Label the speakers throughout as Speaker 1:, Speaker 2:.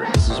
Speaker 1: is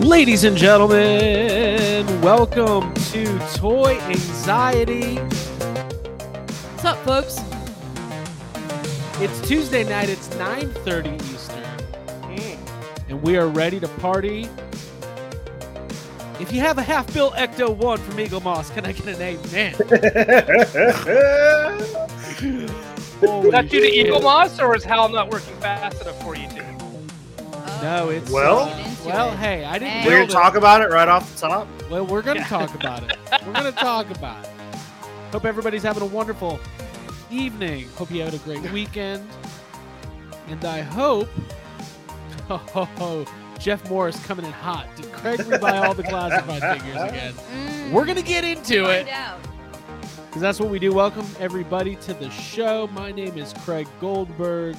Speaker 2: Ladies and gentlemen, welcome to Toy Anxiety.
Speaker 3: What's up, folks?
Speaker 2: It's Tuesday night, it's 9:30 Eastern. And we are ready to party. If you have a half-built Ecto 1 from Eagle Moss, can I get an amen? Holy
Speaker 4: That due to
Speaker 2: shit.
Speaker 4: Eagle Moss, or is Hal not working fast enough for you two?
Speaker 2: No, it's
Speaker 5: Well?
Speaker 2: uh, well, hey, I didn't
Speaker 3: Hey.
Speaker 5: We're
Speaker 2: build
Speaker 5: gonna
Speaker 2: it.
Speaker 5: talk about it right off the top.
Speaker 2: Well, we're going to talk about it. We're going to talk about it. Hope everybody's having a wonderful evening. Hope you had a great weekend. And I hope. Oh, ho, ho, Jeff Morris coming in hot. Did Craig rebuy all the classified figures again?
Speaker 3: Mm.
Speaker 2: We're going to get into it because that's what we do. Welcome, everybody, to the show. My name is Craig Goldberg.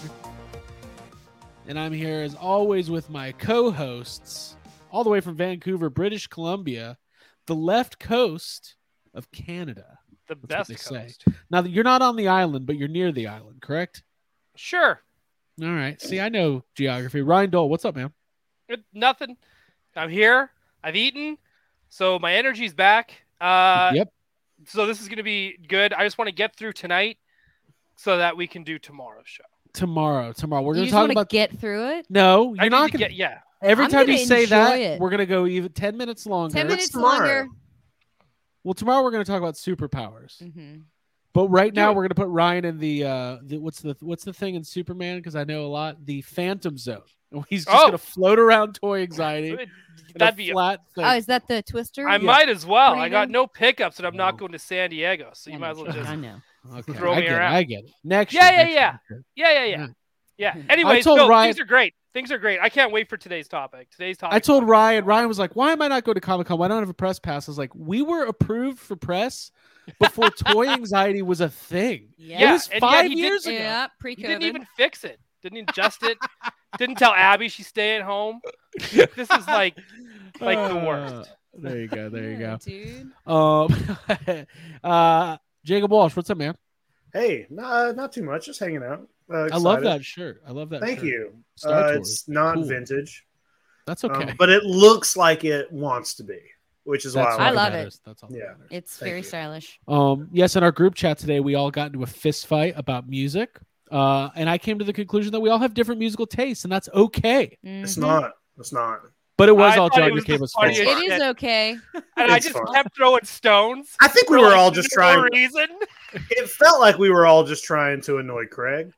Speaker 2: And I'm here, as always, with my co hosts, all the way from Vancouver, British Columbia, the left coast of Canada.
Speaker 4: The
Speaker 2: That's what
Speaker 4: best
Speaker 2: they say.
Speaker 4: coast.
Speaker 2: Now, you're not on the island, but you're near the island, correct?
Speaker 4: Sure.
Speaker 2: All right. See, I know geography. Ryan Dole, what's up, man?
Speaker 4: It- nothing. I'm here. I've eaten. So my energy's back. Uh,
Speaker 2: yep.
Speaker 4: So this is going to be good. I just want to get through tonight so that we can do tomorrow's show.
Speaker 2: Tomorrow, tomorrow. We're
Speaker 3: you
Speaker 2: going to
Speaker 3: just
Speaker 2: talk
Speaker 3: want to
Speaker 2: about.
Speaker 3: get through it.
Speaker 2: no, you're
Speaker 4: I need
Speaker 2: not
Speaker 4: to
Speaker 2: going
Speaker 4: get, yeah.
Speaker 2: Every
Speaker 3: I'm
Speaker 2: time
Speaker 3: gonna
Speaker 2: you say that,
Speaker 3: enjoy it.
Speaker 2: we're going to go even 10 minutes longer.
Speaker 3: Ten minutes
Speaker 5: tomorrow?
Speaker 3: longer.
Speaker 2: Well, tomorrow we're going to talk about superpowers.
Speaker 3: Mm-hmm.
Speaker 2: But right now
Speaker 4: it.
Speaker 2: we're going to put Ryan in the uh the, what's the what's the thing in Superman because I know a lot, the Phantom Zone. And He's just
Speaker 4: Oh.
Speaker 2: going to float around toy anxiety.
Speaker 4: It-
Speaker 2: in a
Speaker 4: That'd be. I
Speaker 2: flat thing.
Speaker 3: Oh, is that the twister?
Speaker 2: yeah.
Speaker 4: might as well.
Speaker 3: What do
Speaker 4: I
Speaker 3: you
Speaker 4: got
Speaker 3: do?
Speaker 4: no pickups, and I'm not
Speaker 2: No.
Speaker 4: going to San Diego. So you
Speaker 3: I
Speaker 4: might
Speaker 3: know,
Speaker 4: as well
Speaker 3: Jack,
Speaker 4: just.
Speaker 3: I know.
Speaker 2: okay.
Speaker 4: throw
Speaker 2: I
Speaker 4: me
Speaker 2: get
Speaker 4: around.
Speaker 2: It, I get it. Next
Speaker 4: Yeah,
Speaker 2: year,
Speaker 4: yeah,
Speaker 2: next
Speaker 4: yeah.
Speaker 2: year.
Speaker 4: Yeah, yeah,
Speaker 2: Yeah.
Speaker 4: yeah. Yeah. Anyways,
Speaker 2: told
Speaker 4: no,
Speaker 2: Ryan-
Speaker 4: things are great. Things are great. I can't wait for today's topic. Today's topic.
Speaker 2: I told Ryan. Ryan was like, "Why am I not going to Comic Con? Why don't I have a press pass?" I was like, "We were approved for press before toy anxiety was a thing. it
Speaker 4: Yeah,
Speaker 2: was
Speaker 4: and yet
Speaker 2: five
Speaker 4: he did-
Speaker 2: years ago.
Speaker 3: Yeah, pre
Speaker 4: He didn't even fix it. Didn't adjust it. didn't tell Abby she's staying home. This is like like the worst.
Speaker 2: Uh, There you go. There you go.
Speaker 3: Dude.
Speaker 2: Um, uh, Jacob Walsh, what's up, man?
Speaker 5: Hey, not not too much. Just hanging out. Uh,
Speaker 2: I love
Speaker 5: excited.
Speaker 2: that shirt. I love that.
Speaker 5: Thank
Speaker 2: shirt.
Speaker 5: you.
Speaker 2: Star
Speaker 5: Uh,
Speaker 2: Tours.
Speaker 5: it's not
Speaker 2: Cool.
Speaker 5: vintage,
Speaker 2: That's
Speaker 5: um,
Speaker 2: okay.
Speaker 5: but it looks like it wants to be, which is
Speaker 2: That's all
Speaker 5: why.
Speaker 3: I
Speaker 2: that
Speaker 5: like
Speaker 3: love it.
Speaker 2: matters. That's all. that
Speaker 5: Yeah.
Speaker 2: matters.
Speaker 3: It's
Speaker 5: Thank
Speaker 3: very
Speaker 5: you.
Speaker 3: stylish.
Speaker 2: Um, yes, in our group chat today, we all got into a fist fight about music. Uh, and I came to the conclusion that we all have different musical tastes, and that's okay.
Speaker 5: It's
Speaker 3: Mhm.
Speaker 5: not. It's not.
Speaker 2: But it was
Speaker 4: I
Speaker 2: all
Speaker 4: thought it
Speaker 2: John
Speaker 4: was the
Speaker 2: Jacobo's fault.
Speaker 4: funniest-
Speaker 3: It is okay.
Speaker 4: And I
Speaker 5: It's
Speaker 4: just
Speaker 5: fine.
Speaker 4: kept throwing stones.
Speaker 5: I think we
Speaker 4: for,
Speaker 5: were
Speaker 4: like,
Speaker 5: all just
Speaker 4: no
Speaker 5: trying.
Speaker 4: reason.
Speaker 5: It felt like we were all just trying to annoy Craig.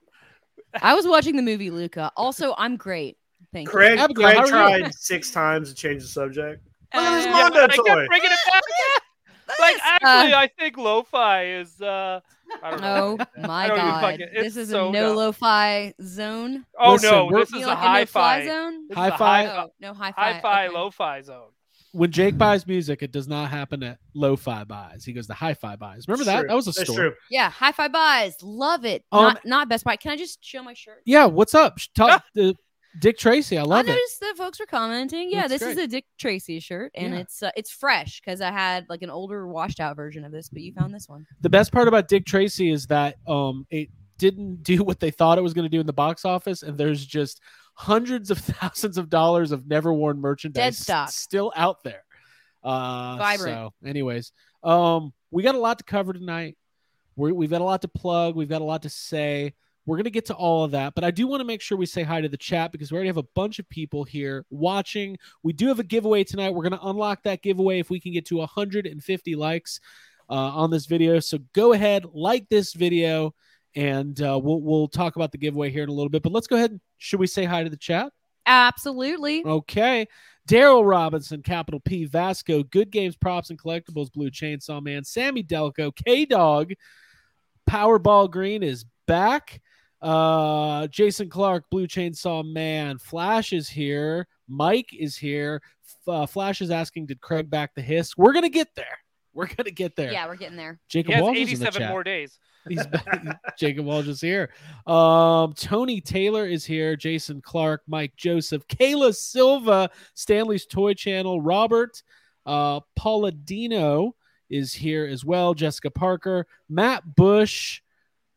Speaker 3: I was watching the movie Luca. Also, I'm great. Thank you.
Speaker 5: Craig,
Speaker 2: Abigail,
Speaker 5: Craig
Speaker 2: how are you?
Speaker 5: tried six times to change the subject. Look at
Speaker 3: Uh,
Speaker 5: this
Speaker 4: Yeah,
Speaker 5: Mondo
Speaker 4: but I
Speaker 5: toy.
Speaker 4: kept bringing it back. Like
Speaker 3: Yes.
Speaker 4: actually, I think lo-fi is. uh I don't know.
Speaker 3: Oh my
Speaker 4: I don't even
Speaker 3: god.
Speaker 4: fucking- it's
Speaker 3: This is
Speaker 4: so
Speaker 3: a no
Speaker 4: dumb.
Speaker 3: lo fi zone.
Speaker 4: Oh
Speaker 2: Listen,
Speaker 4: no,
Speaker 2: we're-
Speaker 4: this
Speaker 3: You
Speaker 4: is
Speaker 3: know,
Speaker 4: a
Speaker 3: like
Speaker 4: hi-fi.
Speaker 3: no-fly zone?
Speaker 4: This is a
Speaker 2: Hi-fi-
Speaker 4: hi-
Speaker 3: Oh, no hi fi.
Speaker 4: hi-fi, lo-fi zone.
Speaker 2: When Jake buys music, it does not happen at lo fi buys. He goes to hi fi buys. Remember
Speaker 5: It's
Speaker 2: that?
Speaker 5: true.
Speaker 2: That was a
Speaker 5: That's
Speaker 2: store.
Speaker 5: true.
Speaker 3: Yeah, hi fi buys. Love it.
Speaker 2: Um,
Speaker 3: not, not Best Buy. Can I just show my shirt?
Speaker 2: Yeah, what's up? Sh- Talk to Dick Tracy. I love
Speaker 3: I
Speaker 2: it.
Speaker 3: noticed that folks were commenting. Yeah,
Speaker 2: That's
Speaker 3: this is
Speaker 2: great.
Speaker 3: a Dick Tracy shirt, and
Speaker 2: Yeah.
Speaker 3: it's uh, it's fresh because I had like an older, washed out version of this, but you found this one.
Speaker 2: The best part about Dick Tracy is that um, it didn't do what they thought it was going to do in the box office, and there's just hundreds of thousands of dollars of never worn merchandise
Speaker 3: stock.
Speaker 2: still out there. Uh,
Speaker 3: Vibrant.
Speaker 2: So, anyways, um, we got a lot to cover tonight. We're, we've got a lot to plug. We've got a lot to say. We're going to get to all of that, but I do want to make sure we say hi to the chat because we already have a bunch of people here watching. We do have a giveaway tonight. We're going to unlock that giveaway if we can get to 150 likes uh, on this video. So go ahead, like this video, and uh, we'll we'll talk about the giveaway here in a little bit. But let's go ahead. and- Should we say hi to the chat?
Speaker 3: Absolutely.
Speaker 2: Okay. Daryl Robinson, Capital P, Vasco, Good Games, Props and Collectibles, Blue Chainsaw Man, Sammy Delco, K Dog, Powerball Green is back. Uh, Jason Clark, Blue Chainsaw Man, Flash is here. Mike is here. F- uh, Flash is asking, "Did Craig back the hiss?" We're gonna get there. We're gonna get there.
Speaker 3: Yeah, we're getting there.
Speaker 2: Jacob
Speaker 4: He has
Speaker 2: Walsh is in the
Speaker 4: 87
Speaker 2: chat.
Speaker 4: more days.
Speaker 2: He's Jacob Walsh is here. Um, Tony Taylor is here. Jason Clark, Mike Joseph, Kayla Silva, Stanley's Toy Channel, Robert, uh, Paula Dino is here as well. Jessica Parker, Matt Bush,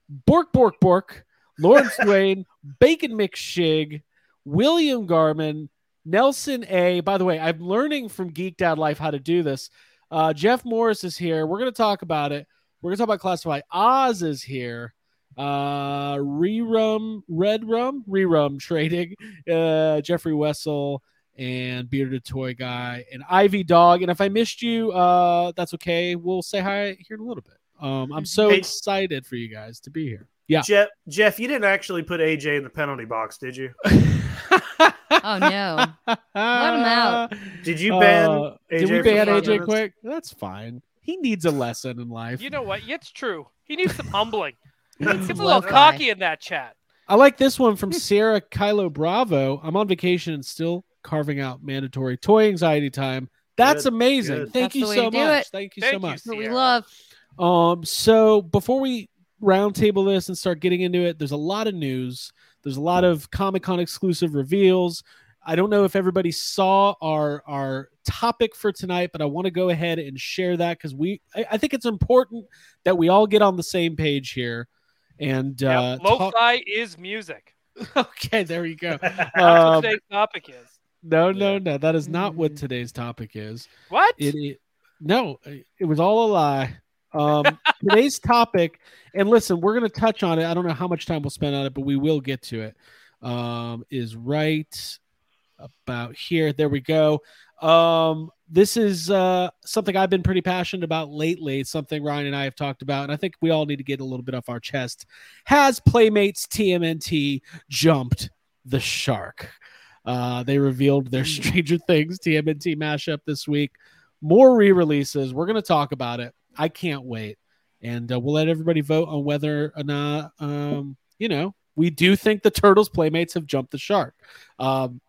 Speaker 2: Bork Bork Bork, Lawrence Dwayne, Bacon McShig, William Garman, Nelson A. By the way, I'm learning from Geeked Out Life how to do this. Uh, Jeff Morris is here. We're going to talk about it. We're gonna talk about classified. Oz is here. Uh, rerum, red rum, rerum trading. Uh, Jeffrey Wessel and bearded toy guy and Ivy Dog. And if I missed you, uh, that's okay. We'll say hi here in a little bit. Um, I'm so
Speaker 5: Hey.
Speaker 2: excited for you guys to be here. Yeah.
Speaker 5: Jeff, Jeff, you didn't actually put AJ in the penalty box, did you?
Speaker 3: Oh no.
Speaker 2: Let
Speaker 3: out.
Speaker 5: Did you ban AJ?
Speaker 2: Uh, did we
Speaker 5: for
Speaker 2: ban
Speaker 5: five
Speaker 2: AJ
Speaker 5: minutes?
Speaker 2: quick? That's fine. He needs a lesson in life.
Speaker 4: You know what? Yeah, It's true. He needs some humbling.
Speaker 3: It's
Speaker 4: Gets a little cocky in that chat.
Speaker 2: I like this one from Sarah Kylo Bravo. I'm on vacation and still carving out mandatory toy anxiety time. That's
Speaker 5: Good,
Speaker 2: amazing.
Speaker 5: good.
Speaker 2: Thank
Speaker 3: That's
Speaker 2: you
Speaker 3: the way
Speaker 2: so
Speaker 3: to do
Speaker 2: much.
Speaker 3: it.
Speaker 2: Thank you
Speaker 4: Thank
Speaker 2: so
Speaker 4: you,
Speaker 2: much.
Speaker 3: What we
Speaker 4: Sierra.
Speaker 3: love.
Speaker 2: Um, so before we roundtable this and start getting into it, there's a lot of news. There's a lot of Comic Con exclusive reveals. I don't know if everybody saw our our topic for tonight, but I want to go ahead and share that because we I, I think it's important that we all get on the same page here. And uh,
Speaker 4: Yeah, Lo-fi
Speaker 2: talk-
Speaker 4: is music.
Speaker 2: okay, there you go.
Speaker 4: That's
Speaker 2: Um,
Speaker 4: what today's topic is.
Speaker 2: No, no, no. That is not what
Speaker 3: Mm.
Speaker 2: today's topic is.
Speaker 4: What?
Speaker 2: It, it no, it was all a lie. Um, today's topic, and listen, we're going to touch on it. I don't know how much time we'll spend on it, but we will get to it. Um, is right about here. There we go. Um, this is uh, something I've been pretty passionate about lately. It's something Ryan and I have talked about, and I think we all need to get a little bit off our chest. Has Playmates TMNT jumped the shark? Uh, they revealed their Stranger Things TMNT mashup this week. More re releases. We're going to talk about it. I can't wait. And uh, we'll let everybody vote on whether or not, um, you know, we do think the Turtles Playmates have jumped the shark. Um,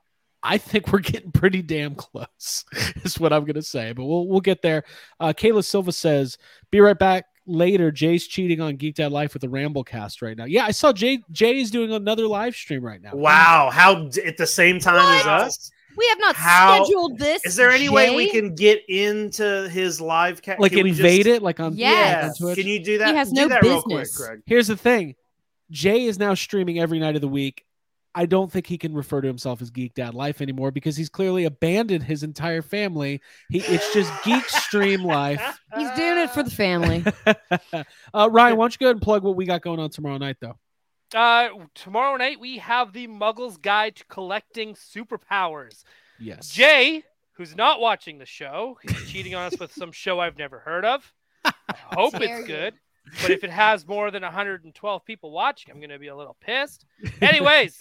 Speaker 2: I think we're getting pretty damn close, is what I'm going to say. But we'll, we'll get there. Uh, Kayla Silva says, be right back later. Jay's cheating on Geeked Out Life with the Ramblecast right now. Yeah, I saw Jay. Jay's doing another live stream right now.
Speaker 5: Wow! How d- at the same time as
Speaker 3: What?
Speaker 5: us?
Speaker 3: We have not
Speaker 5: How-
Speaker 3: scheduled this.
Speaker 5: Is there any way we
Speaker 3: Jay?
Speaker 5: can get into his live cat?
Speaker 2: like invade it like on
Speaker 5: Yeah.
Speaker 3: Yes.
Speaker 2: on Twitch?
Speaker 5: Can you do that?
Speaker 3: has
Speaker 5: do
Speaker 3: no
Speaker 5: that real quick,
Speaker 3: business.
Speaker 5: Craig.
Speaker 2: here's the thing jay is now streaming every night of the week i don't think he can refer to himself as geek dad life anymore because he's clearly abandoned his entire family he, it's just geek stream life
Speaker 3: He's doing it for the family.
Speaker 2: uh, ryan why don't you go ahead and plug what we got going on tomorrow night though
Speaker 4: Uh, tomorrow night we have the Muggles Guide to Collecting Superpowers.
Speaker 2: yes
Speaker 4: Jay, who's not watching the show, he's cheating on us with some show I've never heard of. I hope
Speaker 3: Dare
Speaker 4: it's
Speaker 3: you.
Speaker 4: good, but if it has more than 112 people watching, I'm going to be a little pissed. Anyways,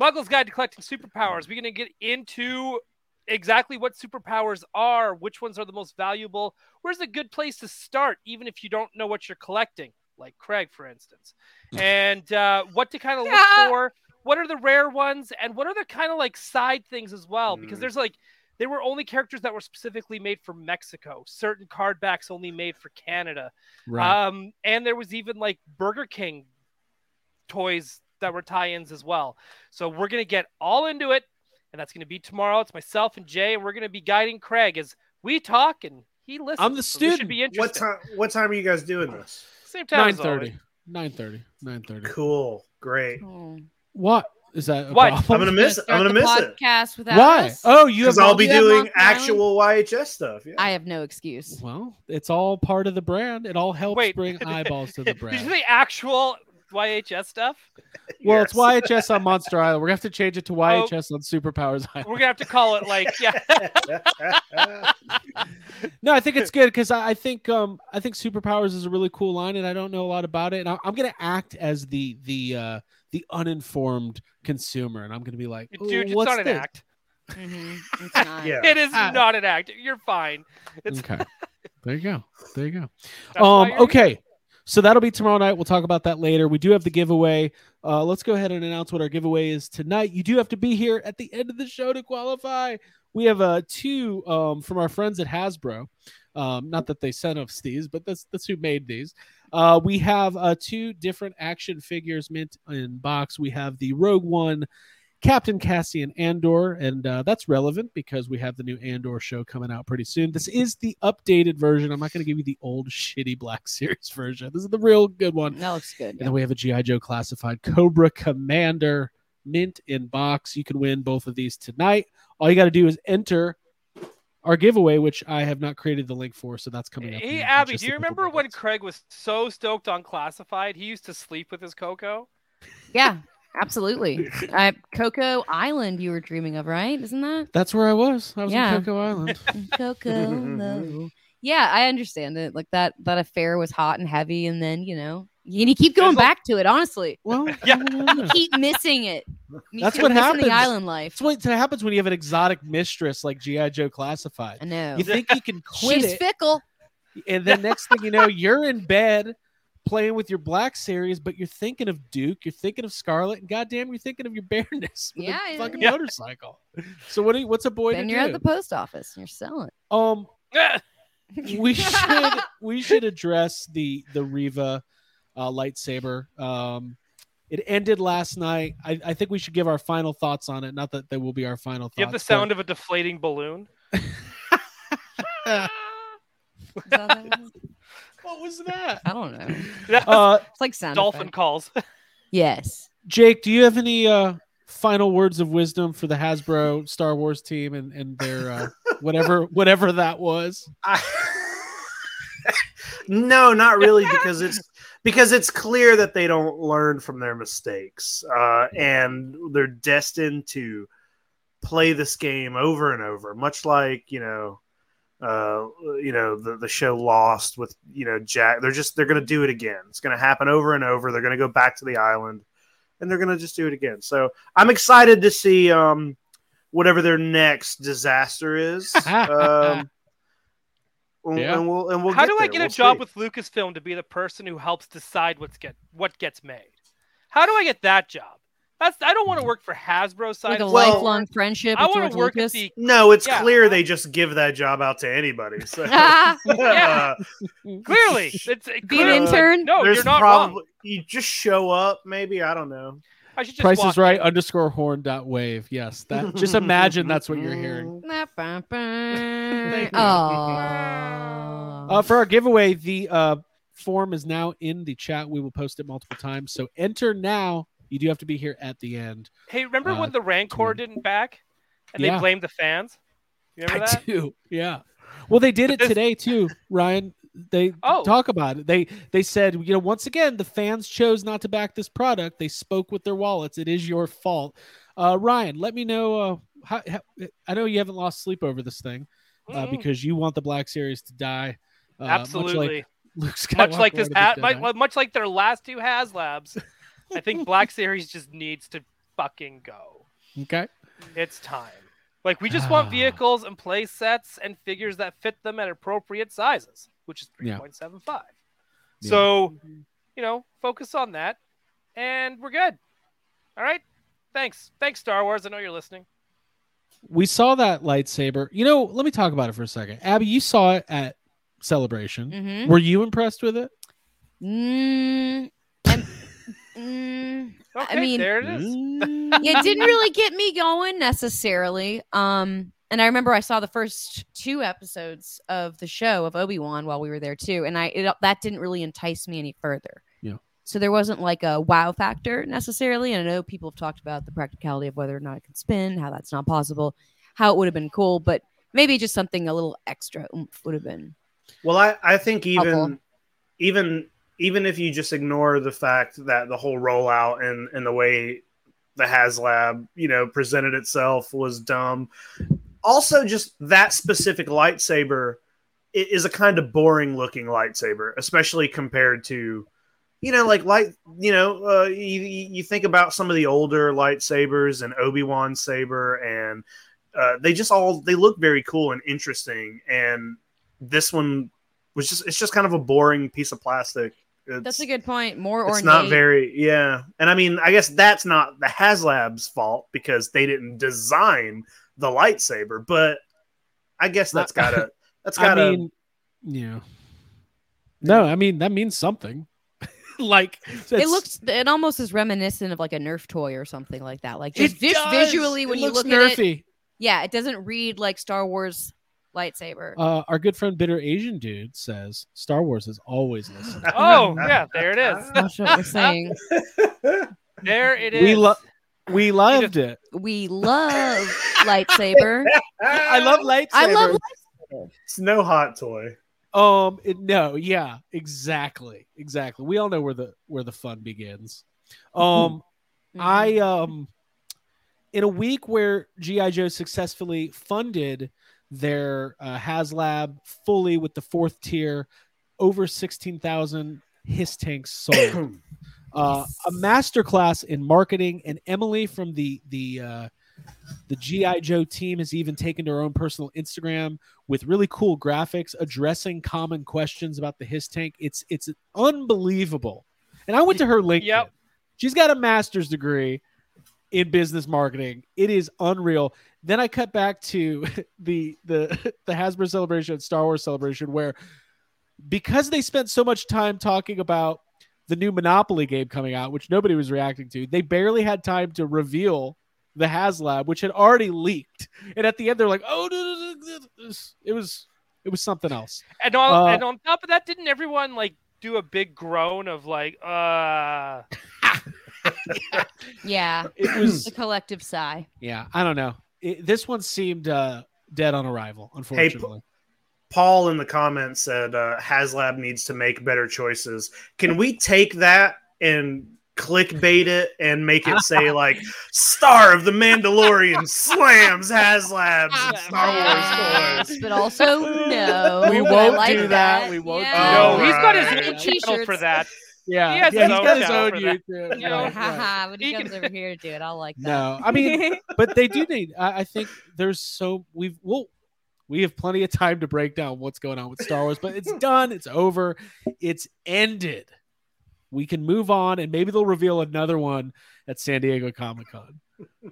Speaker 4: Muggles Guide to Collecting Superpowers. We're going to get into exactly what superpowers are, which ones are the most valuable, where's a good place to start, even if you don't know what you're collecting, like Craig, for instance, and uh, what to kind of
Speaker 3: Yeah.
Speaker 4: look for. What are the rare ones, and what are the kind of like side things as well? Because
Speaker 5: Mm.
Speaker 4: there's like there were only characters that were specifically made for Mexico, certain card backs only made for Canada,
Speaker 5: uh,
Speaker 2: right
Speaker 4: um, and there was even like Burger King toys that were tie-ins as well. So we're gonna get all into it, and that's gonna be tomorrow. It's myself and Jay, and we're gonna be guiding Craig as we talk and he listens.
Speaker 2: the
Speaker 4: so this should
Speaker 2: student.
Speaker 4: be
Speaker 5: What
Speaker 4: interesting.
Speaker 5: time? What time are you guys doing this?
Speaker 4: Same time.
Speaker 2: Nine
Speaker 4: as always.
Speaker 2: thirty. Nine thirty. Nine thirty.
Speaker 5: Cool. Great.
Speaker 3: Oh.
Speaker 2: what is that a
Speaker 4: What?
Speaker 5: I'm
Speaker 2: problem?
Speaker 5: gonna miss. it. I'm gonna miss
Speaker 3: podcast
Speaker 5: it
Speaker 3: Podcast without
Speaker 2: why
Speaker 3: us?
Speaker 2: oh you have
Speaker 5: because I'll be
Speaker 3: you have
Speaker 5: doing
Speaker 3: Mark Brown?
Speaker 5: actual YHS stuff. Yeah.
Speaker 3: I have no excuse.
Speaker 2: well it's all part of the brand it all helps
Speaker 4: Wait.
Speaker 2: bring eyeballs to the brand
Speaker 4: Did you say actual YHS stuff?
Speaker 2: Well,
Speaker 5: Yes.
Speaker 2: it's YHS on Monster Island. We're gonna have to change
Speaker 4: Oh.
Speaker 2: it to YHS on Superpowers Island.
Speaker 4: We're gonna have to call it like yeah.
Speaker 2: No, I think it's good because I, I think um I think Superpowers is a really cool line, and I don't know a lot about it. And I, am gonna act as the the uh the uninformed consumer, and I'm gonna be like, "Ooh,
Speaker 4: Dude, it's
Speaker 2: what's
Speaker 4: not an
Speaker 2: this?"
Speaker 4: act.
Speaker 3: Mhm. It's not.
Speaker 5: yeah.
Speaker 4: It is
Speaker 2: Ah.
Speaker 4: not an act. You're fine. It's
Speaker 2: Okay, there you go, there you go.
Speaker 4: That's why
Speaker 2: um,
Speaker 4: you're here.
Speaker 2: okay, So that'll be tomorrow night. We'll talk about that later. We do have the giveaway. Uh, let's go ahead and announce what our giveaway is tonight. You do have to be here at the end of the show to qualify. We have uh, two um, from our friends at Hasbro. Um, not that they sent us these, but that's that's who made these. Uh, we have uh, two different action figures mint in box. We have the Rogue One, Captain Cassian Andor, and uh, that's relevant because we have the new Andor show coming out pretty soon. This is the updated version. I'm not going to give you the old shitty Black Series version. This is the real good one.
Speaker 3: That looks good.
Speaker 2: And then we have a G.I. Joe classified Cobra Commander mint in box. You can win both of these tonight. All you got to do is enter our giveaway, which I have not created the link for. So that's coming up. in
Speaker 4: Hey, Abby,
Speaker 2: just
Speaker 4: do you
Speaker 2: a couple
Speaker 4: remember when
Speaker 2: minutes.
Speaker 4: Craig was so stoked on Classified? He used to sleep with his cocoa.
Speaker 3: Yeah, absolutely. Uh, Coco Island, you were dreaming of, right? Isn't that
Speaker 2: That's where I was. I was
Speaker 3: Yeah.
Speaker 2: in Coco Island.
Speaker 3: Coco? Low. yeah, I understand it. Like that that affair was hot and heavy, and then you know, and you keep going
Speaker 4: There's a-
Speaker 3: back to it. Honestly,
Speaker 2: Well,
Speaker 4: Yeah.
Speaker 2: I don't know.
Speaker 3: you keep missing it. You
Speaker 2: That's
Speaker 3: keep
Speaker 2: what
Speaker 3: missing
Speaker 2: happens.
Speaker 3: The island life.
Speaker 2: That's what happens when you have an exotic mistress like GI Joe classified.
Speaker 3: I know.
Speaker 2: You think you can quit
Speaker 3: She's
Speaker 2: it,
Speaker 3: fickle.
Speaker 2: and then next thing you know, you're in bed playing with your Black Series, but you're thinking of Duke, you're thinking of Scarlet, and goddamn, you're thinking of your bareness with
Speaker 3: Yeah,
Speaker 2: a fucking
Speaker 3: yeah.
Speaker 2: motorcycle. So what? Do you, what's a boy
Speaker 3: Then
Speaker 2: to
Speaker 3: you're
Speaker 2: do?
Speaker 3: at the post office and you're selling.
Speaker 2: um,
Speaker 3: it.
Speaker 2: we should we should address the the Riva uh, lightsaber. Um, it ended last night. I, I think we should give our final thoughts on it. Not that they will be our final thoughts.
Speaker 4: You have the
Speaker 2: but-
Speaker 4: sound of a deflating balloon.
Speaker 3: Is that what it is?
Speaker 2: what was that?
Speaker 3: I don't know.
Speaker 4: That's
Speaker 2: Uh,
Speaker 3: It's like sound
Speaker 4: dolphin
Speaker 3: effect.
Speaker 4: calls.
Speaker 3: Yes.
Speaker 2: Jake, do you have any uh, final words of wisdom for the Hasbro Star Wars team and and their uh, whatever whatever that was?
Speaker 5: I- no, not really, because it's because it's clear that they don't learn from their mistakes, uh, and they're destined to play this game over and over, much like you know, uh, you know the the show Lost with you know Jack. They're just they're going to do it again. It's going to happen over and over. They're going to go back to the island, and they're going to just do it again. So I'm excited to see um, whatever their next disaster is. Um, and-
Speaker 2: Yeah.
Speaker 5: and we'll, and we'll
Speaker 4: How do I
Speaker 5: there.
Speaker 4: get
Speaker 5: We'll
Speaker 4: a job
Speaker 5: see.
Speaker 4: with Lucasfilm to be the person who helps decide what's get what gets made? How do I get that job? That's I don't want to work for Hasbro side.
Speaker 3: Like a
Speaker 4: of
Speaker 5: Well-
Speaker 4: it.
Speaker 3: lifelong friendship.
Speaker 4: I
Speaker 3: with
Speaker 4: want
Speaker 3: George
Speaker 4: to work
Speaker 3: Lucas.
Speaker 4: at the
Speaker 5: No, it's
Speaker 4: Yeah.
Speaker 5: clear they just give that job out to anybody. So,
Speaker 3: Ah,
Speaker 4: Yeah. clearly it's
Speaker 3: be an
Speaker 4: clearly, it's like,
Speaker 3: intern.
Speaker 4: No,
Speaker 5: there's
Speaker 4: you're not
Speaker 5: probably
Speaker 4: wrong.
Speaker 5: you just show up. Maybe I don't know.
Speaker 4: I should just
Speaker 2: Price
Speaker 4: walk
Speaker 2: is right underscore horn dot wave. Yes, that just imagine that's what you're hearing. you.
Speaker 3: Oh.
Speaker 2: Uh, for our giveaway, the uh, form is now in the chat. We will post it multiple times. So enter now. You do have to be here at the end.
Speaker 4: Hey, remember
Speaker 2: Uh,
Speaker 4: when the Rancor
Speaker 2: weird.
Speaker 4: didn't back, and
Speaker 2: Yeah.
Speaker 4: they blamed the fans? You remember
Speaker 2: I
Speaker 4: that?
Speaker 2: do. Yeah. Well, they did it
Speaker 4: This-
Speaker 2: today too, Ryan. They
Speaker 4: Oh.
Speaker 2: talk about it. They they said, you know, once again, the fans chose not to back this product. They spoke with their wallets. It is your fault. Uh, Ryan, let me know. Uh, how, how, I know you haven't lost sleep over this thing uh,
Speaker 4: Mm,
Speaker 2: because you want the Black Series to die. Uh,
Speaker 4: absolutely.
Speaker 2: Much like, Luke
Speaker 4: much like
Speaker 2: Skywalker
Speaker 4: this,
Speaker 2: wanted
Speaker 4: ha-
Speaker 2: to
Speaker 4: much,
Speaker 2: die.
Speaker 4: much like their last two HasLabs, I think Black Series just needs to fucking go.
Speaker 2: Okay.
Speaker 4: It's time. Like we just want
Speaker 2: Ah.
Speaker 4: vehicles and play sets and figures that fit them at appropriate sizes, which is
Speaker 2: Yeah.
Speaker 4: 3.75.
Speaker 2: Yeah.
Speaker 4: So, you know, focus on that, and we're good. All right. Thanks. Thanks, Star Wars. I know you're listening.
Speaker 2: we saw that lightsaber. You know, let me talk about it for a second. Abby, you saw it at Celebration.
Speaker 4: Mm-hmm.
Speaker 3: Mhm.
Speaker 2: Were you impressed with it?
Speaker 3: Mm, I'm- mm,
Speaker 4: Okay,
Speaker 3: mean-
Speaker 4: there it is.
Speaker 3: yeah, it didn't really get me going necessarily. Um, and I remember I saw the first two episodes of the show of Obi Wan while we were there too, and I it, that didn't really entice me any further.
Speaker 2: Yeah.
Speaker 3: So there wasn't like a wow factor necessarily, and I know people have talked about the practicality of whether or not it can spin, how that's not possible, how it would have been cool, but maybe just something a little extra oomph would have been.
Speaker 5: Well, I, I think even
Speaker 3: Helpful.
Speaker 5: even even if you just ignore the fact that the whole rollout and and the way the HasLab you know presented itself was dumb. Also, just that specific lightsaber i- is a kind of boring looking lightsaber, especially compared to you know like light you know uh, you, you you think about some of the older lightsabers and Obi Wan saber and uh, they just all they look very cool and interesting and this one was just it's just kind of a boring piece of plastic It's,
Speaker 3: That's a good point. More ornate.
Speaker 5: It's not very yeah, and I mean, I guess that's not the HasLab's fault because they didn't design the lightsaber, but I guess that's
Speaker 2: Not-
Speaker 5: gotta that's
Speaker 2: I
Speaker 5: gotta
Speaker 2: mean, yeah. No, I mean that means something. like
Speaker 3: it
Speaker 2: it's-
Speaker 3: looks. It almost is reminiscent of like a Nerf toy or something like that. Like just
Speaker 2: it
Speaker 3: vis-
Speaker 2: does!
Speaker 3: visually when
Speaker 2: It
Speaker 3: you
Speaker 2: looks
Speaker 3: look at it,
Speaker 2: nerfy.
Speaker 3: yeah, it doesn't read like Star Wars lightsaber.
Speaker 2: Uh, our good friend Bitter Asian Dude says Star Wars is always listening.
Speaker 4: Oh, yeah, there it is.
Speaker 3: Not sure what we're saying.
Speaker 4: There it is.
Speaker 2: we love we loved it.
Speaker 3: We love lightsaber.
Speaker 2: I love lightsaber.
Speaker 3: I love light-
Speaker 5: it's no ah, hot toy.
Speaker 2: Um, it, no, yeah, exactly, exactly. We all know where the where the fun begins. Um, I um, in a week where GI Joe successfully funded their uh, HasLab fully with the fourth tier, over sixteen thousand his tanks sold. Uh, a masterclass in marketing, and Emily from the the uh, the GI Joe team has even taken to her own personal Instagram with really cool graphics addressing common questions about the his tank. It's it's unbelievable. And I went to her LinkedIn.
Speaker 4: Yep.
Speaker 2: She's got a master's degree in business marketing. It is unreal. Then I cut back to the the the Hasbro celebration, Star Wars celebration, where because they spent so much time talking about the new Monopoly game coming out, which nobody was reacting to, they barely had time to reveal the HasLab, which had already leaked. And at the end, they're like, "Oh, no, no, no, no, this- it was it was something else."
Speaker 4: and, on,
Speaker 2: uh,
Speaker 4: and on top of that, didn't everyone like do a big groan of like, uh,
Speaker 3: Mm-hmm. yeah,
Speaker 2: It
Speaker 3: the
Speaker 2: was
Speaker 3: collective sigh.
Speaker 2: yeah, I don't know. It, this one seemed uh, dead on arrival, unfortunately.
Speaker 5: Paul in the comments said uh, HasLab needs to make better choices. Can we take that and clickbait it and make it say like "Star of the Mandalorian slams HasLab's Star
Speaker 3: Yes,
Speaker 5: Wars toys"?
Speaker 3: but also no.
Speaker 2: We
Speaker 3: but I
Speaker 2: won't
Speaker 3: like
Speaker 2: do that. We won't do
Speaker 3: Yeah.
Speaker 5: that.
Speaker 4: no, he's got his
Speaker 5: Alright.
Speaker 4: own channel for
Speaker 3: Oh, T-shirts.
Speaker 4: that.
Speaker 2: yeah,
Speaker 4: He has
Speaker 2: yeah,
Speaker 4: his
Speaker 2: he's
Speaker 4: own
Speaker 2: got his
Speaker 4: channel
Speaker 2: own
Speaker 4: for that.
Speaker 2: YouTube.
Speaker 4: You know,
Speaker 2: Right, right.
Speaker 3: Haha, when he
Speaker 4: He
Speaker 3: comes over here to do it, I'll like that.
Speaker 2: No, I mean, but they do need. I, I think there's so we've well, we have plenty of time to break down what's going on with Star Wars, but it's done. It's over. It's ended. We can move on, and maybe they'll reveal another one at San Diego Comic Con.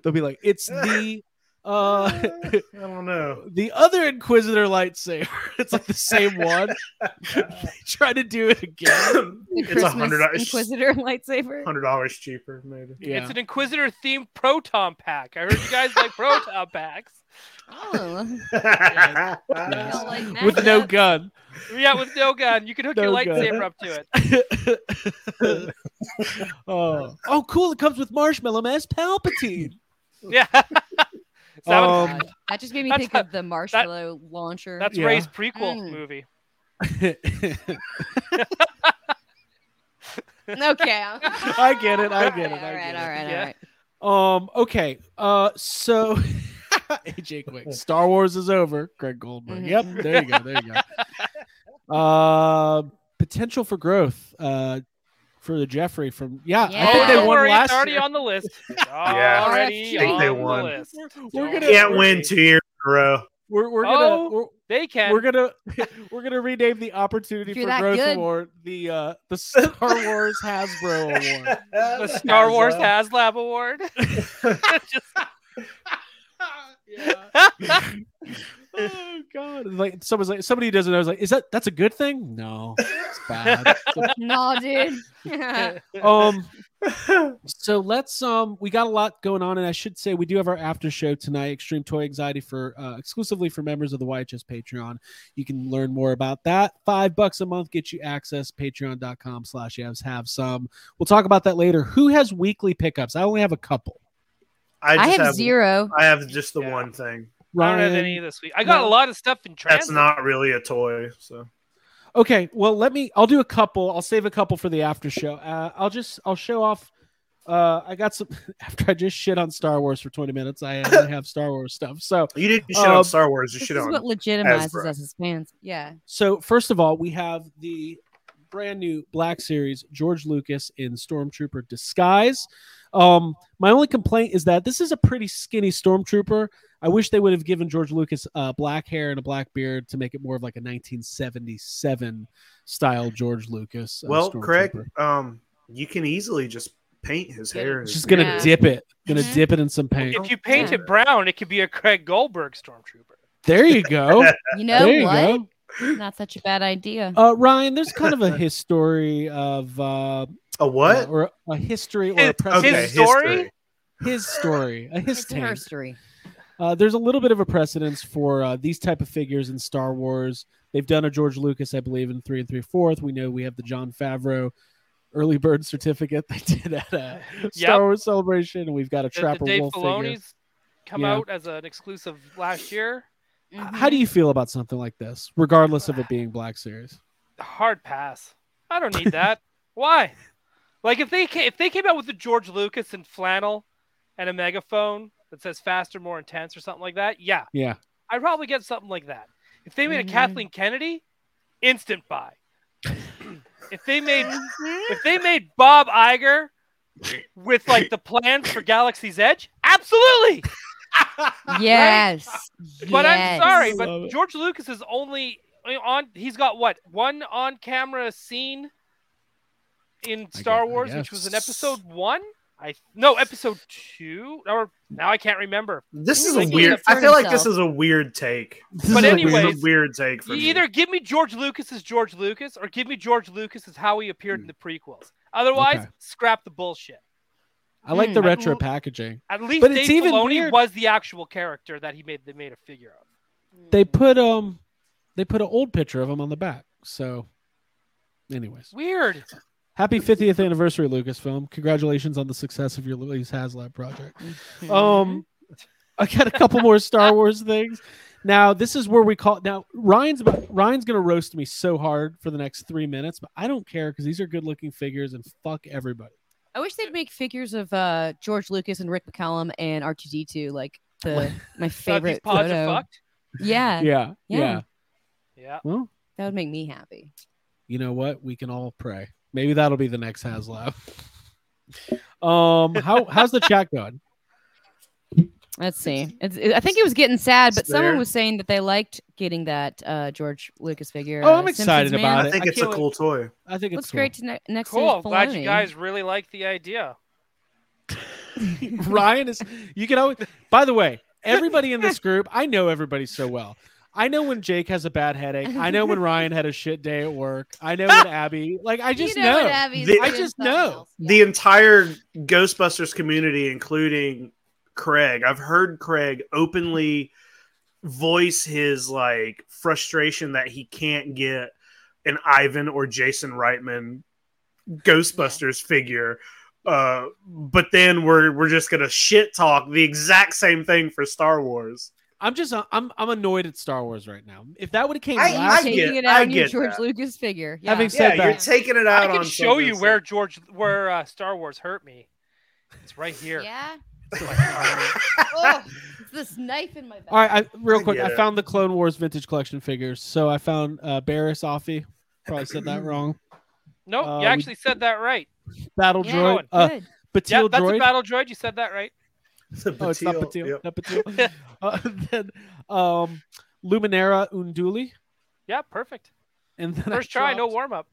Speaker 2: They'll be like, "It's the uh,
Speaker 5: I don't know.
Speaker 2: the other Inquisitor lightsaber. It's like the same one. they try to do it again.
Speaker 3: The
Speaker 5: it's a
Speaker 3: Christmas
Speaker 5: hundred dollars.
Speaker 3: Inquisitor lightsaber.
Speaker 5: Hundred dollars cheaper, maybe.
Speaker 2: Yeah,
Speaker 4: It's an Inquisitor themed proton pack. I heard you guys like proton packs.
Speaker 3: Oh, I
Speaker 2: Yes.
Speaker 3: don't like that.
Speaker 2: with no gun.
Speaker 4: Yeah, with no gun, you can hook your
Speaker 2: No gun.
Speaker 4: lightsaber up to it.
Speaker 2: oh. oh, cool! It comes with Marshmallow Man as Palpatine.
Speaker 4: Yeah. So that would-
Speaker 2: Um,
Speaker 3: God, that just made me
Speaker 4: that's
Speaker 3: think
Speaker 4: a-
Speaker 3: of the marshmallow launcher.
Speaker 4: that's
Speaker 2: yeah.
Speaker 4: Ray's prequel
Speaker 3: Mm.
Speaker 4: movie.
Speaker 3: okay.
Speaker 2: I get it. I get it.
Speaker 3: All right. All
Speaker 2: I
Speaker 3: right.
Speaker 4: Yeah.
Speaker 3: All right.
Speaker 2: all right. Um. Okay. Uh. So, AJ Quick, Star Wars is over. Greg Goldberg.
Speaker 3: Mhm.
Speaker 2: Yep. There you go. There you go. Uh, potential for growth. Uh, for the Jeffrey from yeah. I
Speaker 3: Yeah.
Speaker 2: think they
Speaker 4: don't
Speaker 2: won
Speaker 4: worry,
Speaker 2: last
Speaker 4: it's already
Speaker 2: year.
Speaker 4: on the list. It's
Speaker 5: Yeah.
Speaker 4: already
Speaker 3: I
Speaker 5: think
Speaker 4: on
Speaker 5: they
Speaker 4: the
Speaker 5: won.
Speaker 4: list.
Speaker 2: We're
Speaker 4: Don't
Speaker 2: gonna-
Speaker 5: Can't
Speaker 4: worry.
Speaker 5: win two years in a row.
Speaker 2: We're, we're
Speaker 4: Oh.
Speaker 2: gonna we're,
Speaker 4: They can.
Speaker 2: we're gonna we're gonna rename the opportunity
Speaker 3: If you're
Speaker 2: for
Speaker 3: that
Speaker 2: growth
Speaker 3: good.
Speaker 2: award the uh the Star Wars Hasbro award.
Speaker 4: the Star Wars HasLab Award. Just-
Speaker 2: oh god! Like someone's like somebody who doesn't know is like, is that that's a good thing? No, it's bad.
Speaker 3: No, dude. yeah.
Speaker 2: um, so let's um, we got a lot going on, and I should say we do have our after show tonight, Extreme Toy Anxiety, for uh, exclusively for members of the YHS Patreon. You can learn more about that. Five bucks a month gets you access. Patreon.com/slash have some. We'll talk about that later. Who has weekly pickups? I only have a couple.
Speaker 5: I,
Speaker 3: I
Speaker 5: just
Speaker 3: have, zero.
Speaker 5: I have just the
Speaker 4: Yeah.
Speaker 5: one thing.
Speaker 4: I
Speaker 2: Ryan,
Speaker 4: don't have any this week. I got
Speaker 2: No.
Speaker 4: a lot of stuff in transit.
Speaker 5: That's not really a toy. So
Speaker 2: Okay, well, let me. I'll do a couple. I'll save a couple for the after show. Uh, I'll just. I'll show off. Uh, I got some after I just shit on Star Wars for twenty minutes. I only have Star Wars stuff. So,
Speaker 5: you didn't shit
Speaker 2: Um,
Speaker 5: on Star Wars. You
Speaker 3: Uh, This
Speaker 5: shit
Speaker 3: is
Speaker 5: on
Speaker 3: what legitimizes
Speaker 5: Hasbro.
Speaker 3: us as fans. Yeah.
Speaker 2: so first of all, we have the brand new Black Series, George Lucas in Stormtrooper disguise. Um, my only complaint is that this is a pretty skinny Stormtrooper. I wish they would have given George Lucas uh, black hair and a black beard to make it more of like a 1977 style George Lucas. uh,
Speaker 5: well, Craig,
Speaker 2: Stormtrooper.
Speaker 5: um, you can easily just paint his
Speaker 3: Yeah,
Speaker 5: hair.
Speaker 2: It's Mm-hmm.
Speaker 5: as
Speaker 2: just gonna
Speaker 3: Yeah.
Speaker 2: dip it, gonna
Speaker 3: Mhm.
Speaker 2: dip it in some paint.
Speaker 4: If you paint
Speaker 3: Yeah.
Speaker 4: it brown, it could be a Craig Goldberg stormtrooper.
Speaker 2: There you go.
Speaker 3: You know
Speaker 2: there you
Speaker 3: what?
Speaker 2: go.
Speaker 3: Not such a bad idea.
Speaker 2: Uh, Ryan, there's kind of a history of uh,
Speaker 5: a what?
Speaker 2: or a history or
Speaker 4: His-
Speaker 2: a precedent.
Speaker 4: his story?
Speaker 2: his story, a his
Speaker 3: it's a herstory.
Speaker 2: Uh, there's a little bit of a precedence for uh, these type of figures in Star Wars. They've done a George Lucas, I believe, in three and three fourth. We know we have the John Favreau early bird certificate they did at a Star Wars celebration, and we've got a
Speaker 4: The- The,
Speaker 2: Trapper
Speaker 4: Dave
Speaker 2: Wolf figure.
Speaker 4: Filoni's come
Speaker 2: Yeah.
Speaker 4: out as an exclusive last year.
Speaker 3: Mm-hmm.
Speaker 2: How do you feel about something like this, regardless of it being Black Series?
Speaker 4: Hard pass. I don't need that. Why? Like if they came, if they came out with the George Lucas and flannel and a megaphone that says faster, more intense, or something like that, yeah,
Speaker 2: Yeah,
Speaker 4: I'd probably get something like that. If they made
Speaker 3: Mhm.
Speaker 4: a Kathleen Kennedy, instant buy. if they made if they made Bob Iger with like the plans for Galaxy's Edge, absolutely.
Speaker 3: Yes.
Speaker 4: But I'm sorry,
Speaker 2: Yes. Love
Speaker 4: but
Speaker 2: it.
Speaker 4: George Lucas is only on. He's got what one on camera scene in
Speaker 2: I
Speaker 4: Star
Speaker 2: gue- I
Speaker 4: Wars, which was in
Speaker 2: guess.
Speaker 4: Episode One. I no Episode Two or now I can't remember.
Speaker 5: This
Speaker 3: He's
Speaker 5: is a
Speaker 3: making
Speaker 5: weird.
Speaker 3: it for
Speaker 5: I feel like this
Speaker 3: himself.
Speaker 5: is a weird take.
Speaker 2: This
Speaker 4: But
Speaker 2: is a
Speaker 5: This is
Speaker 4: anyways,
Speaker 5: a weird take
Speaker 4: You
Speaker 5: from you.
Speaker 4: E, either give me George Lucas as George Lucas, or give me George Lucas as how he appeared in the prequels. Otherwise,
Speaker 2: Hmm. Okay.
Speaker 4: scrap the bullshit.
Speaker 2: I like the
Speaker 3: Mm.
Speaker 2: retro packaging.
Speaker 4: At least
Speaker 2: But
Speaker 4: Dave
Speaker 2: it's even
Speaker 4: Filoni
Speaker 2: weird-
Speaker 4: was the actual character that he made. They made a figure of.
Speaker 2: They put um, they put an old picture of him on the back. So, anyways.
Speaker 4: Weird.
Speaker 2: Happy 50th anniversary, Lucasfilm. Congratulations on the success of your Louise Haslab project.
Speaker 3: Mm-hmm.
Speaker 2: Um, I got a couple more Star Wars things. Now, this is where we call. Now, Ryan's about, Ryan's gonna roast me so hard for the next three minutes, but I don't care because these are good looking figures and fuck everybody.
Speaker 3: I wish they'd make figures of uh, George Lucas and Rick McCallum and R2D2, like the my
Speaker 4: Thought these
Speaker 3: favorite
Speaker 4: pods are
Speaker 3: photo.
Speaker 4: fucked.
Speaker 3: Yeah,
Speaker 2: Yeah,
Speaker 3: yeah.
Speaker 4: Yeah.
Speaker 2: Well,
Speaker 3: that would make me happy.
Speaker 2: you know what? We can all pray. Maybe that'll be the next Haslab. Um, how how's the chat going?
Speaker 3: Let's see. It's, it, I think it was getting sad, but
Speaker 5: It's
Speaker 3: someone
Speaker 5: there.
Speaker 3: was saying that they liked getting that uh, George Lucas figure.
Speaker 2: Oh,
Speaker 3: uh,
Speaker 2: I'm excited
Speaker 3: Simpsons
Speaker 2: about
Speaker 3: man.
Speaker 5: I think
Speaker 2: I
Speaker 5: it's a
Speaker 2: can't-
Speaker 5: cool toy.
Speaker 2: I think it's
Speaker 3: Looks
Speaker 2: cool.
Speaker 3: great to ne- next to
Speaker 4: Cool. Glad you
Speaker 3: Filoni.
Speaker 4: guys really like the idea.
Speaker 2: Ryan is you can always by the way, everybody in this group, I know everybody so well. I know when Jake has a bad headache. I know when Ryan had a shit day at work. I know when Abby like I just
Speaker 3: you
Speaker 2: know.
Speaker 3: what Abby's
Speaker 5: The-
Speaker 2: I
Speaker 3: doing
Speaker 2: just
Speaker 3: something
Speaker 2: know.
Speaker 3: else.
Speaker 5: The entire Ghostbusters community, including Craig, I've heard Craig openly voice his like frustration that he can't get an Ivan or Jason Reitman Ghostbusters figure. Uh, but then we're we're just gonna shit talk the exact same thing for Star Wars.
Speaker 2: I'm just I'm I'm annoyed at Star Wars right now. If that would have came
Speaker 5: I-
Speaker 3: You
Speaker 2: last
Speaker 3: taking
Speaker 2: year,
Speaker 5: get-
Speaker 3: it out
Speaker 5: I
Speaker 3: on your
Speaker 5: get
Speaker 3: George
Speaker 5: that.
Speaker 3: Lucas figure. Yeah.
Speaker 2: Having
Speaker 5: Yeah,
Speaker 2: said
Speaker 5: you're
Speaker 2: that,
Speaker 5: taking it
Speaker 4: I
Speaker 5: out
Speaker 4: can
Speaker 5: on
Speaker 4: show you
Speaker 5: something,
Speaker 4: where George, where uh, Star Wars hurt me. It's right here.
Speaker 3: Yeah.
Speaker 5: so-
Speaker 3: oh, it's this knife in my back.
Speaker 2: all right, I, real
Speaker 5: I
Speaker 2: quick,
Speaker 5: get
Speaker 2: I
Speaker 5: it.
Speaker 2: found the Clone Wars vintage collection figures. So I found uh Barris Offee. Probably said that wrong.
Speaker 4: No,
Speaker 2: Uh,
Speaker 4: you
Speaker 2: we-
Speaker 4: actually said that right.
Speaker 2: Battle
Speaker 3: Yeah.
Speaker 2: droid.
Speaker 4: Good.
Speaker 2: Uh
Speaker 3: Good.
Speaker 4: Yeah,
Speaker 2: Batil
Speaker 4: that's
Speaker 2: droid.
Speaker 4: a battle droid. You said that right.
Speaker 5: The
Speaker 2: oh, it's not
Speaker 5: Batil,
Speaker 2: Batil.
Speaker 5: yep.
Speaker 2: Not Batil. uh, then um Luminera Unduli.
Speaker 4: Yeah, perfect.
Speaker 2: And then I
Speaker 4: First try, no
Speaker 2: dropped-
Speaker 4: warm up.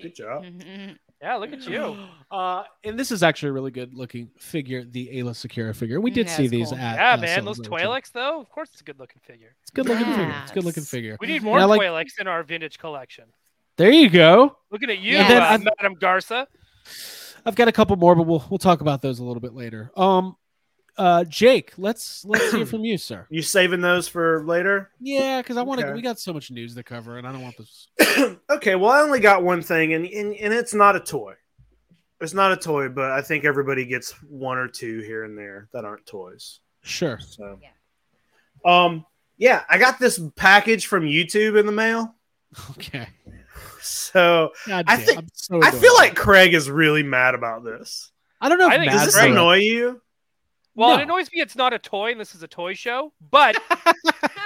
Speaker 5: Good job.
Speaker 3: Mhm.
Speaker 4: Yeah, look at you.
Speaker 2: Uh, and this is actually a really good looking figure, the Ayla Secura figure. We did
Speaker 3: Mm, Yeah,
Speaker 2: see
Speaker 3: it's
Speaker 2: these
Speaker 3: cool.
Speaker 2: at
Speaker 4: Yeah,
Speaker 2: uh,
Speaker 4: man. Those
Speaker 2: Celebration.
Speaker 4: Twi'leks, though, of course, it's a good looking figure.
Speaker 2: It's a good looking figure. It's a good looking
Speaker 3: Yes.
Speaker 2: figure.
Speaker 4: We need
Speaker 3: Mhm.
Speaker 4: more
Speaker 2: And I like-
Speaker 4: Twi'leks in our vintage collection.
Speaker 2: There you go.
Speaker 4: Looking at you,
Speaker 3: Yeah. Then
Speaker 4: uh,
Speaker 2: I'm-
Speaker 4: Madam Garza.
Speaker 2: I've got a couple more, but we'll we'll talk about those a little bit later. Um, uh, Jake, let's let's hear from you, sir.
Speaker 5: You saving those for later?
Speaker 2: Yeah, because I want to.
Speaker 5: Okay.
Speaker 2: We got so much news to cover, and I don't want this.
Speaker 5: okay, well, I only got one thing, and, and and it's not a toy. It's not a toy, but I think everybody gets one or two here and there that aren't toys.
Speaker 2: Sure.
Speaker 5: So, um, yeah, I got this package from YouTube in the mail.
Speaker 2: Okay.
Speaker 5: So
Speaker 2: God
Speaker 5: I
Speaker 2: damn,
Speaker 5: think-
Speaker 2: I'm so
Speaker 5: I
Speaker 2: annoyed.
Speaker 5: feel like Craig is really mad about this.
Speaker 2: I don't know.
Speaker 4: I
Speaker 2: If
Speaker 4: think
Speaker 2: Matt's
Speaker 5: Does this
Speaker 4: Craig-
Speaker 2: right.
Speaker 5: annoy you?
Speaker 4: Well,
Speaker 2: No.
Speaker 4: it annoys me it's not a toy and this is a toy show, but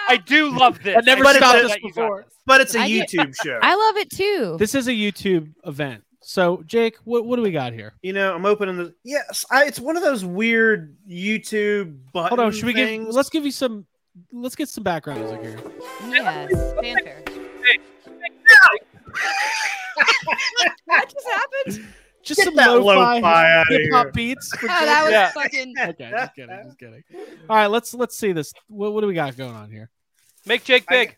Speaker 4: I do love this.
Speaker 2: That never
Speaker 4: I do
Speaker 5: stopped
Speaker 4: love
Speaker 2: us
Speaker 4: that you got
Speaker 2: before.
Speaker 4: this.
Speaker 5: But it's a
Speaker 3: I get-
Speaker 5: YouTube show.
Speaker 3: I love it too.
Speaker 2: This is a YouTube event. So, Jake, what, what do we got here?
Speaker 5: you know, I'm opening the yes. I, it's one of those weird YouTube button.
Speaker 2: Hold on, should we give?
Speaker 5: things.
Speaker 2: Let's give you some. Let's get some background music here.
Speaker 3: yes, fanfare. what just happened?
Speaker 2: Just
Speaker 5: Get
Speaker 2: some
Speaker 5: that
Speaker 2: lo-fi,
Speaker 5: lo-fi outta
Speaker 2: hip hop
Speaker 5: here.
Speaker 2: beats. For
Speaker 3: Oh,
Speaker 2: Jake.
Speaker 3: that was
Speaker 4: Yeah.
Speaker 3: fucking.
Speaker 2: okay, just kidding, just kidding. All right, let's let's see this. What, what do we got going on here?
Speaker 4: Make Jake
Speaker 5: I-
Speaker 4: big.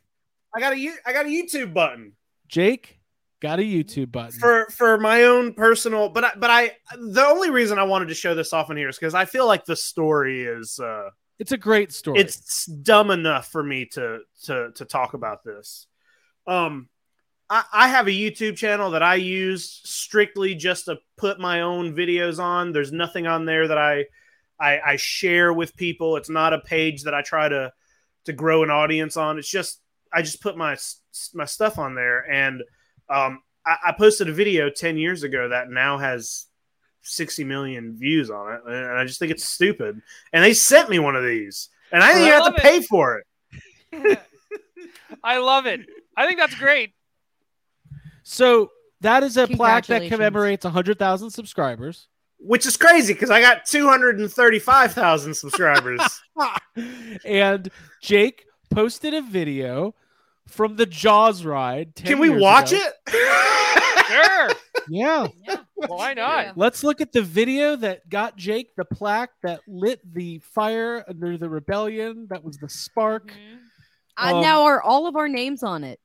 Speaker 5: I got a U- I got a YouTube button
Speaker 2: Jake got a YouTube button.
Speaker 5: for for my own personal. But I, but I the only reason I wanted to show this off in here is because I feel like the story is uh,
Speaker 2: it's a great story.
Speaker 5: it's dumb enough for me to to to talk about this. Um, I, I have a YouTube channel that I use strictly just to put my own videos on. There's nothing on there that I I, I share with people. It's not a page that I try to to grow an audience on. It's just I just put my s- my stuff on there, and um, I, I posted a video ten years ago that now has sixty million views on it, and I just think it's stupid. And they sent me one of these, and I didn't
Speaker 4: I
Speaker 5: even have
Speaker 4: love
Speaker 5: to
Speaker 4: it.
Speaker 5: pay for it.
Speaker 4: I love it. I think that's great.
Speaker 2: so that is a plaque that
Speaker 3: Congratulations.
Speaker 2: commemorates hundred thousand subscribers.
Speaker 5: Which is crazy because I got 235,000 subscribers.
Speaker 2: and Jake posted a video from the Jaws ride. 10
Speaker 5: Can we
Speaker 2: years
Speaker 5: watch
Speaker 2: ago.
Speaker 5: it?
Speaker 4: Sure.
Speaker 2: Yeah.
Speaker 4: Why not?
Speaker 2: Let's look at the video that got Jake the plaque that lit the fire under the rebellion. That was the spark.
Speaker 3: Uh,
Speaker 2: Um,
Speaker 3: now are all of our names on it?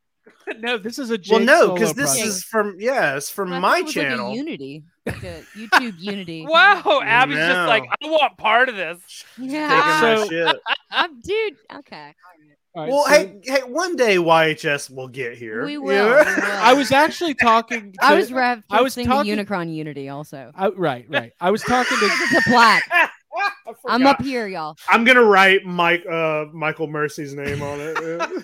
Speaker 2: no, this is a Jake
Speaker 5: well, no,
Speaker 2: solo
Speaker 5: because this
Speaker 2: project.
Speaker 5: is from yeah, it's from
Speaker 3: I thought
Speaker 5: my
Speaker 3: it was like a
Speaker 5: channel.
Speaker 3: Unity, like a YouTube Unity.
Speaker 4: Wow.
Speaker 2: Mm-hmm.
Speaker 4: Abby's just like, I want part of this.
Speaker 3: Yeah.
Speaker 2: So-
Speaker 5: Taking my shit.
Speaker 3: I'm- dude. Okay.
Speaker 2: All right,
Speaker 5: well,
Speaker 2: so
Speaker 5: hey, hey, one day YHS will get here.
Speaker 3: We
Speaker 5: You
Speaker 3: will.
Speaker 5: know?
Speaker 3: we will.
Speaker 2: I was actually talking. To,
Speaker 3: I was rev.
Speaker 2: I was
Speaker 3: thinking
Speaker 2: talking-
Speaker 3: Unicron Unity also.
Speaker 2: I- right, right. I was talking to.
Speaker 3: It's a plaque.
Speaker 5: I
Speaker 2: Oh
Speaker 3: I'm
Speaker 5: forgot.
Speaker 3: up here, y'all.
Speaker 5: I'm gonna write Mike uh, Michael Mercy's name on it.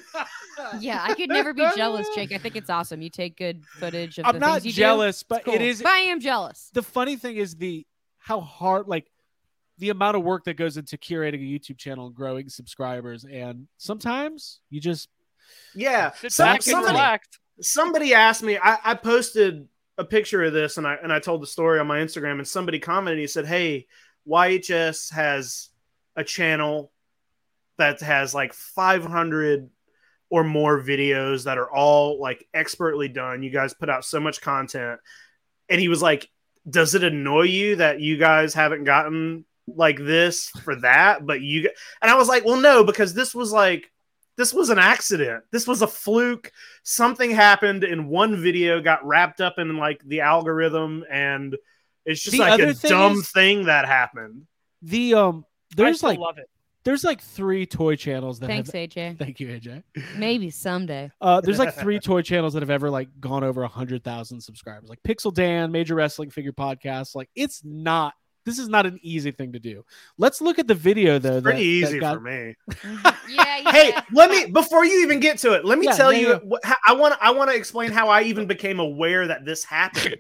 Speaker 3: Yeah, I could never be jealous, Jake. I think it's awesome. You take good footage of
Speaker 2: I'm
Speaker 3: the
Speaker 2: not
Speaker 3: things you
Speaker 2: jealous,
Speaker 3: do.
Speaker 2: but
Speaker 3: It's cool.
Speaker 2: it is.
Speaker 3: But I am jealous.
Speaker 2: The funny thing is the how hard, like the amount of work that goes into curating a YouTube channel, and growing subscribers, and sometimes you just
Speaker 5: yeah,
Speaker 4: Sit
Speaker 5: some-
Speaker 4: back and
Speaker 5: somebody-
Speaker 4: relax.
Speaker 5: somebody asked me I, I posted a picture of this and I and I told the story on my Instagram and somebody commented he said hey YHS has a channel that has like 500 or more videos that are all like expertly done you guys put out so much content and he was like does it annoy you that you guys haven't gotten like this for that but you g-" and I was like well no because this was like this was an accident this was a fluke something happened and one video got wrapped up in like the algorithm and it's just
Speaker 2: The
Speaker 5: like
Speaker 2: other
Speaker 5: a
Speaker 2: thing
Speaker 5: dumb
Speaker 2: is-
Speaker 5: thing that happened
Speaker 2: the um.
Speaker 4: I
Speaker 2: There's
Speaker 4: still
Speaker 2: like
Speaker 4: love it.
Speaker 2: there's like three toy channels that
Speaker 3: Thanks,
Speaker 2: have.
Speaker 3: AJ.
Speaker 2: Thank you, AJ.
Speaker 3: Maybe someday.
Speaker 2: Uh, there's like three toy channels that have ever like gone over a hundred thousand subscribers, like Pixel Dan, Major Wrestling Figure Podcast. Like it's not. This is not an easy thing to do. Let's look at the video though. that-
Speaker 5: pretty
Speaker 2: that
Speaker 5: easy
Speaker 2: got-
Speaker 5: for me
Speaker 3: yeah, Mm-hmm. yeah.
Speaker 5: hey let me before you even get to it let me
Speaker 2: Yeah,
Speaker 5: tell
Speaker 2: yeah,
Speaker 5: you
Speaker 2: yeah.
Speaker 5: what how- i want i want to explain how i even became aware that this happened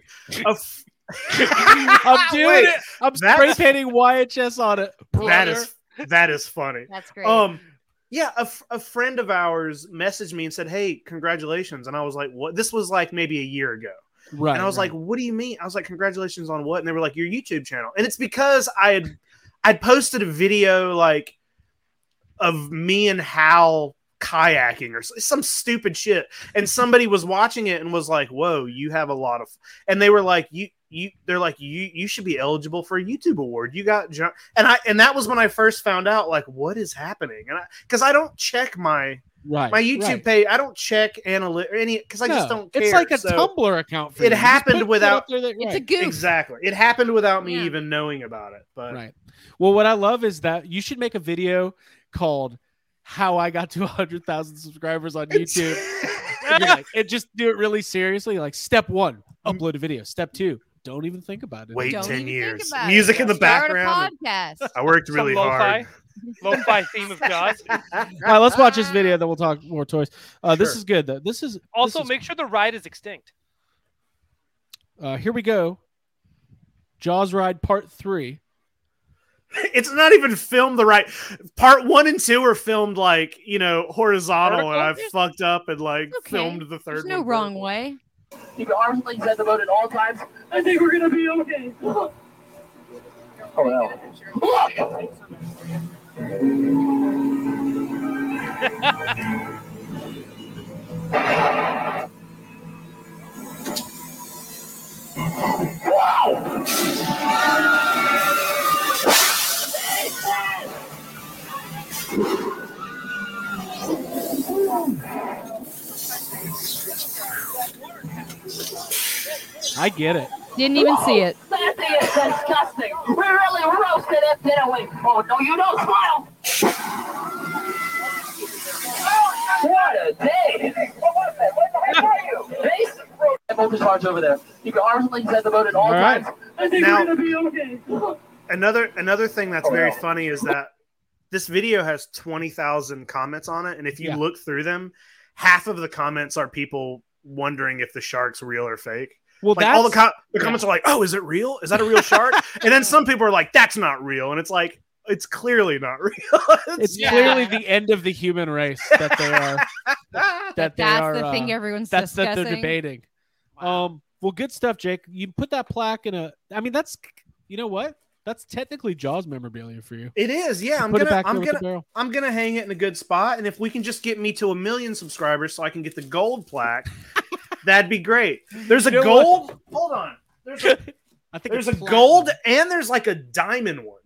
Speaker 5: A f-
Speaker 2: I'm doing
Speaker 5: Wait,
Speaker 2: it. I'm
Speaker 5: that-
Speaker 2: spray painting YHS on it.
Speaker 5: that
Speaker 2: brother.
Speaker 5: is that is funny
Speaker 3: That's great.
Speaker 2: Oh,
Speaker 5: um yeah a, f- a friend of ours messaged me and said hey congratulations and i was like what this was like maybe a year ago
Speaker 2: right.
Speaker 5: and I was
Speaker 2: right.
Speaker 5: like, "What do you mean?" I was like, "Congratulations on what?" And they were like, "Your YouTube channel." And it's because I had I'd posted a video like of me and Hal kayaking or s- some stupid shit, and somebody was watching it and was like, "Whoa, you have a lot of," and they were like, "You." You, they're like you. You should be eligible for a YouTube award. You got jump, and I, and that was when I first found out like what is happening, and I because I don't check my
Speaker 2: right.
Speaker 5: my YouTube
Speaker 2: right.
Speaker 5: page. I don't check analytics or any because I just
Speaker 2: No,
Speaker 5: don't care.
Speaker 2: It's like a
Speaker 5: so-
Speaker 2: Tumblr account for
Speaker 5: it
Speaker 2: you. Just
Speaker 5: happened
Speaker 2: put shit
Speaker 5: without-
Speaker 2: up there that-
Speaker 3: it's a
Speaker 2: right,
Speaker 3: goof.
Speaker 5: Exactly. It happened without me
Speaker 3: Yeah.
Speaker 5: even knowing about it. But
Speaker 2: right. Well, what I love is that you should make a video called "How I Got to 100,000 Subscribers on YouTube." And you're like- and just do it really seriously. Like step one, upload a video. Step two, don't even think about it.
Speaker 5: Wait
Speaker 3: Don't
Speaker 5: 10
Speaker 3: even think
Speaker 5: years.
Speaker 3: about it.
Speaker 5: Music in the
Speaker 3: Start
Speaker 5: background
Speaker 3: A podcast.
Speaker 5: I worked
Speaker 4: Some
Speaker 5: really
Speaker 4: lo-fi,
Speaker 5: hard.
Speaker 4: lo-fi theme of Jaws.
Speaker 2: All right, let's watch this
Speaker 3: Ah.
Speaker 2: video. Then we'll talk more toys. Uh, This
Speaker 5: Sure.
Speaker 2: is good though. This is this
Speaker 4: Also,
Speaker 2: is-
Speaker 4: make sure the ride is extinct.
Speaker 2: uh, here we go. Jaws ride part three.
Speaker 5: It's not even filmed the right. Part one and two are filmed like you know horizontal, and I
Speaker 4: Vertical?
Speaker 5: fucked up and like
Speaker 3: Okay.
Speaker 5: filmed the third.
Speaker 3: There's no
Speaker 5: one
Speaker 3: wrong
Speaker 5: vertical.
Speaker 3: way.
Speaker 6: keep your arms and legs at the boat at all times. I think we're gonna be okay. oh no.
Speaker 2: I get it.
Speaker 3: Didn't even see it.
Speaker 6: That thing is disgusting. We really roasted it, didn't we? Oh no, you don't smile. What a day! What was that? What the heck are you? Jason? That boat is large over there. Keep your arms and legs at the boat at all,
Speaker 2: All right.
Speaker 6: times. I think
Speaker 5: Now-
Speaker 6: we're gonna be okay.
Speaker 5: Another another thing that's
Speaker 6: Oh,
Speaker 5: very
Speaker 6: wow.
Speaker 5: funny is that this video has twenty thousand comments on it, and if you
Speaker 2: Yeah.
Speaker 5: look through them, half of the comments are people wondering if the shark's real or fake.
Speaker 2: Well,
Speaker 5: like
Speaker 2: that's
Speaker 5: all the, com- the comments are like, "Oh, is it real? Is that a real shark?" and then some people are like, "That's not real," and it's like, "It's clearly not real."
Speaker 2: it's
Speaker 4: Yeah.
Speaker 2: clearly the end of the human race that they are.
Speaker 5: Ah,
Speaker 2: That they
Speaker 3: that's
Speaker 2: are,
Speaker 3: the thing
Speaker 2: uh,
Speaker 3: everyone's
Speaker 2: that's that
Speaker 3: discussing.
Speaker 2: they're debating.
Speaker 4: Wow.
Speaker 2: Um, well, good stuff, Jake. You put that plaque in a. I mean, that's you know what? That's technically Jaws memorabilia for you.
Speaker 5: it is. Yeah, I'm
Speaker 2: put it
Speaker 5: gonna,
Speaker 2: back
Speaker 5: I'm
Speaker 2: there with
Speaker 5: gonna,
Speaker 2: the barrel.
Speaker 5: I'm gonna hang it in a good spot. And if we can just get me to a million subscribers, so I can get the gold plaque, that'd be great. There's a
Speaker 2: You know
Speaker 5: gold. Hold on. There's a,
Speaker 2: I think
Speaker 5: there's a
Speaker 2: it's
Speaker 5: gold and there's like a diamond one.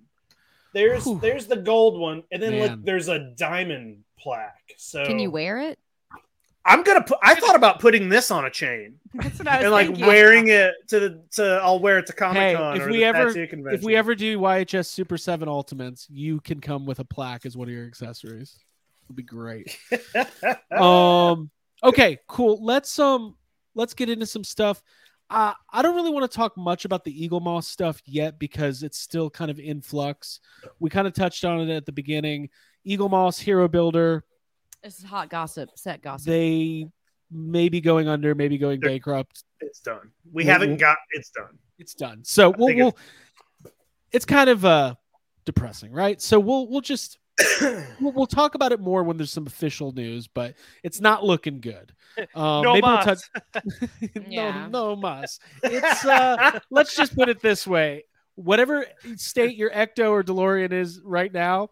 Speaker 5: There's
Speaker 2: Whew.
Speaker 5: there's the gold one, and then
Speaker 2: Man.
Speaker 5: like there's a diamond plaque. So
Speaker 3: Can you wear it?
Speaker 5: I'm gonna put. I thought about putting this on a chain.
Speaker 3: That's what I
Speaker 5: and like wearing it to the to I'll wear it to Comic Con
Speaker 2: Hey, if
Speaker 5: or
Speaker 2: we
Speaker 5: the
Speaker 2: ever-
Speaker 5: tattoo convention.
Speaker 2: platinum. If we ever do YHS Super Seven Ultimates, you can come with a plaque as one of your accessories. It'd be great.
Speaker 5: Ah.
Speaker 2: um. Okay. Cool. Let's um. Let's get into some stuff. Uh, I don't really want to talk much about the Eagle Moss stuff yet because it's still kind of in flux. We kind of touched on it at the beginning. Eagle Moss Hero Builder
Speaker 3: This is hot gossip, set gossip.
Speaker 2: they may be going under, maybe going
Speaker 5: They're-
Speaker 2: bankrupt.
Speaker 5: it's done. We
Speaker 2: We'll-
Speaker 5: haven't
Speaker 2: we'll-
Speaker 5: got it's done.
Speaker 2: It's done. So we'll,
Speaker 5: think it-
Speaker 2: we'll it's kind of uh depressing, right? So we'll we'll just we'll, we'll talk about it more when there's some official news, but it's not looking good. Um,
Speaker 4: No
Speaker 2: maybe we'll
Speaker 4: mas.
Speaker 2: touch-
Speaker 3: Yeah.
Speaker 2: no, no mas. It's uh, let's just put it this way: whatever state your Ecto or Delorean is right now,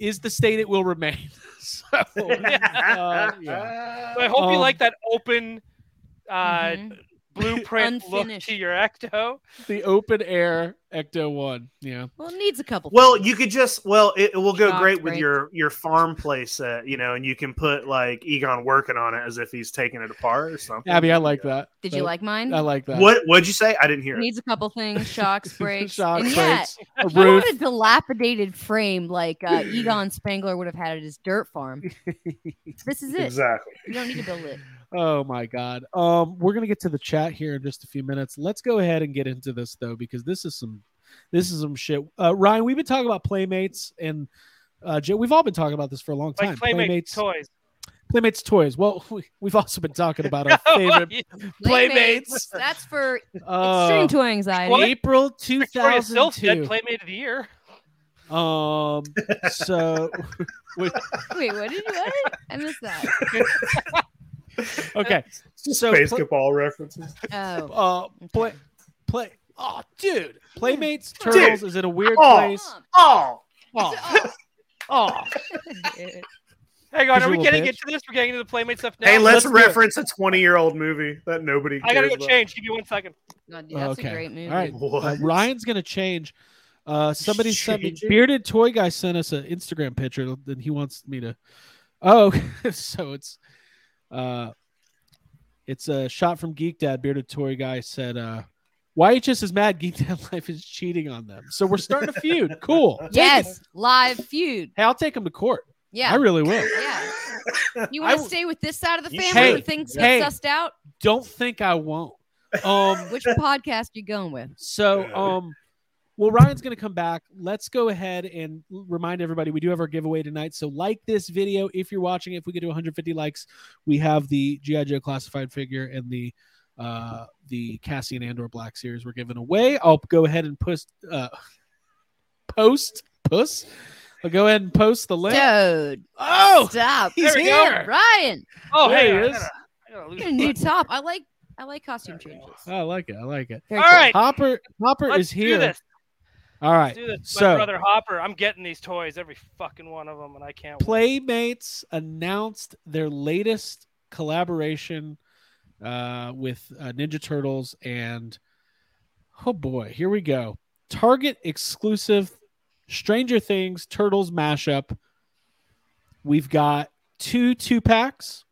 Speaker 2: is the state it will remain. so uh,
Speaker 4: So I hope you
Speaker 2: Um,
Speaker 4: like that open uh,
Speaker 3: Mhm.
Speaker 4: blueprint look
Speaker 3: Unfinished.
Speaker 4: to your ecto.
Speaker 2: the open air Ecto One, yeah.
Speaker 3: Well, it needs a couple.
Speaker 5: Well,
Speaker 3: things.
Speaker 5: you could just well it, it will go
Speaker 3: Shock
Speaker 5: great with
Speaker 3: break.
Speaker 5: your your farm play set, you know, and you can put like Egon working on it as if he's taking it apart or something.
Speaker 2: Abby, I like that.
Speaker 3: did you
Speaker 2: That-
Speaker 3: like mine?
Speaker 2: I like that.
Speaker 5: What what'd you say? I didn't hear it.
Speaker 3: needs a couple things: shocks, brakes,
Speaker 2: Shock
Speaker 3: and yeah,
Speaker 2: breaks, a
Speaker 3: I
Speaker 2: roof.
Speaker 3: want a dilapidated frame like uh, Egon Spangler would have had at his dirt farm. this is it.
Speaker 5: Exactly.
Speaker 3: You don't need to build it.
Speaker 2: Oh my god. Um, we're gonna get to the chat here in just a few minutes. Let's go ahead and get into this though, because this is some, this is some shit. Uh, Ryan, we've been talking about playmates and. Uh, Joe, we've all been talking about this for a long time.
Speaker 4: Like Playmate toys.
Speaker 2: Playmates toys. Well, we, we've also been talking about our favorite. Playmates.
Speaker 3: That's for
Speaker 2: Uh,
Speaker 3: extreme toy anxiety.
Speaker 4: What?
Speaker 2: April
Speaker 4: Victoria Silf said
Speaker 2: 2002.
Speaker 4: Playmate of the Year.
Speaker 2: Um, so
Speaker 3: Wait, what did you? What? I missed that.
Speaker 2: okay, so
Speaker 5: Space
Speaker 2: pla-
Speaker 5: football references.
Speaker 3: Oh,
Speaker 2: uh, play, play. Oh, dude, Playmates Turtles is in a weird
Speaker 5: Oh.
Speaker 2: place.
Speaker 5: Oh,
Speaker 2: Oh, oh.
Speaker 4: Hang on,
Speaker 2: Cause
Speaker 4: are we
Speaker 2: you're a
Speaker 4: getting
Speaker 2: bitch.
Speaker 4: into this? We're getting into the Playmate stuff now.
Speaker 5: hey,
Speaker 2: let's
Speaker 5: let's,
Speaker 2: do it.
Speaker 5: reference a twenty-year-old movie that nobody.
Speaker 4: I gotta
Speaker 5: cares
Speaker 4: go change. Give me one second.
Speaker 3: God, dude, that's
Speaker 2: Okay.
Speaker 3: a great movie.
Speaker 2: All right.
Speaker 5: about.
Speaker 2: Uh,
Speaker 5: What?
Speaker 2: Ryan's gonna change. Uh, somebody sent me
Speaker 5: Changing?
Speaker 2: bearded toy guy sent us an Instagram picture, and he wants me to. Oh, so it's, uh, it's a shot from Geek Dad. Bearded toy guy said, uh, "YHS is mad. Geek Dad life is cheating on them." So we're starting a feud. Cool. Take it.
Speaker 3: Yes, live feud.
Speaker 2: Hey, I'll take him to court.
Speaker 3: Yeah.
Speaker 2: I really will.
Speaker 3: yeah. You
Speaker 2: I
Speaker 3: want to
Speaker 2: w-
Speaker 3: stay with this side of the
Speaker 5: You
Speaker 3: family
Speaker 2: should.
Speaker 3: when things
Speaker 2: Hey.
Speaker 3: get sussed out?
Speaker 2: Don't think I won't. Um.
Speaker 3: Which podcast you going with?
Speaker 2: So,
Speaker 5: Yeah.
Speaker 2: um, well, Ryan's going to come back. Let's go ahead and l- remind everybody we do have our giveaway tonight. So, like this video if you're watching. If we get to 150 likes, we have the GI Joe classified figure and the uh the Cassian Andor Black series we're giving away. I'll go ahead and post uh post puss. I'll go ahead and post the link.
Speaker 3: Dude,
Speaker 2: Oh,
Speaker 3: stop.
Speaker 2: he's
Speaker 4: there we go.
Speaker 2: here.
Speaker 3: Ryan,
Speaker 4: Oh,
Speaker 2: There
Speaker 4: hey,
Speaker 2: he
Speaker 4: I
Speaker 2: is.
Speaker 4: gotta- I gotta lose
Speaker 3: get a
Speaker 4: my-
Speaker 3: new top. I like I like costume changes.
Speaker 2: Oh, I like it. I like it.
Speaker 3: Very
Speaker 4: All right.
Speaker 2: Hopper Hopper
Speaker 4: Let's
Speaker 2: is here.
Speaker 4: Do this.
Speaker 2: All right.
Speaker 4: Let's do this. My
Speaker 2: so-
Speaker 4: brother Hopper. I'm getting these toys, every fucking one of them, and I can't. wait.
Speaker 2: Playmates announced their latest collaboration uh, with uh, Ninja Turtles, and oh boy, here we go. Target exclusive Stranger Things Turtles mashup. We've got two two packs.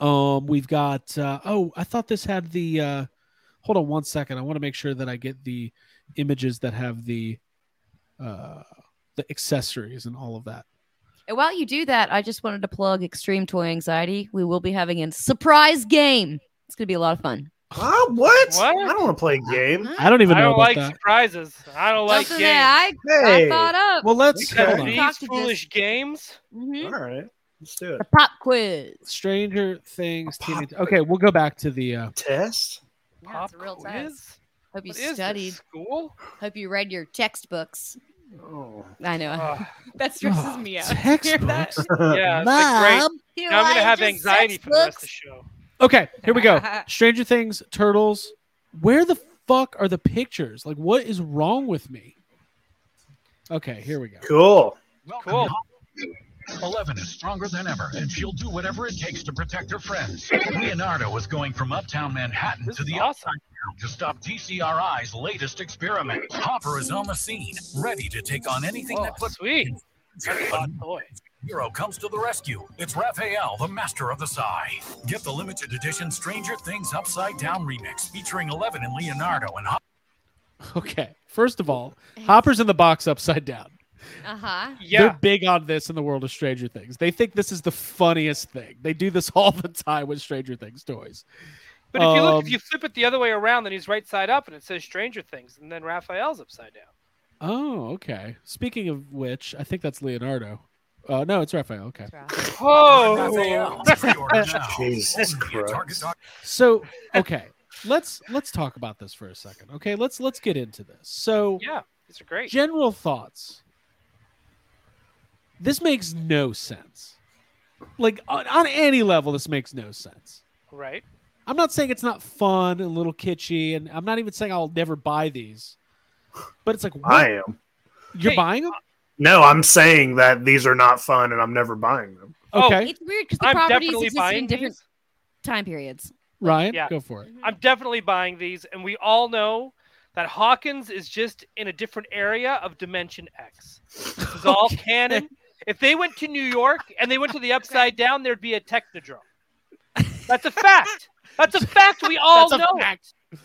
Speaker 2: Um, we've got uh, oh, I thought this had the. Uh, hold on one second. I want to make sure that I get the images that have the uh, the accessories and all of that.
Speaker 3: And while you do that, I just wanted to plug Extreme Toy Anxiety. We will be having a surprise game. It's going to be a lot of fun.
Speaker 5: Huh? what?
Speaker 4: What?
Speaker 5: I don't want to play a game.
Speaker 2: I don't even
Speaker 4: I
Speaker 2: know
Speaker 4: don't
Speaker 2: about
Speaker 4: like
Speaker 2: that.
Speaker 4: surprises. I don't like
Speaker 3: Something
Speaker 4: games.
Speaker 3: that I, I
Speaker 5: Hey,
Speaker 3: thought up.
Speaker 2: Well, let's
Speaker 5: Okay.
Speaker 2: hold on.
Speaker 4: these
Speaker 3: Talk to this-
Speaker 4: foolish games.
Speaker 3: Mhm.
Speaker 5: all right, let's do it.
Speaker 3: The pop quiz.
Speaker 2: Stranger Things. TV. Okay, we'll go back to the. Uh,
Speaker 5: Test.
Speaker 3: Yeah, it's a real
Speaker 4: Pop
Speaker 3: test.
Speaker 4: quiz?
Speaker 3: Hope you
Speaker 4: What is this,
Speaker 3: studied.
Speaker 4: school.
Speaker 3: Hope you read your textbooks.
Speaker 5: Oh.
Speaker 3: I know.
Speaker 4: Ugh.
Speaker 3: that stresses me out. Hear that?
Speaker 2: textbooks.
Speaker 4: yeah, it's like Uh, great.
Speaker 3: You
Speaker 4: Now I'm
Speaker 3: like
Speaker 4: gonna have
Speaker 3: just
Speaker 4: anxiety for the rest of the
Speaker 3: textbooks?
Speaker 4: show.
Speaker 2: Okay, here we go. Stranger Things, Turtles. Where the fuck are the pictures? Like, what is wrong with me? Okay, here we go.
Speaker 5: Cool.
Speaker 4: Cool.
Speaker 7: Eleven is stronger than ever, and she'll do whatever it takes to protect her friends. Leonardo is going from uptown Manhattan
Speaker 4: This
Speaker 7: to
Speaker 4: is
Speaker 7: the
Speaker 4: awesome.
Speaker 7: outskirts to stop TCRI's latest experiment. Hopper is on the scene, ready to take on anything
Speaker 4: Oh,
Speaker 7: that puts
Speaker 4: sweet. That's a hot toy.
Speaker 7: Hero comes to the rescue. It's Raphael, the master of the Psy. Get the limited edition Stranger Things Upside Down remix featuring Eleven and Leonardo and Hopper.
Speaker 2: Okay, first of all, Hopper's in the box upside down.
Speaker 3: Uh huh.
Speaker 4: Yeah.
Speaker 2: They're big on this in the world of Stranger Things. They think this is the funniest thing. They do this all the time with Stranger Things toys.
Speaker 4: But if you look,
Speaker 2: um,
Speaker 4: if you flip it the other way around, then he's right side up, and it says Stranger Things, and then Raphael's upside down.
Speaker 2: Oh, okay. Speaking of which, I think that's Leonardo. Uh, no, it's Raphael. Okay.
Speaker 4: Oh,
Speaker 7: Raphael. Pre-order now.
Speaker 5: Jesus
Speaker 7: Only at Target
Speaker 5: Christ.
Speaker 7: dot
Speaker 2: So, okay, let's let's talk about this for a second. Okay, let's let's get into this. So,
Speaker 4: yeah, these are great.
Speaker 2: general thoughts. This makes no sense. Like on, on any level, this makes no sense.
Speaker 4: Right?
Speaker 2: I'm not saying it's not fun and a little kitschy, and I'm not even saying I'll never buy these. But it's like, what?
Speaker 5: I am.
Speaker 2: you're
Speaker 4: Hey, uh,
Speaker 2: buying them?
Speaker 5: No, I'm saying that these are not fun, and I'm never buying them.
Speaker 4: oh,
Speaker 2: Okay,
Speaker 3: It's weird because the
Speaker 4: I'm
Speaker 3: properties
Speaker 4: definitely
Speaker 3: exist
Speaker 4: buying
Speaker 3: in different
Speaker 4: these.
Speaker 3: time periods.
Speaker 2: Ryan,
Speaker 4: yeah.
Speaker 2: go for it.
Speaker 4: I'm definitely buying these, and we all know that Hawkins is just in a different area of Dimension X. This is all canon. If they went to New York and they went to the Upside Down, there'd be a technodrome. That's a fact. That's a fact. We all
Speaker 2: That's a
Speaker 4: know, it.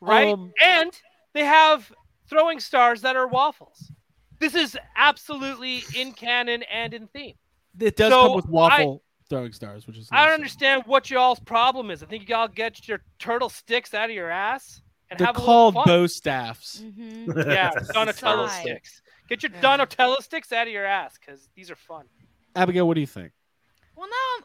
Speaker 4: right?
Speaker 2: Um,
Speaker 4: and they have throwing stars that are waffles. This is absolutely in canon and in theme.
Speaker 2: It does
Speaker 4: So,
Speaker 2: come with waffle throwing stars, which is
Speaker 4: I don't
Speaker 2: nice.
Speaker 4: understand what y'all's problem is. I think y'all get your turtle sticks out of your ass and
Speaker 2: They're
Speaker 4: have a little
Speaker 2: called
Speaker 4: fun.
Speaker 2: bow staffs.
Speaker 3: Mm-hmm.
Speaker 4: Yeah, Donatello
Speaker 3: Side.
Speaker 4: sticks. Get your
Speaker 3: Yeah.
Speaker 4: Donatello sticks out of your ass because these are fun.
Speaker 2: Abigail, what do you think?
Speaker 3: Well, no,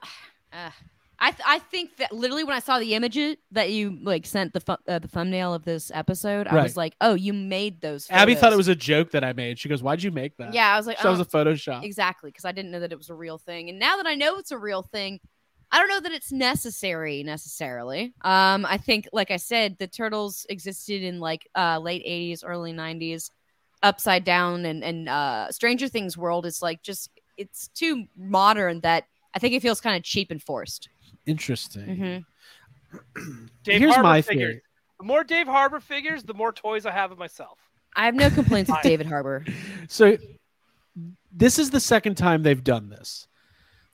Speaker 3: I'm- uh, I th- I think that literally when I saw the images that you like sent the fu- uh, the thumbnail of this episode, I
Speaker 2: Right.
Speaker 3: was like, oh, you made those.
Speaker 2: Abby thought it
Speaker 3: photos.
Speaker 2: was a joke that I made. She goes, "Why'd you make that?"
Speaker 3: Yeah, I was like,
Speaker 2: so it was
Speaker 3: "Oh,
Speaker 2: a Photoshop.
Speaker 3: exactly because I didn't know that it was a real thing, and now that I know it's a real thing. I don't know that it's necessary necessarily. Um, I think, like I said, the turtles existed in like uh, late '80s, early '90s. Upside Down and and uh, Stranger Things world is like just it's too modern that I think it feels kind of cheap and forced.
Speaker 2: Interesting.
Speaker 3: Mhm.
Speaker 4: Dave
Speaker 2: Here's
Speaker 4: Harbour
Speaker 2: my
Speaker 4: figures.
Speaker 2: theory.
Speaker 4: The more Dave Harbor figures, the more toys I have of myself.
Speaker 3: I have no complaints with
Speaker 4: Fine.
Speaker 3: David Harbor.
Speaker 2: So this is the second time they've done this.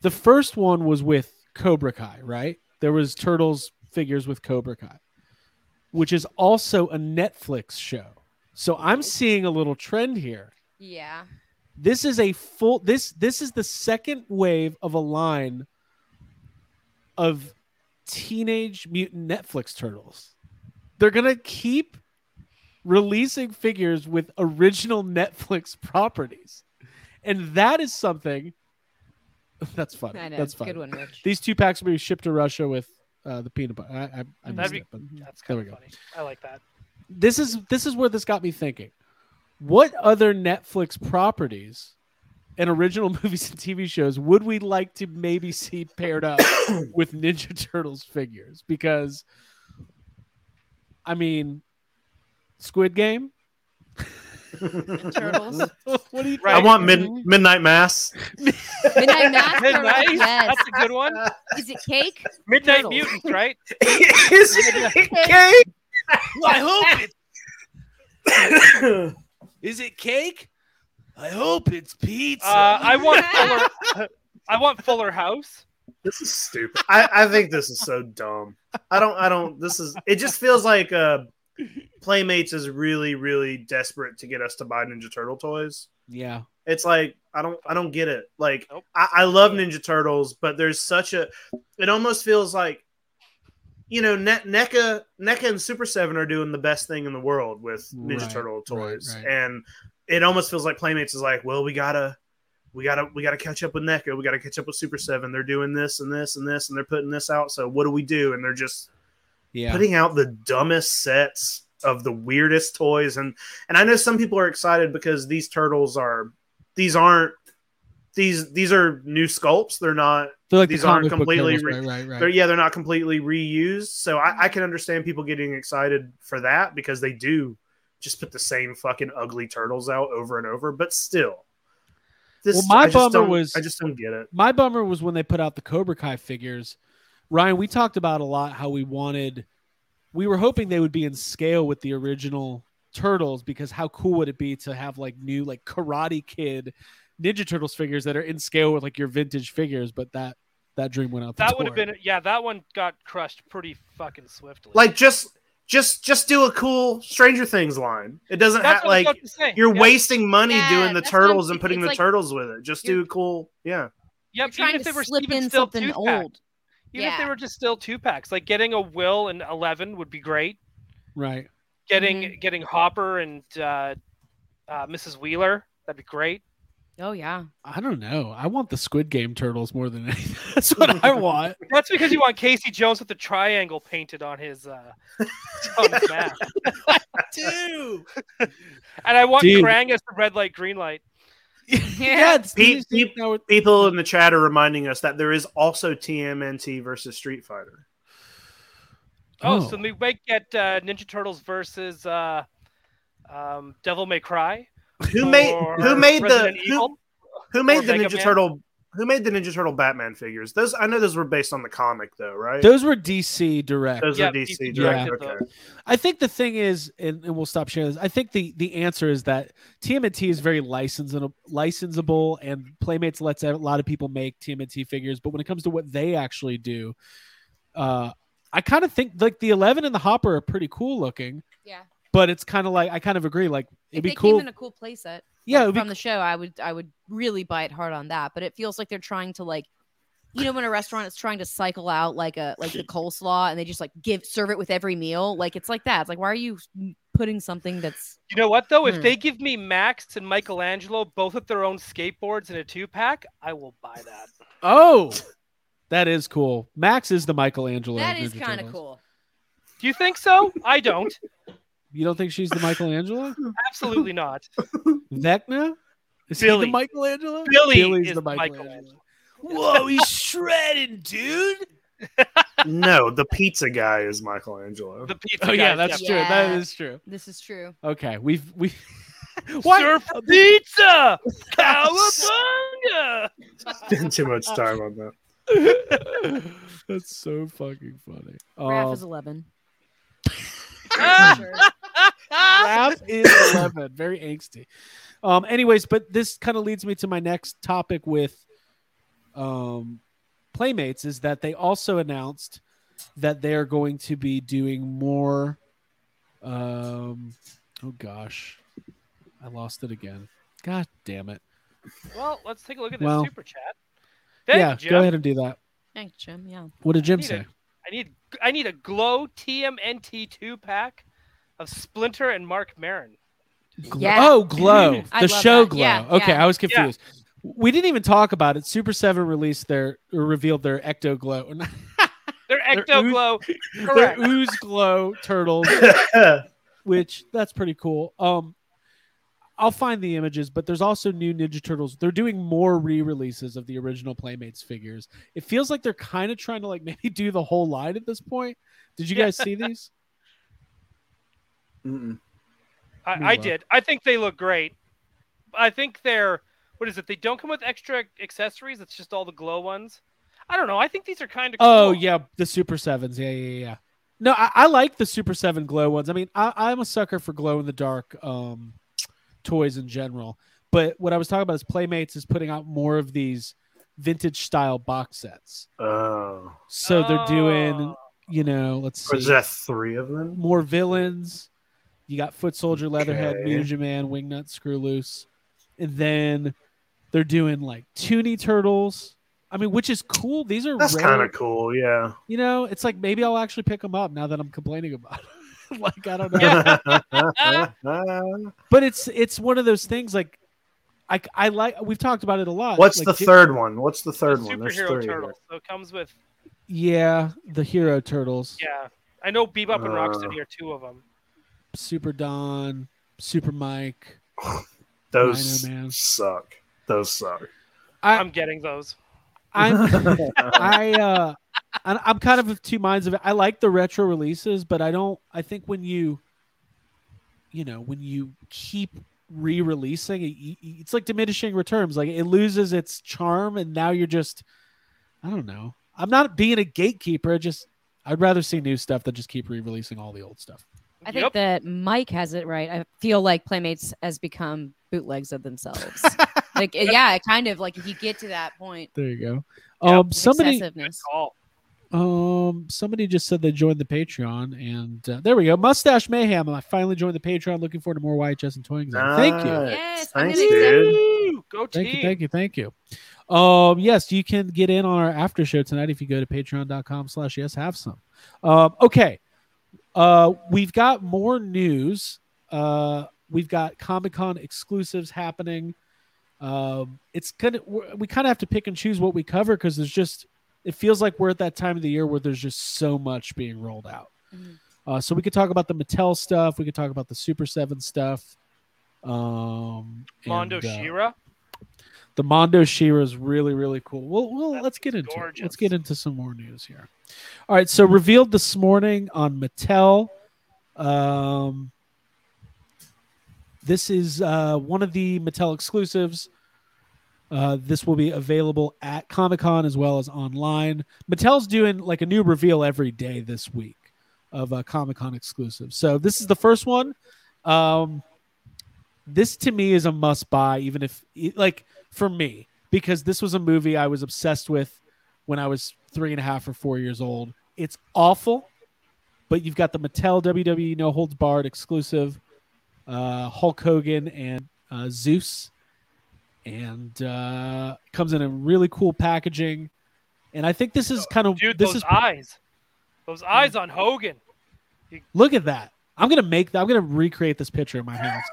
Speaker 2: The first one was with Cobra Kai, right? There was Turtles figures with Cobra Kai, which is also a Netflix show. So I'm seeing a little trend here.
Speaker 3: Yeah.
Speaker 2: This is a full this this is the second wave of a line of teenage mutant Netflix turtles. They're gonna keep releasing figures with original Netflix properties. And that is something that's funny.
Speaker 3: I know.
Speaker 2: That's
Speaker 3: Good
Speaker 2: funny.
Speaker 3: one, Rich.
Speaker 2: These two packs will be shipped to Russia with uh, the peanut butter. I, I, I
Speaker 3: That'd
Speaker 2: missed
Speaker 4: be-
Speaker 2: it, but
Speaker 4: That's
Speaker 2: There
Speaker 4: kind
Speaker 2: we
Speaker 4: of
Speaker 2: go.
Speaker 4: funny. I like that.
Speaker 2: this is this is where this got me thinking. What other Netflix properties and original movies and TV shows would we like to maybe see paired up with Ninja Turtles figures? Because, I mean, Squid Game.
Speaker 3: Turtles.
Speaker 2: what do you?
Speaker 4: Right.
Speaker 5: I want mid-
Speaker 3: Mm-hmm.
Speaker 5: midnight mass.
Speaker 3: Midnight Mass. Turtles,
Speaker 4: Midnight?
Speaker 3: Yes.
Speaker 4: That's a good one.
Speaker 3: Is it cake?
Speaker 4: Midnight
Speaker 3: Turtles.
Speaker 4: Mutants, right?
Speaker 5: Is it
Speaker 8: I hope it
Speaker 5: cake?
Speaker 8: is it cake. I hope it's pizza.
Speaker 4: Uh, I want Fuller. I want Fuller House.
Speaker 5: This is stupid. I, I think this is so dumb. I don't. I don't. This is. It just feels like uh, Playmates is really, really desperate to get us to buy Ninja Turtle toys.
Speaker 2: Yeah.
Speaker 5: It's like I don't. I don't get it. Like
Speaker 4: Nope.
Speaker 5: I, I love Ninja Turtles, but there's such a. It almost feels like, you know, ne- NECA, NECA, and Super Seven are doing the best thing in the world with Ninja
Speaker 2: Right,
Speaker 5: Turtle toys,
Speaker 2: right.
Speaker 5: and it almost feels like Playmates is like, well, we gotta we gotta we gotta catch up with NECA. We gotta catch up with Super Seven. They're doing this and this and this, and they're putting this out. So what do we do? And they're just
Speaker 2: Yeah.
Speaker 5: putting out the dumbest sets of the weirdest toys. And and I know some people are excited because these turtles are these aren't these these are new sculpts. They're not
Speaker 2: They're like
Speaker 5: These
Speaker 2: the
Speaker 5: aren't
Speaker 2: comic book
Speaker 5: completely
Speaker 2: turtles,
Speaker 5: re-
Speaker 2: right, right,
Speaker 5: they're
Speaker 2: right.
Speaker 5: yeah they're not completely reused. So I, I can understand people getting excited for that because they do just put the same fucking ugly turtles out over and over. But still. This,
Speaker 2: Well, my
Speaker 5: I just
Speaker 2: bummer
Speaker 5: don't-
Speaker 2: was-
Speaker 5: I just don't get it.
Speaker 2: My bummer was when they put out the Cobra Kai figures. Ryan, we talked about a lot how we wanted, we were hoping they would be in scale with the original Turtles because how cool would it be to have like new like Karate Kid Ninja Turtles figures that are in scale with like your vintage figures, but that that dream went out. The
Speaker 4: That would have
Speaker 2: door.
Speaker 4: been yeah. That one got crushed pretty fucking swiftly.
Speaker 5: Like just just just do a cool Stranger Things line. It doesn't
Speaker 4: that's
Speaker 5: have
Speaker 4: what
Speaker 5: like
Speaker 4: I was about to say.
Speaker 5: You're
Speaker 4: yeah.
Speaker 5: wasting money
Speaker 3: Yeah,
Speaker 5: doing the
Speaker 3: that's what I'm
Speaker 5: turtles
Speaker 3: thinking.
Speaker 5: and putting
Speaker 3: It's
Speaker 5: the
Speaker 3: like-
Speaker 5: turtles with it. Just do
Speaker 3: You're-
Speaker 5: a cool, yeah.
Speaker 4: Yep,
Speaker 3: You're trying
Speaker 4: even if
Speaker 3: to
Speaker 4: they were
Speaker 3: slip
Speaker 4: even
Speaker 3: in
Speaker 4: still
Speaker 3: something
Speaker 4: two-pack.
Speaker 3: old.
Speaker 4: Even if they
Speaker 3: Yeah.
Speaker 4: were just still two packs, like getting a Will and Eleven would be great.
Speaker 2: right.
Speaker 4: Getting
Speaker 3: Mm-hmm.
Speaker 4: getting Hopper and uh, uh, Mrs. Wheeler, that'd be great.
Speaker 3: Oh yeah.
Speaker 2: I don't know. I want the Squid Game Turtles more than anything. That's what I want.
Speaker 4: That's because you want Casey Jones with the triangle painted on his uh, on his back.
Speaker 8: do.
Speaker 4: and I want
Speaker 2: Dude.
Speaker 4: Krang as the red light, green light.
Speaker 2: yeah, it's
Speaker 5: Pe-
Speaker 2: these things now with-
Speaker 5: People in the chat are reminding us that there is also TMNT versus Street Fighter.
Speaker 4: Oh,
Speaker 2: Oh.
Speaker 4: so we might get uh, Ninja Turtles versus uh, um, Devil May Cry.
Speaker 5: Who made
Speaker 4: or
Speaker 5: who made the
Speaker 4: Resident
Speaker 5: who,
Speaker 4: Evil.
Speaker 5: who made the
Speaker 4: Mega
Speaker 5: Ninja
Speaker 4: Man?
Speaker 5: Turtle who made the Ninja Turtle Batman figures? Those I know those were based on the comic though, right?
Speaker 2: those were DC direct.
Speaker 5: Those
Speaker 4: Yeah,
Speaker 5: are DC
Speaker 4: DC
Speaker 5: direct.
Speaker 4: directed
Speaker 5: Okay.
Speaker 2: I think the thing is, and, and we'll stop sharing this. I think the the answer is that TMNT is very licensable, licensable, and Playmates lets a lot of people make TMNT figures. But when it comes to what they actually do, uh, I kind of think like the Eleven and the Hopper are pretty cool looking.
Speaker 3: Yeah.
Speaker 2: But it's kind of like I kind of agree. Like it'd
Speaker 3: If
Speaker 2: be
Speaker 3: they
Speaker 2: cool.
Speaker 3: came in a cool playset
Speaker 2: yeah, it'd be
Speaker 3: from the show, I would I would really bite hard on that. But it feels like they're trying to like you know when a restaurant is trying to cycle out like a like the coleslaw and they just like give serve it with every meal. Like it's like that. It's like why are you putting something that's
Speaker 4: You know what though? If
Speaker 3: Hmm.
Speaker 4: they give me Max and Michelangelo both with their own skateboards in a two pack, I will buy that.
Speaker 2: oh, that is cool. Max is the Michelangelo.
Speaker 3: that is
Speaker 2: Ninja
Speaker 3: kind of
Speaker 2: Turtles.
Speaker 3: cool.
Speaker 4: Do you think so? I don't.
Speaker 2: You don't think she's the Michelangelo?
Speaker 4: Absolutely not.
Speaker 2: Vecna? Is
Speaker 4: Billy.
Speaker 2: he the Michelangelo?
Speaker 4: Billy is the Michelangelo.
Speaker 8: Whoa, he's shredding, dude.
Speaker 5: no, the pizza guy is Michelangelo.
Speaker 4: The pizza
Speaker 2: Oh yeah,
Speaker 4: guy,
Speaker 2: that's
Speaker 3: yeah.
Speaker 2: true. That
Speaker 3: Yeah.
Speaker 2: is true.
Speaker 3: This is true.
Speaker 2: Okay, we've we.
Speaker 4: Surf pizza, cowabunga.
Speaker 5: Spend too much time on that.
Speaker 2: That's so fucking funny.
Speaker 3: Raph
Speaker 2: Um,
Speaker 3: is eleven.
Speaker 4: Ah!
Speaker 2: Raph is eleven. Very angsty. Um. Anyways, but this kind of leads me to my next topic with, um, Playmates is that they also announced that they are going to be doing more. Um. Oh gosh, I lost it again. God damn it.
Speaker 4: Well, let's take a look at this
Speaker 2: Well.
Speaker 4: super chat. Thank
Speaker 2: yeah,
Speaker 4: you, Jim.
Speaker 2: go ahead and do that.
Speaker 3: Thanks, Jim. Yeah.
Speaker 2: What did Jim
Speaker 4: Need
Speaker 2: say?
Speaker 4: it. I need I need a glow TMNT two pack of Splinter and Mark Marin.
Speaker 2: Glo-
Speaker 3: Yeah.
Speaker 2: Oh, Glow.
Speaker 3: I
Speaker 2: the
Speaker 3: love
Speaker 2: show
Speaker 3: that.
Speaker 2: Glow.
Speaker 3: Yeah,
Speaker 2: okay,
Speaker 3: yeah.
Speaker 2: I was confused. We didn't even talk about it. Super 7 released their or revealed their Ecto Glow. or not-
Speaker 4: They're
Speaker 2: They're
Speaker 4: ecto glow.
Speaker 2: their
Speaker 4: Correct.
Speaker 2: Ooze Glow Turtles, which that's pretty cool. Um I'll find the images, but there's also new Ninja Turtles. They're doing more re-releases of the original Playmates figures. It feels like they're kind of trying to like maybe do the whole line at this point. Did you
Speaker 4: Yeah.
Speaker 2: guys see these?
Speaker 8: Mm-mm.
Speaker 2: Ooh,
Speaker 4: I, I
Speaker 2: wow.
Speaker 4: did. I think they look great. I think they're what is it? They don't come with extra accessories. It's just all the glow ones. I don't know. I think these are kind of.
Speaker 2: Oh
Speaker 4: cool.
Speaker 2: yeah, the Super Sevens. Yeah, yeah, yeah. No, I, I like the Super Seven glow ones. I mean, I, I'm a sucker for glow in the dark um, toys in general. But what I was talking about is Playmates is putting out more of these vintage style box sets.
Speaker 5: Oh,
Speaker 2: So they're doing,
Speaker 4: Oh.
Speaker 2: you know, let's
Speaker 5: was
Speaker 2: see,
Speaker 5: that three of them?
Speaker 2: more villains. You got Foot Soldier, Leatherhead,
Speaker 5: Okay.
Speaker 2: Ninja Man, Wingnut, Screw Loose, and then they're doing like Toonie Turtles. I mean, which is cool. These are
Speaker 5: That's
Speaker 2: rare
Speaker 5: kind of cool. Yeah.
Speaker 2: you know, it's like maybe I'll actually pick them up now that I'm complaining about it. like I don't know. But it's it's one of those things like I I like we've talked about it a lot.
Speaker 5: What's
Speaker 2: Like,
Speaker 5: the
Speaker 2: J-
Speaker 5: third one? What's the
Speaker 4: The
Speaker 5: third one? There's
Speaker 4: superhero
Speaker 5: three.
Speaker 4: turtles. So it comes with
Speaker 2: Yeah, the Hero Turtles.
Speaker 4: yeah. I know Bebop
Speaker 5: Uh,
Speaker 4: and Rocksteady are two of them.
Speaker 2: Super Don, Super Mike.
Speaker 5: Those
Speaker 2: Rhino Man.
Speaker 5: suck. Those suck.
Speaker 2: I-
Speaker 4: I'm getting those.
Speaker 2: I'm I uh I'm I'm kind of of two minds of it. I like the retro releases, but I don't I think when you you know, when you keep re-releasing it, y- y- it's like diminishing returns. Like it loses its charm and now you're just I don't know. I'm not being a gatekeeper, I just I'd rather see new stuff than just keep re-releasing all the old stuff.
Speaker 3: I think
Speaker 4: Yep.
Speaker 3: that Mike has it right. I feel like Playmates has become bootlegs of themselves. like, yeah, kind of like if you get to that point,
Speaker 2: There you go.
Speaker 4: Yeah,
Speaker 2: Um
Speaker 3: of
Speaker 2: somebody
Speaker 3: excessiveness.
Speaker 4: All
Speaker 2: Um, somebody just said they joined the Patreon, and uh, there we go. Mustache Mayhem. I finally joined the Patreon. Looking forward to more YHS and toying. Thank you,
Speaker 5: Nice.
Speaker 3: Yes, I'm
Speaker 5: Thanks,
Speaker 3: gonna
Speaker 5: dude.
Speaker 4: Woo! go team.
Speaker 2: thank you, thank you, thank you. Um, yes, you can get in on our after show tonight if you go to Patreon.com/slash Yes Have Some. Um, okay. Uh, we've got more news. Uh, we've got Comic Con exclusives happening. Um, it's kind of we kind of have to pick and choose what we cover because there's just it feels like we're at that time of the year where there's just so much being rolled out.
Speaker 3: Mhm.
Speaker 4: Mm-hmm.
Speaker 2: Uh, so we could talk about the Mattel stuff. We could talk about the Super Seven stuff. Um,
Speaker 4: Mondo
Speaker 2: and, uh,
Speaker 4: Shira.
Speaker 2: the Mondo Shira is really really cool. Well, well
Speaker 4: That
Speaker 2: let's get
Speaker 4: looks
Speaker 2: into it. let's
Speaker 4: gorgeous.
Speaker 2: get into some more news here. All right, so revealed this morning on Mattel. Um, this is uh, one of the Mattel exclusives. Uh, this will be available at Comic Con as well as online. Mattel's doing like a new reveal every day this week of uh, Comic Con exclusive. So this is the first one. Um, this to me is a must buy, even if like for me, because this was a movie I was obsessed with when I was three and a half or four years old. It's awful, but you've got the Mattel WWE No Holds Barred exclusive, uh, Hulk Hogan and uh, Zeus, and uh, comes in a really cool packaging. And I think this is kind of
Speaker 4: Dude,
Speaker 2: this
Speaker 4: those
Speaker 2: is Hmm.
Speaker 4: eyes. Those eyes on Hogan.
Speaker 2: Look at that. I'm gonna make that. I'm gonna recreate this picture in my house.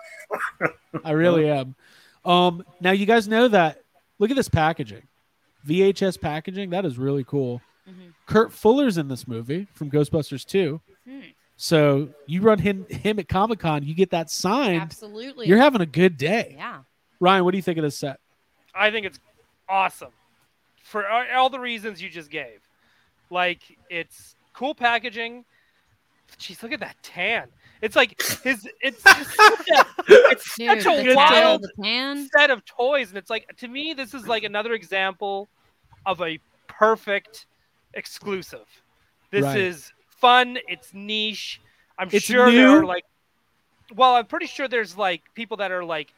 Speaker 2: I really am. Um, now you guys know that. Look at this packaging, VHS packaging. That is really cool.
Speaker 3: Mhm.
Speaker 2: Kurt Fuller's in this movie from Ghostbusters 2.
Speaker 3: Hmm.
Speaker 2: So you run him him at Comic Con, you get that signed.
Speaker 3: Absolutely.
Speaker 2: You're having a good day,
Speaker 3: yeah.
Speaker 2: Ryan. What do you think of this set?
Speaker 4: I think it's awesome for a- all the reasons you just gave. Like it's cool packaging. Jeez, look at that tan. It's like his. It's it's
Speaker 3: Dude,
Speaker 4: such
Speaker 3: the
Speaker 4: a
Speaker 3: towel,
Speaker 4: wild
Speaker 3: the pan.
Speaker 4: set of toys, and it's like to me this is like another example of a perfect exclusive. This
Speaker 2: Right.
Speaker 4: is fun. It's niche. I'm
Speaker 2: It's
Speaker 4: sure there are
Speaker 2: new.
Speaker 4: like, well, I'm pretty sure there's like people that are like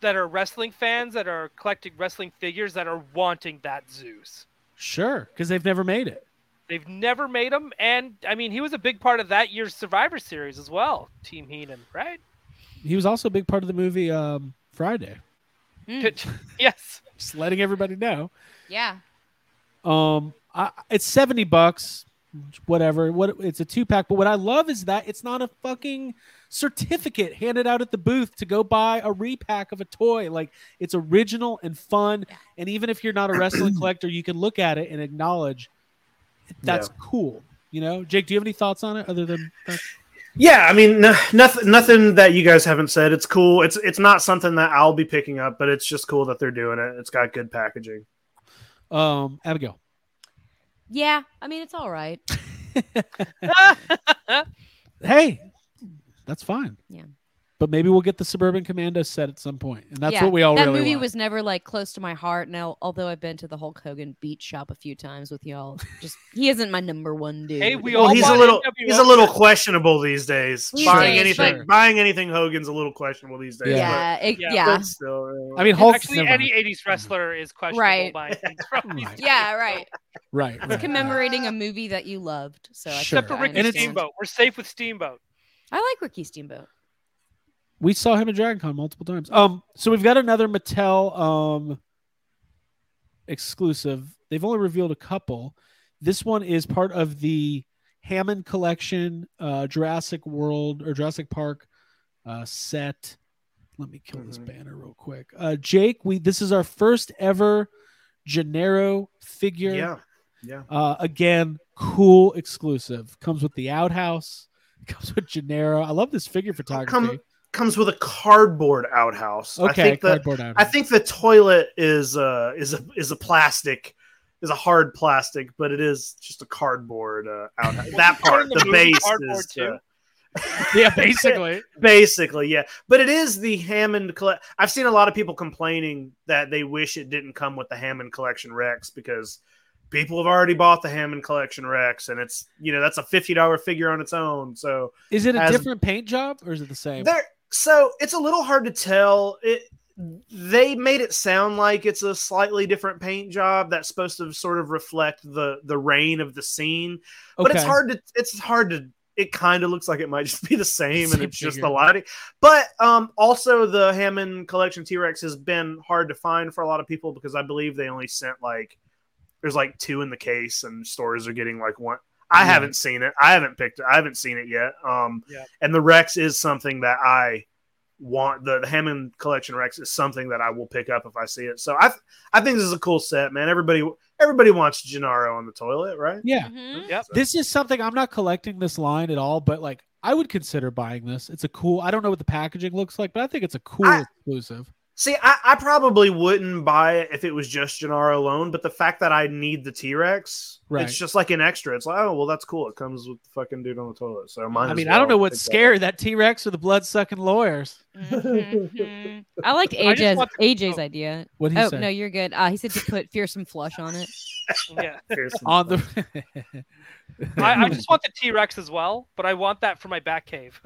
Speaker 4: that are wrestling fans that are collecting wrestling figures that are wanting that Zeus.
Speaker 2: Sure, because they've never made it.
Speaker 4: They've never made him, and I mean, he was a big part of that year's Survivor Series as well, Team Heenan, right?
Speaker 2: He was also a big part of the movie um, Friday.
Speaker 3: Mm,
Speaker 2: Hmm.
Speaker 4: yes.
Speaker 2: Just letting everybody know.
Speaker 3: yeah.
Speaker 2: Um, I, it's seventy bucks, whatever. What it's a two pack. But what I love is that it's not a fucking certificate handed out at the booth to go buy a repack of a toy. Like it's original and fun. And even if you're not a wrestling collector, you can look at it and acknowledge that's cool. You know, Jake, do you have any thoughts on it other than that?
Speaker 5: Yeah, I mean, no, nothing, nothing that you guys haven't said. It's cool. It's it's not something that I'll be picking up, but it's just cool that they're doing it. It's got good packaging.
Speaker 2: Um, Abigail.
Speaker 3: Yeah, I mean it's all right.
Speaker 2: Hey, that's fine.
Speaker 3: Yeah.
Speaker 2: But maybe we'll get the Suburban Commando set at some point, and that's
Speaker 3: Yeah,
Speaker 2: what we all
Speaker 3: that
Speaker 2: Oh, really
Speaker 3: movie
Speaker 2: want.
Speaker 3: was never like close to my heart. Now, although I've been to the Hulk Hogan beat shop a few times with y'all, just he isn't my number one dude.
Speaker 4: Hey, we
Speaker 5: Well,
Speaker 4: all
Speaker 5: he's a
Speaker 4: want
Speaker 5: little
Speaker 4: NWO
Speaker 5: he's a little
Speaker 4: shirts.
Speaker 5: questionable these days.
Speaker 3: These
Speaker 5: buying
Speaker 3: days,
Speaker 5: anything
Speaker 2: but-
Speaker 5: buying anything Hogan's a little questionable these days.
Speaker 3: yeah, it-
Speaker 4: Yeah.
Speaker 3: yeah,
Speaker 5: but-
Speaker 3: yeah,
Speaker 5: but still, uh,
Speaker 2: I mean, Hulk.
Speaker 4: Actually, any 80s wrestler is questionable
Speaker 3: Right.
Speaker 4: by things from these
Speaker 2: Right.
Speaker 4: days.
Speaker 3: right.
Speaker 2: right, right,
Speaker 3: It's commemorating a movie that you loved. So I
Speaker 2: Sure.
Speaker 4: Except
Speaker 3: think
Speaker 4: for
Speaker 3: I
Speaker 4: Ricky
Speaker 2: understand.
Speaker 4: Steamboat. We're safe with Steamboat.
Speaker 3: I like Ricky Steamboat.
Speaker 2: We saw him at Dragon Con multiple times. Um, so we've got another Mattel um exclusive. They've only revealed a couple. This one is part of the Hammond collection, uh Jurassic World or Jurassic Park uh set. Let me kill this
Speaker 5: Mhm.
Speaker 2: banner real quick. Uh Jake, we this is our first ever Gennaro figure.
Speaker 5: yeah, yeah.
Speaker 2: Uh, again, cool exclusive. Comes with the outhouse. Comes with Gennaro. I love this figure photography.
Speaker 5: Comes with a cardboard outhouse.
Speaker 2: okay,
Speaker 5: I think the
Speaker 2: cardboard outhouse.
Speaker 5: I think the toilet is uh is a is a plastic is a hard plastic, but it is just a cardboard uh, outhouse. that part,
Speaker 4: Turn the
Speaker 5: the
Speaker 4: movie
Speaker 5: base
Speaker 4: cardboard
Speaker 5: is
Speaker 4: too.
Speaker 5: uh,
Speaker 2: yeah, basically.
Speaker 5: Basically, yeah. But it is the Hammond collect. I've seen a lot of people complaining that they wish it didn't come with the Hammond collection Rex because people have already bought the Hammond collection Rex, and it's you know that's a fifty dollar figure on its own. So
Speaker 2: Is it a
Speaker 5: As-
Speaker 2: different paint job or is it the same?
Speaker 5: there, so it's a little hard to tell. It they made it sound like it's a slightly different paint job that's supposed to sort of reflect the the reign of the scene but it's hard to it's hard to it kind of looks like it might just be the same
Speaker 2: Same
Speaker 5: and it's just the
Speaker 2: figure.
Speaker 5: lighting but um also the hammond collection t-rex has been hard to find for a lot of people because i believe they only sent like there's like two in the case and stores are getting like one i
Speaker 2: Yeah.
Speaker 5: haven't seen it i haven't picked it i haven't seen it yet um
Speaker 4: Yeah.
Speaker 5: and the rex is something that i want the, the hammond collection rex is something that i will pick up if i see it so i i think this is a cool set man everybody everybody wants gennaro on the toilet right
Speaker 2: Yeah.
Speaker 3: Mhm.
Speaker 4: Yep.
Speaker 2: This is something I'm not collecting this line at all, but like I would consider buying this. It's a cool, I don't know what the packaging looks like, but I think it's a cool
Speaker 5: I-
Speaker 2: exclusive.
Speaker 5: See, I, I probably wouldn't buy it if it was just Gennaro alone, but the fact that I need the T Rex,
Speaker 2: Right.
Speaker 5: it's just like an extra. It's like, oh, well, that's cool. It comes with the fucking dude on the toilet. So mine.
Speaker 2: I mean, I don't know what's scary that T Rex or the blood sucking lawyers.
Speaker 3: Mhm. I liked
Speaker 4: I just
Speaker 3: AJ's
Speaker 4: want to-
Speaker 3: AJ's idea.
Speaker 2: What he
Speaker 3: Oh
Speaker 2: said
Speaker 3: no, you're good. Uh, he said to put fearsome flush on it.
Speaker 4: Yeah.
Speaker 2: on the.
Speaker 4: I, I just want the T Rex as well, but I want that for my back cave.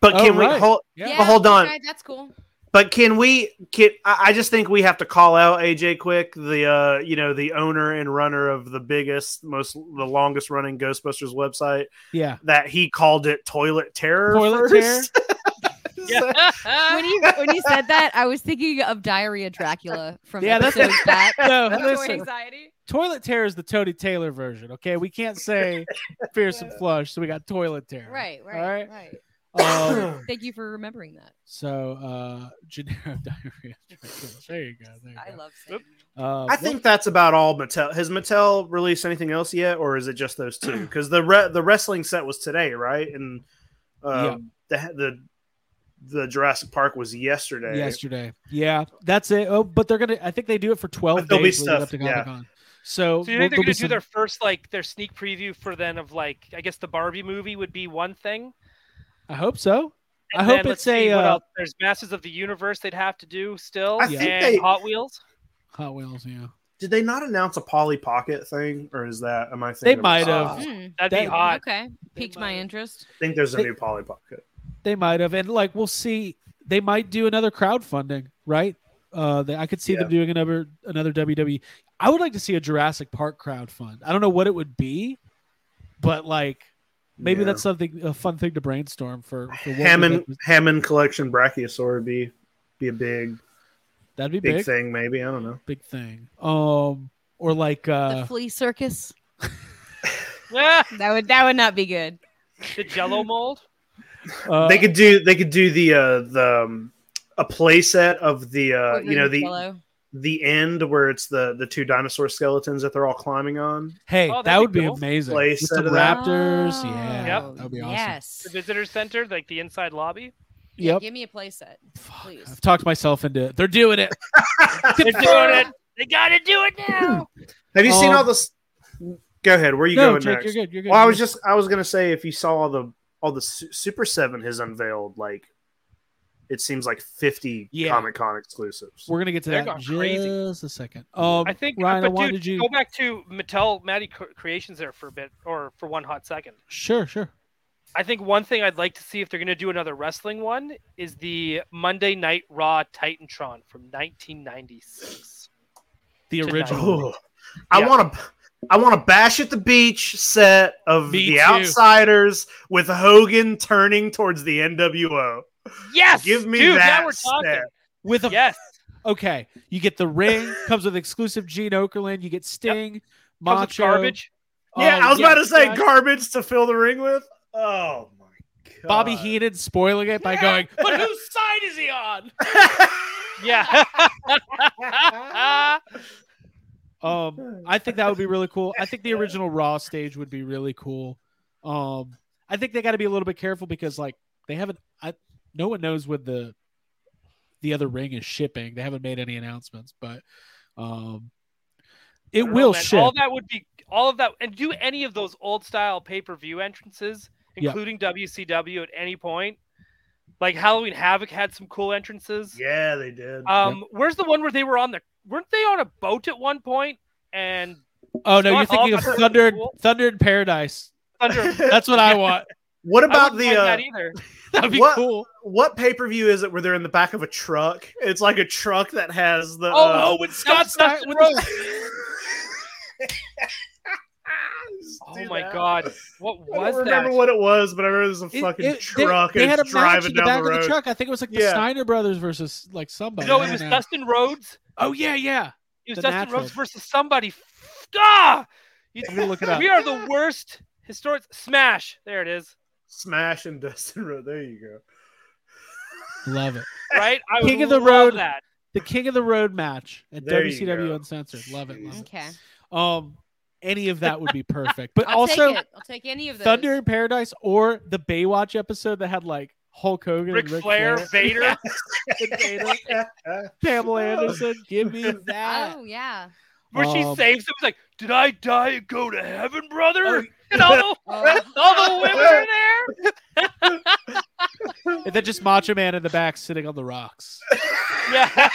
Speaker 5: But
Speaker 2: Oh,
Speaker 5: can we
Speaker 2: right.
Speaker 5: hold?
Speaker 2: Yeah.
Speaker 5: But hold on.
Speaker 3: okay, that's cool.
Speaker 5: But can we? Can I I just think we have to call out AJ Quick, the uh, you know, the owner and runner of the biggest, most, the longest running Ghostbusters website.
Speaker 2: yeah.
Speaker 5: That he called it Toilet Terror.
Speaker 2: Toilet
Speaker 5: first.
Speaker 4: Yeah.
Speaker 3: When you when you said that, I was thinking of Diarrhea Dracula from
Speaker 2: Yeah, that's-
Speaker 3: episodes back.
Speaker 2: No,
Speaker 3: Underscore
Speaker 2: listen.
Speaker 3: anxiety.
Speaker 2: Toilet Terror is the Tony Taylor version. Okay, we can't say fearsome flush, so we got Toilet Terror.
Speaker 3: Right, right,
Speaker 2: All right.
Speaker 3: right.
Speaker 2: Um,
Speaker 3: Thank you for remembering that.
Speaker 2: So, uh, Gennaro diarrhea. There you go. There you
Speaker 3: I
Speaker 2: go.
Speaker 3: love saying
Speaker 2: Uh,
Speaker 5: I think that's about all Mattel. Has Mattel released anything else yet, or is it just those two? Because the re- the wrestling set was today, right? And um, the the the Jurassic Park was yesterday.
Speaker 2: yesterday. Yeah, that's it. Oh, but they're gonna. I think they do it for twelve
Speaker 5: But there'll be
Speaker 2: days leading
Speaker 5: stuff,
Speaker 2: up to
Speaker 5: yeah.
Speaker 2: Comic Con. So,
Speaker 4: So you
Speaker 2: we'll- there'll
Speaker 4: think they're going
Speaker 2: be
Speaker 4: to
Speaker 2: some-
Speaker 4: do their first, like, their sneak preview for then of, like, I guess the Barbie movie would be one thing.
Speaker 2: I hope so. I
Speaker 4: and
Speaker 2: hope
Speaker 4: then let's
Speaker 2: it's a,
Speaker 4: see what
Speaker 2: uh,
Speaker 4: else. There's Masters of the Universe they'd have to do still,
Speaker 5: I
Speaker 4: and
Speaker 5: think they-
Speaker 4: Hot Wheels.
Speaker 2: Hot Wheels. Yeah,
Speaker 5: Did they not announce a Polly Pocket thing, or is that am I?
Speaker 2: they
Speaker 5: Thinking of-
Speaker 2: might
Speaker 3: that.
Speaker 2: have.
Speaker 3: Mm,
Speaker 4: That'd
Speaker 2: That-
Speaker 4: be hot.
Speaker 3: okay, piqued my interest.
Speaker 5: I think there's a
Speaker 2: They-
Speaker 5: new Polly Pocket.
Speaker 2: They might have. And like, we'll see. They might do another crowdfunding, right? Uh, they, I could see them doing another another WWE. I would like to see a Jurassic Park crowdfund. I don't know what it would be, but like maybe
Speaker 5: Yeah.
Speaker 2: that's something a fun thing to brainstorm for. for what would
Speaker 5: Hammond
Speaker 2: that-
Speaker 5: Hammond collection Brachiosaur would be be a big
Speaker 2: that'd be
Speaker 5: big,
Speaker 2: big.
Speaker 5: thing, maybe. I don't know.
Speaker 2: big thing. Um, or like uh,
Speaker 3: the flea circus.
Speaker 4: Yeah.
Speaker 3: That would that would not be good.
Speaker 4: The Jello mold.
Speaker 2: uh,
Speaker 5: they could do they could do the uh the um, a play set of the uh
Speaker 3: Wolverine
Speaker 5: you know the
Speaker 3: Jello.
Speaker 5: the end where it's the the two dinosaur skeletons that they're all climbing on.
Speaker 2: Hey,
Speaker 4: Oh, that'd
Speaker 2: that
Speaker 4: be
Speaker 2: would be
Speaker 4: cool. Ah,
Speaker 2: amazing.
Speaker 5: Play
Speaker 2: With
Speaker 5: set
Speaker 2: the
Speaker 5: of that.
Speaker 2: Raptors.
Speaker 3: Oh,
Speaker 2: Yeah.
Speaker 4: Yep.
Speaker 2: That would be awesome.
Speaker 3: Yes.
Speaker 4: The visitor center, like the inside lobby.
Speaker 2: Yep.
Speaker 3: Give me a playset,
Speaker 2: Fuck,
Speaker 3: please.
Speaker 2: I've talked myself into it. They're doing it.
Speaker 4: They're doing it. They gotta do it now.
Speaker 5: Have you seen
Speaker 2: Um,
Speaker 5: all this? Go ahead. Where are you
Speaker 2: no,
Speaker 5: going
Speaker 2: Jake,
Speaker 5: next?
Speaker 2: you're good. You're good.
Speaker 5: Well, I
Speaker 2: you're
Speaker 5: was
Speaker 2: good.
Speaker 5: just I was gonna say if you saw all the all the Su- Super Seven has unveiled like it seems like fifty
Speaker 2: Yeah.
Speaker 5: Comic Con exclusives.
Speaker 2: We're gonna get to
Speaker 4: They're
Speaker 2: that in
Speaker 4: going crazy.
Speaker 2: just a second. Um,
Speaker 4: I think.
Speaker 2: Ryan, I
Speaker 4: but
Speaker 2: wanted
Speaker 4: dude,
Speaker 2: you.
Speaker 4: go back to Mattel Matty Co- Creations there for a bit, or for one hot second.
Speaker 2: Sure, sure.
Speaker 4: I think one thing I'd like to see if they're going to do another wrestling one is the Monday Night Raw Titantron from 1996.
Speaker 2: The
Speaker 4: Tonight.
Speaker 2: original.
Speaker 5: Oh, I
Speaker 4: Yeah.
Speaker 5: want to I want to bash at the beach set of
Speaker 2: Me
Speaker 5: the
Speaker 2: too.
Speaker 5: Outsiders with Hogan turning towards the NWO.
Speaker 4: Yes,
Speaker 5: Give me
Speaker 4: dude,
Speaker 5: that
Speaker 4: Now we're talking.
Speaker 2: With a
Speaker 4: Yes,
Speaker 2: okay, you get the ring comes with exclusive Gene Okerlund. You get Sting,
Speaker 4: comes with
Speaker 2: Macho.
Speaker 4: garbage.
Speaker 5: yeah,
Speaker 2: Oh,
Speaker 5: I was about to say
Speaker 2: guys,
Speaker 5: garbage to fill the ring with. Oh my god,
Speaker 2: Bobby Heenan spoiling it by going, "But whose side is he on?"
Speaker 4: Yeah,
Speaker 2: Um, I think that would be really cool. I think the original Raw stage would be really cool. Um, I think they got to be a little bit careful because like they haven't. I, no one knows what the the other ring is shipping. They haven't made any announcements, but um, it
Speaker 4: don't know,
Speaker 2: will
Speaker 4: man.
Speaker 2: ship.
Speaker 4: All that would be all of that, and do any of those old style pay per view entrances,
Speaker 2: Yeah.
Speaker 4: including WCW, at any point. Like Halloween Havoc had some cool entrances.
Speaker 5: yeah, they did.
Speaker 3: Uh,
Speaker 4: Um, where's the one where they were on the? Weren't they on a boat at one point? And
Speaker 2: oh no, you're
Speaker 4: Scott Hall
Speaker 2: thinking of
Speaker 4: got the
Speaker 2: Thunder,
Speaker 4: cool-
Speaker 2: Thunder in Paradise.
Speaker 4: Thunder.
Speaker 2: That's what I want.
Speaker 5: what
Speaker 4: I
Speaker 5: about
Speaker 4: wouldn't
Speaker 5: the
Speaker 4: mind
Speaker 5: uh,
Speaker 4: that either.
Speaker 2: That would be
Speaker 5: What-
Speaker 2: cool.
Speaker 5: what pay per view is it where they're in the back of a truck? It's like a truck that has the.
Speaker 4: Oh,
Speaker 5: uh,
Speaker 2: Oh, with Scott
Speaker 4: Scott
Speaker 2: Stein- with the-
Speaker 5: Just
Speaker 4: Oh
Speaker 5: do
Speaker 4: my
Speaker 5: that.
Speaker 4: god, what
Speaker 5: I
Speaker 4: was
Speaker 5: don't remember
Speaker 4: that?
Speaker 5: what it was, but I remember there's a
Speaker 2: it-
Speaker 5: fucking
Speaker 2: it- they-
Speaker 5: truck
Speaker 2: They,
Speaker 5: and
Speaker 2: had a
Speaker 5: it's
Speaker 2: match
Speaker 5: driving
Speaker 2: in the
Speaker 5: down
Speaker 2: back
Speaker 5: the road.
Speaker 2: of the truck. I think it was like the
Speaker 5: Yeah.
Speaker 2: Steiner brothers versus like somebody.
Speaker 4: No,
Speaker 2: I
Speaker 4: it
Speaker 2: don't
Speaker 4: was
Speaker 2: know.
Speaker 4: Dustin Rhodes.
Speaker 2: Oh yeah, yeah.
Speaker 4: It was
Speaker 2: The
Speaker 4: Dustin
Speaker 2: Natural.
Speaker 4: Rhodes versus somebody. Ah, You-
Speaker 2: I'm gonna look it up.
Speaker 4: we are the worst historians. Smash. There it is.
Speaker 5: Smash and Dustin Road. There you go.
Speaker 2: Love it.
Speaker 4: Right. I would
Speaker 2: King of the
Speaker 4: love
Speaker 2: road.
Speaker 4: That.
Speaker 2: The King of the Road match at
Speaker 5: There you
Speaker 2: WCW
Speaker 5: go.
Speaker 2: Uncensored. Love it. Love it.
Speaker 3: Okay,
Speaker 2: Um, any of that would be perfect. But
Speaker 3: I'll
Speaker 2: also
Speaker 3: take it. I'll take any of those.
Speaker 2: Thunder in Paradise or the Baywatch episode that had like Hulk Hogan,
Speaker 4: Ric
Speaker 2: and Ric
Speaker 4: Flair, Vader.
Speaker 2: and Vader, Pamela Anderson. Give me that.
Speaker 3: Oh yeah.
Speaker 4: Where
Speaker 2: Um,
Speaker 4: she saves him. He's like, "Did I die and go to heaven, brother?"
Speaker 2: Oh,
Speaker 4: And all the
Speaker 3: Oh,
Speaker 4: all the women are there.
Speaker 2: And then just Macho Man in the back sitting on the rocks.
Speaker 4: Yeah.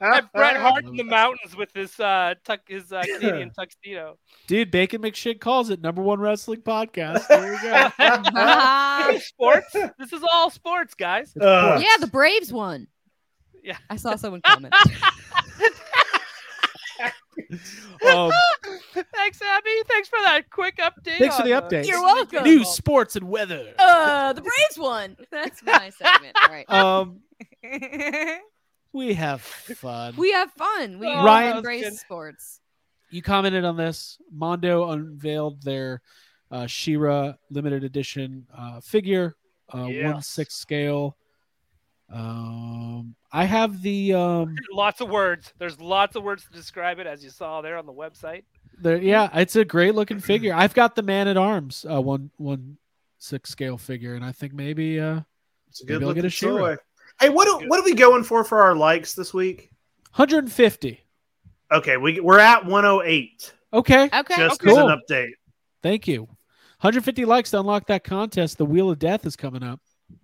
Speaker 4: And Bret
Speaker 2: love
Speaker 4: Hart in the
Speaker 2: it.
Speaker 4: mountains with his uh tuck his uh, Canadian tuxedo.
Speaker 2: Dude, Bacon McShit calls it number one wrestling podcast. There we go.
Speaker 3: ah.
Speaker 4: sports. This is all sports, guys.
Speaker 5: Uh,
Speaker 3: yeah, the Braves won.
Speaker 4: Yeah.
Speaker 3: I saw someone comment.
Speaker 2: Um,
Speaker 4: Thanks, Abby. Thanks for that quick update.
Speaker 2: Thanks for
Speaker 4: on
Speaker 2: the update.
Speaker 3: You're welcome.
Speaker 2: News, sports, and weather.
Speaker 3: Uh, the Braves won. That's my segment. All right.
Speaker 2: Um, we have fun.
Speaker 3: we have fun. We
Speaker 4: Oh,
Speaker 2: Ryan-
Speaker 3: embrace
Speaker 4: that was good.
Speaker 3: sports.
Speaker 2: you commented on this. Mondo unveiled their uh, Shira limited edition uh, figure, uh, one
Speaker 5: Yes.
Speaker 2: six scale. Um, I have the um,
Speaker 4: Lots of words. There's lots of words to describe it, as you saw there on the website.
Speaker 2: the yeah, it's a great looking figure. I've got the man at arms uh, one one six scale figure, and I think maybe uh,
Speaker 5: It's a
Speaker 2: Maybe I'll
Speaker 5: good
Speaker 2: get
Speaker 5: looking
Speaker 2: a She-Ra.
Speaker 5: toy. Hey, what do, what are we going for for our likes this week?
Speaker 2: 150.
Speaker 5: Okay, we we're at 108.
Speaker 2: Okay,
Speaker 3: Okay.
Speaker 5: just
Speaker 2: okay.
Speaker 5: as an
Speaker 2: Cool.
Speaker 5: update.
Speaker 2: thank you. 150 likes to unlock that contest. The Wheel of Death is coming up.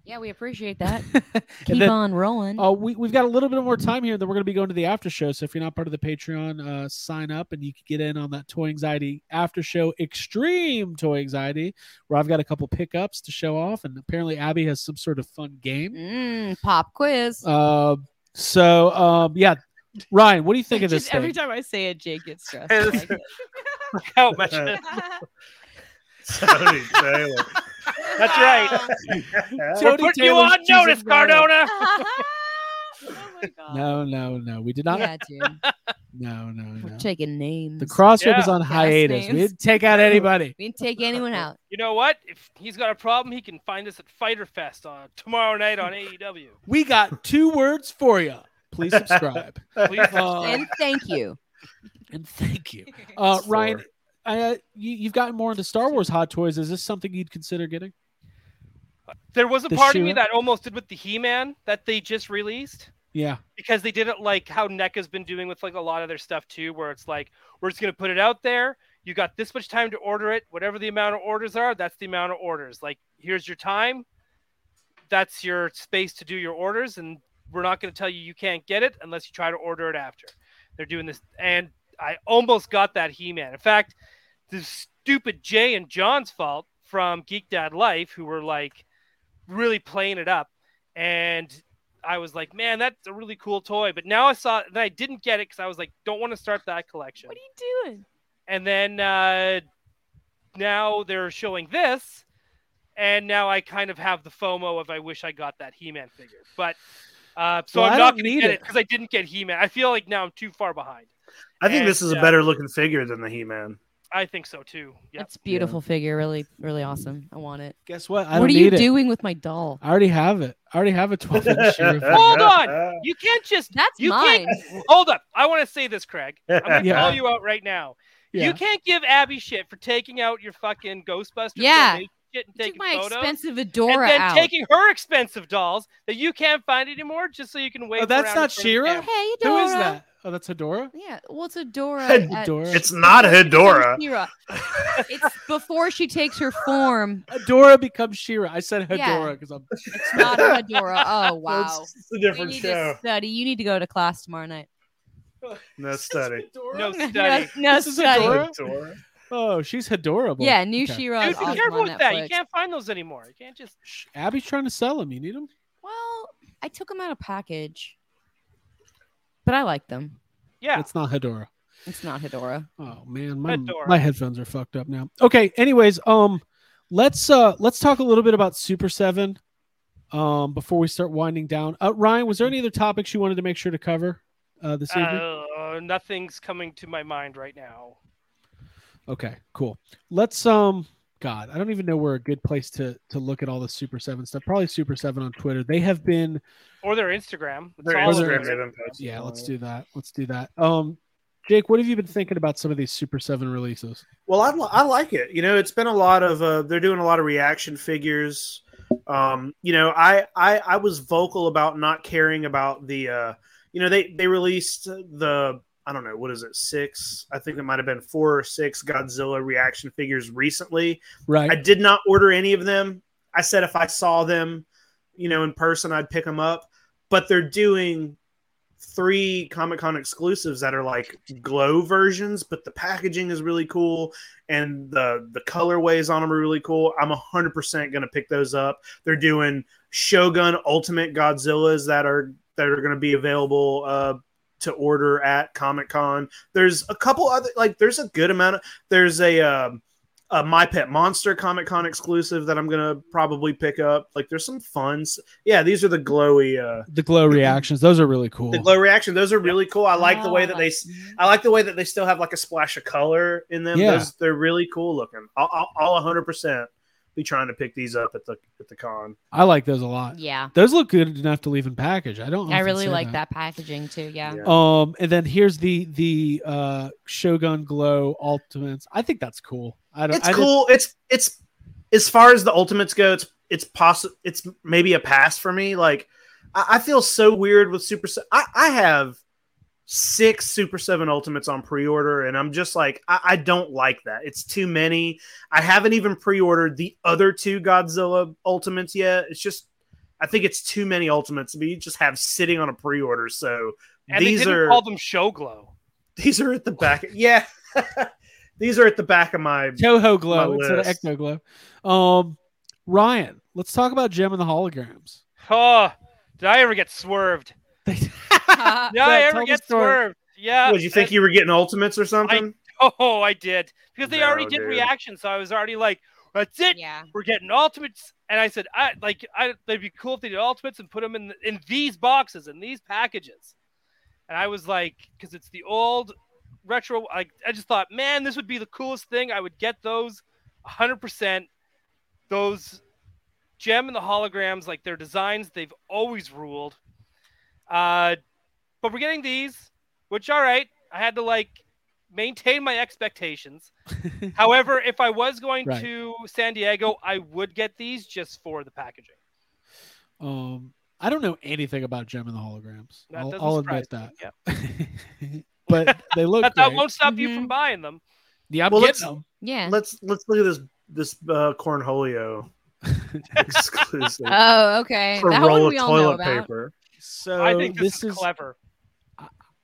Speaker 3: Yeah, we appreciate that. Keep
Speaker 2: and then
Speaker 3: on rolling.
Speaker 2: Uh, we, we've got a little bit more time here, and then we're going to be going to the after show. So if you're not part of the Patreon, uh, sign up and you can get in on that Toy Anxiety after show, Extreme Toy Anxiety, where I've got a couple pickups to show off. And apparently, Abby has some sort of fun game.
Speaker 3: Mm, pop quiz.
Speaker 2: Uh, so, um, yeah. Ryan, what do you think of this
Speaker 3: Just every
Speaker 2: thing?
Speaker 3: time I say it, Jake gets stressed. I like it.
Speaker 4: How much?
Speaker 5: Tony Taylor.
Speaker 4: That's right. We're
Speaker 2: Tony
Speaker 4: putting you
Speaker 2: Taylor's
Speaker 4: on
Speaker 2: choosing
Speaker 4: notice,
Speaker 2: Ryan.
Speaker 4: Cardona.
Speaker 3: oh my god.
Speaker 2: No, no, no. We did not.
Speaker 3: Yeah, dude.
Speaker 2: No, no,
Speaker 3: We're
Speaker 2: no.
Speaker 3: taking names.
Speaker 2: The crossrip is
Speaker 4: Yeah.
Speaker 2: on
Speaker 3: Yes,
Speaker 2: hiatus. We
Speaker 3: names.
Speaker 2: didn't take out anybody.
Speaker 3: we didn't take anyone out.
Speaker 4: You know what? If he's got a problem, he E can find us at Fighter Fest on tomorrow night on AEW.
Speaker 2: We got two words for you Please subscribe.
Speaker 4: Please
Speaker 2: Uh,
Speaker 3: and thank you.
Speaker 2: and thank you, uh,
Speaker 5: Sure.
Speaker 2: Ryan. I, uh, you, you've gotten more into Star Wars hot toys. Is this something you'd consider getting?
Speaker 4: There was a
Speaker 2: The
Speaker 4: part of me
Speaker 2: shoe?
Speaker 4: that almost did with the He-Man that they just released
Speaker 2: Yeah,
Speaker 4: because they did it like how NECA's been doing with like a lot of their stuff too, where it's like we're just gonna put it out there. You got this much time to order it. Whatever the amount of orders are, that's the amount of orders. Like here's your time. That's your space to do your orders, and we're not gonna tell you you can't get it unless you try to order it after. They're doing this, and I almost got that He-Man. In fact, the stupid Jay and John's fault from Geek Dad Life, who were like really playing it up. And I was like, man, that's a really cool toy. But now I saw it, and I didn't get it because I was like, don't want to start that collection.
Speaker 3: What are you doing?
Speaker 4: And then uh, now they're showing this. And now I kind of have the FOMO of I wish I got that He Man figure. But uh, so
Speaker 2: Well, I
Speaker 4: I'm not
Speaker 2: don't
Speaker 4: going to
Speaker 2: need
Speaker 4: get
Speaker 2: it.
Speaker 4: it because I didn't get He Man. I feel like now I'm too far behind.
Speaker 5: I think this
Speaker 4: And,
Speaker 5: is a
Speaker 4: uh,
Speaker 5: better looking figure than the He Man.
Speaker 4: I think so too. Yeah.
Speaker 3: It's beautiful figure, really, really awesome. I want it.
Speaker 2: guess what? I
Speaker 3: what are
Speaker 2: don't
Speaker 3: you
Speaker 2: need it.
Speaker 3: doing with my doll?
Speaker 2: I already have it. I already have a 12 inch.
Speaker 4: Hold on! You can't just
Speaker 3: That's
Speaker 4: You
Speaker 3: mine.
Speaker 4: can't- Hold up. I want to say this, Craig. I'm going to
Speaker 2: Yeah.
Speaker 4: call you out right now. You can't give Abby shit for taking out your fucking Ghostbusters
Speaker 3: Yeah.
Speaker 4: donation shit and
Speaker 3: Took
Speaker 4: taking
Speaker 3: my
Speaker 4: photos.
Speaker 3: expensive
Speaker 4: and
Speaker 3: Adora
Speaker 4: then
Speaker 3: out.
Speaker 4: taking her expensive dolls that you can't find anymore just so you can wait.
Speaker 2: Oh, that's not She-Ra?
Speaker 3: hey, Adora. Uh,
Speaker 2: Who is that? Oh, that's Hedora.
Speaker 3: Yeah, well, it's Adora. at-
Speaker 2: Hedora.
Speaker 5: It's not Hedora.
Speaker 3: Shira. It's before she takes her form.
Speaker 2: Hedora becomes Shira. I said
Speaker 3: Yeah.
Speaker 2: Hedora because I'm.
Speaker 3: It's not Adora. Oh wow.
Speaker 5: It's, a
Speaker 3: You
Speaker 5: different
Speaker 3: need
Speaker 5: show.
Speaker 3: to study. You need to go to class tomorrow night.
Speaker 5: No study.
Speaker 4: No
Speaker 3: No-
Speaker 4: study.
Speaker 3: No,
Speaker 2: This is
Speaker 3: study.
Speaker 2: Adora?
Speaker 5: Hedora.
Speaker 2: Oh, she's Hedorable.
Speaker 3: Yeah, new
Speaker 2: Okay.
Speaker 3: Shira.
Speaker 4: Dude,
Speaker 3: is
Speaker 4: be
Speaker 3: awesome
Speaker 4: careful
Speaker 3: on
Speaker 4: with that. You
Speaker 3: Netflix.
Speaker 4: can't find those anymore. You can't just.
Speaker 2: Shh, Abby's trying to sell them. You need them.
Speaker 3: Well, I took them out of package, but I like them.
Speaker 4: Yeah.
Speaker 2: It's not Hedora.
Speaker 3: It's not Hedora.
Speaker 2: Oh
Speaker 5: Mm.
Speaker 2: man, my
Speaker 4: Hedora.
Speaker 2: my headphones are fucked up now. Okay. Anyways, um, let's uh let's talk a little bit about Super Seven, um, before we start winding down. Uh, Ryan, was there any other topics you wanted to make sure to cover, uh, this evening?
Speaker 4: Uh, nothing's coming to my mind right now.
Speaker 2: Okay, cool. Let's um God, I don't even know where a good place to to look at all the Super Seven stuff. Probably Super Seven on Twitter. They have been
Speaker 4: Or their Instagram. It's
Speaker 5: Their
Speaker 4: all
Speaker 2: Instagram,
Speaker 4: over
Speaker 5: Instagram
Speaker 4: there.
Speaker 5: made them post
Speaker 2: yeah,
Speaker 5: it.
Speaker 2: let's do that. Let's do that. Um Jake, what have you been thinking about some of these Super Seven releases?
Speaker 5: Well, I, li- I like it. You know, it's been a lot of uh, they're doing a lot of reaction figures. Um, you know, I, I I was vocal about not caring about the uh, you know they they released the I don't know what is it six I think it might have been four or six Godzilla reaction figures recently. I
Speaker 2: Right.
Speaker 5: did not order any of them. I said if I saw them, you know, in person, I'd pick them up. But they're doing three Comic Con exclusives that are like glow versions, but the packaging is really cool and the the colorways on them are really cool. I'm 100% going to pick those up. They're doing Shogun Ultimate Godzillas that are that are going to be available uh to order at Comic Con. There's a couple other like there's a good amount of there's a um a My Pet Monster Comic Con exclusive that I'm gonna probably pick up. Like, there's some funs. Yeah, these are the glowy, uh,
Speaker 2: the glow reactions, those are really cool.
Speaker 5: the glow reaction. Those are really cool. I like the way that they, s-
Speaker 3: Mhm.
Speaker 5: I like the way that they still have like a splash of color in them.
Speaker 2: Yeah.
Speaker 5: Those, they're really cool looking. I'll, I'll, I'll 100 percent be trying to pick these up at the at the con.
Speaker 2: I like those a lot.
Speaker 3: Yeah,
Speaker 2: Those look good enough to leave in package. I don't
Speaker 3: I
Speaker 2: often
Speaker 3: really
Speaker 2: say
Speaker 3: like that. packaging too. Yeah.
Speaker 5: Yeah.
Speaker 2: Um, and then here's the the uh Shogun Glow Ultimates. I think that's cool. I don't
Speaker 5: It's
Speaker 2: I didn't-
Speaker 5: cool. It's it's as far as the ultimates go, it's it's possible. It's maybe a pass for me. Like I, I feel so weird with Super. Se- I I have six Super Seven Ultimates on pre-order, and I'm just like I, I don't like that. It's too many. I haven't even pre-ordered the other two Godzilla Ultimates yet. It's just I think it's too many Ultimates to be just have sitting on a pre-order. So
Speaker 4: And
Speaker 5: these
Speaker 4: they didn't
Speaker 5: are
Speaker 4: call them Show Glow.
Speaker 5: these are at the back. Yeah. These are at the back of my
Speaker 2: Toho Glow
Speaker 5: My
Speaker 2: instead of
Speaker 5: list.
Speaker 2: Ecto Glow. Um, Ryan, let's talk about Gem and the holograms.
Speaker 4: Oh, did I ever get swerved?
Speaker 3: Uh,
Speaker 4: Did I
Speaker 2: Yeah,
Speaker 4: ever
Speaker 2: tell the
Speaker 4: get
Speaker 2: story.
Speaker 4: swerved? Yeah.
Speaker 5: Would you think
Speaker 4: and-
Speaker 5: you were getting ultimates or something?
Speaker 4: Oh, I did because they
Speaker 5: No,
Speaker 4: already did
Speaker 5: dude.
Speaker 4: reactions, so I was already like, "That's it,
Speaker 3: yeah.
Speaker 4: we're getting ultimates." And I said, "I like, I they'd be cool if they did ultimates and put them in in these boxes and these packages." And I was like, "Cause it's the old retro." Like, I just thought, man, this would be the coolest thing. I would get those, hundred percent. Those gem and the holograms, like their designs, they've always ruled. Uh, but we're getting these, which all right. I had to like maintain my expectations. However, if I was going
Speaker 2: Right.
Speaker 4: to San Diego, I would get these just for the packaging.
Speaker 2: Um, I don't know anything about Gem and the Holograms.
Speaker 4: That
Speaker 2: I'll,
Speaker 4: doesn't
Speaker 2: I'll
Speaker 4: surprise
Speaker 2: admit
Speaker 4: me.
Speaker 2: that.
Speaker 4: Yeah.
Speaker 2: but they look
Speaker 4: But that
Speaker 2: great.
Speaker 4: won't stop you
Speaker 3: Mhm.
Speaker 4: from buying them.
Speaker 2: Yeah, I'm
Speaker 5: Well,
Speaker 2: getting
Speaker 5: let's-
Speaker 2: them.
Speaker 3: Yeah.
Speaker 5: Let's let's look at this this uh, cornholio exclusive
Speaker 3: Oh, okay.
Speaker 5: for
Speaker 3: that
Speaker 5: roll
Speaker 3: one
Speaker 5: of
Speaker 3: we all know
Speaker 5: toilet
Speaker 3: about.
Speaker 5: paper.
Speaker 2: So
Speaker 4: I think this, is,
Speaker 2: is
Speaker 4: clever.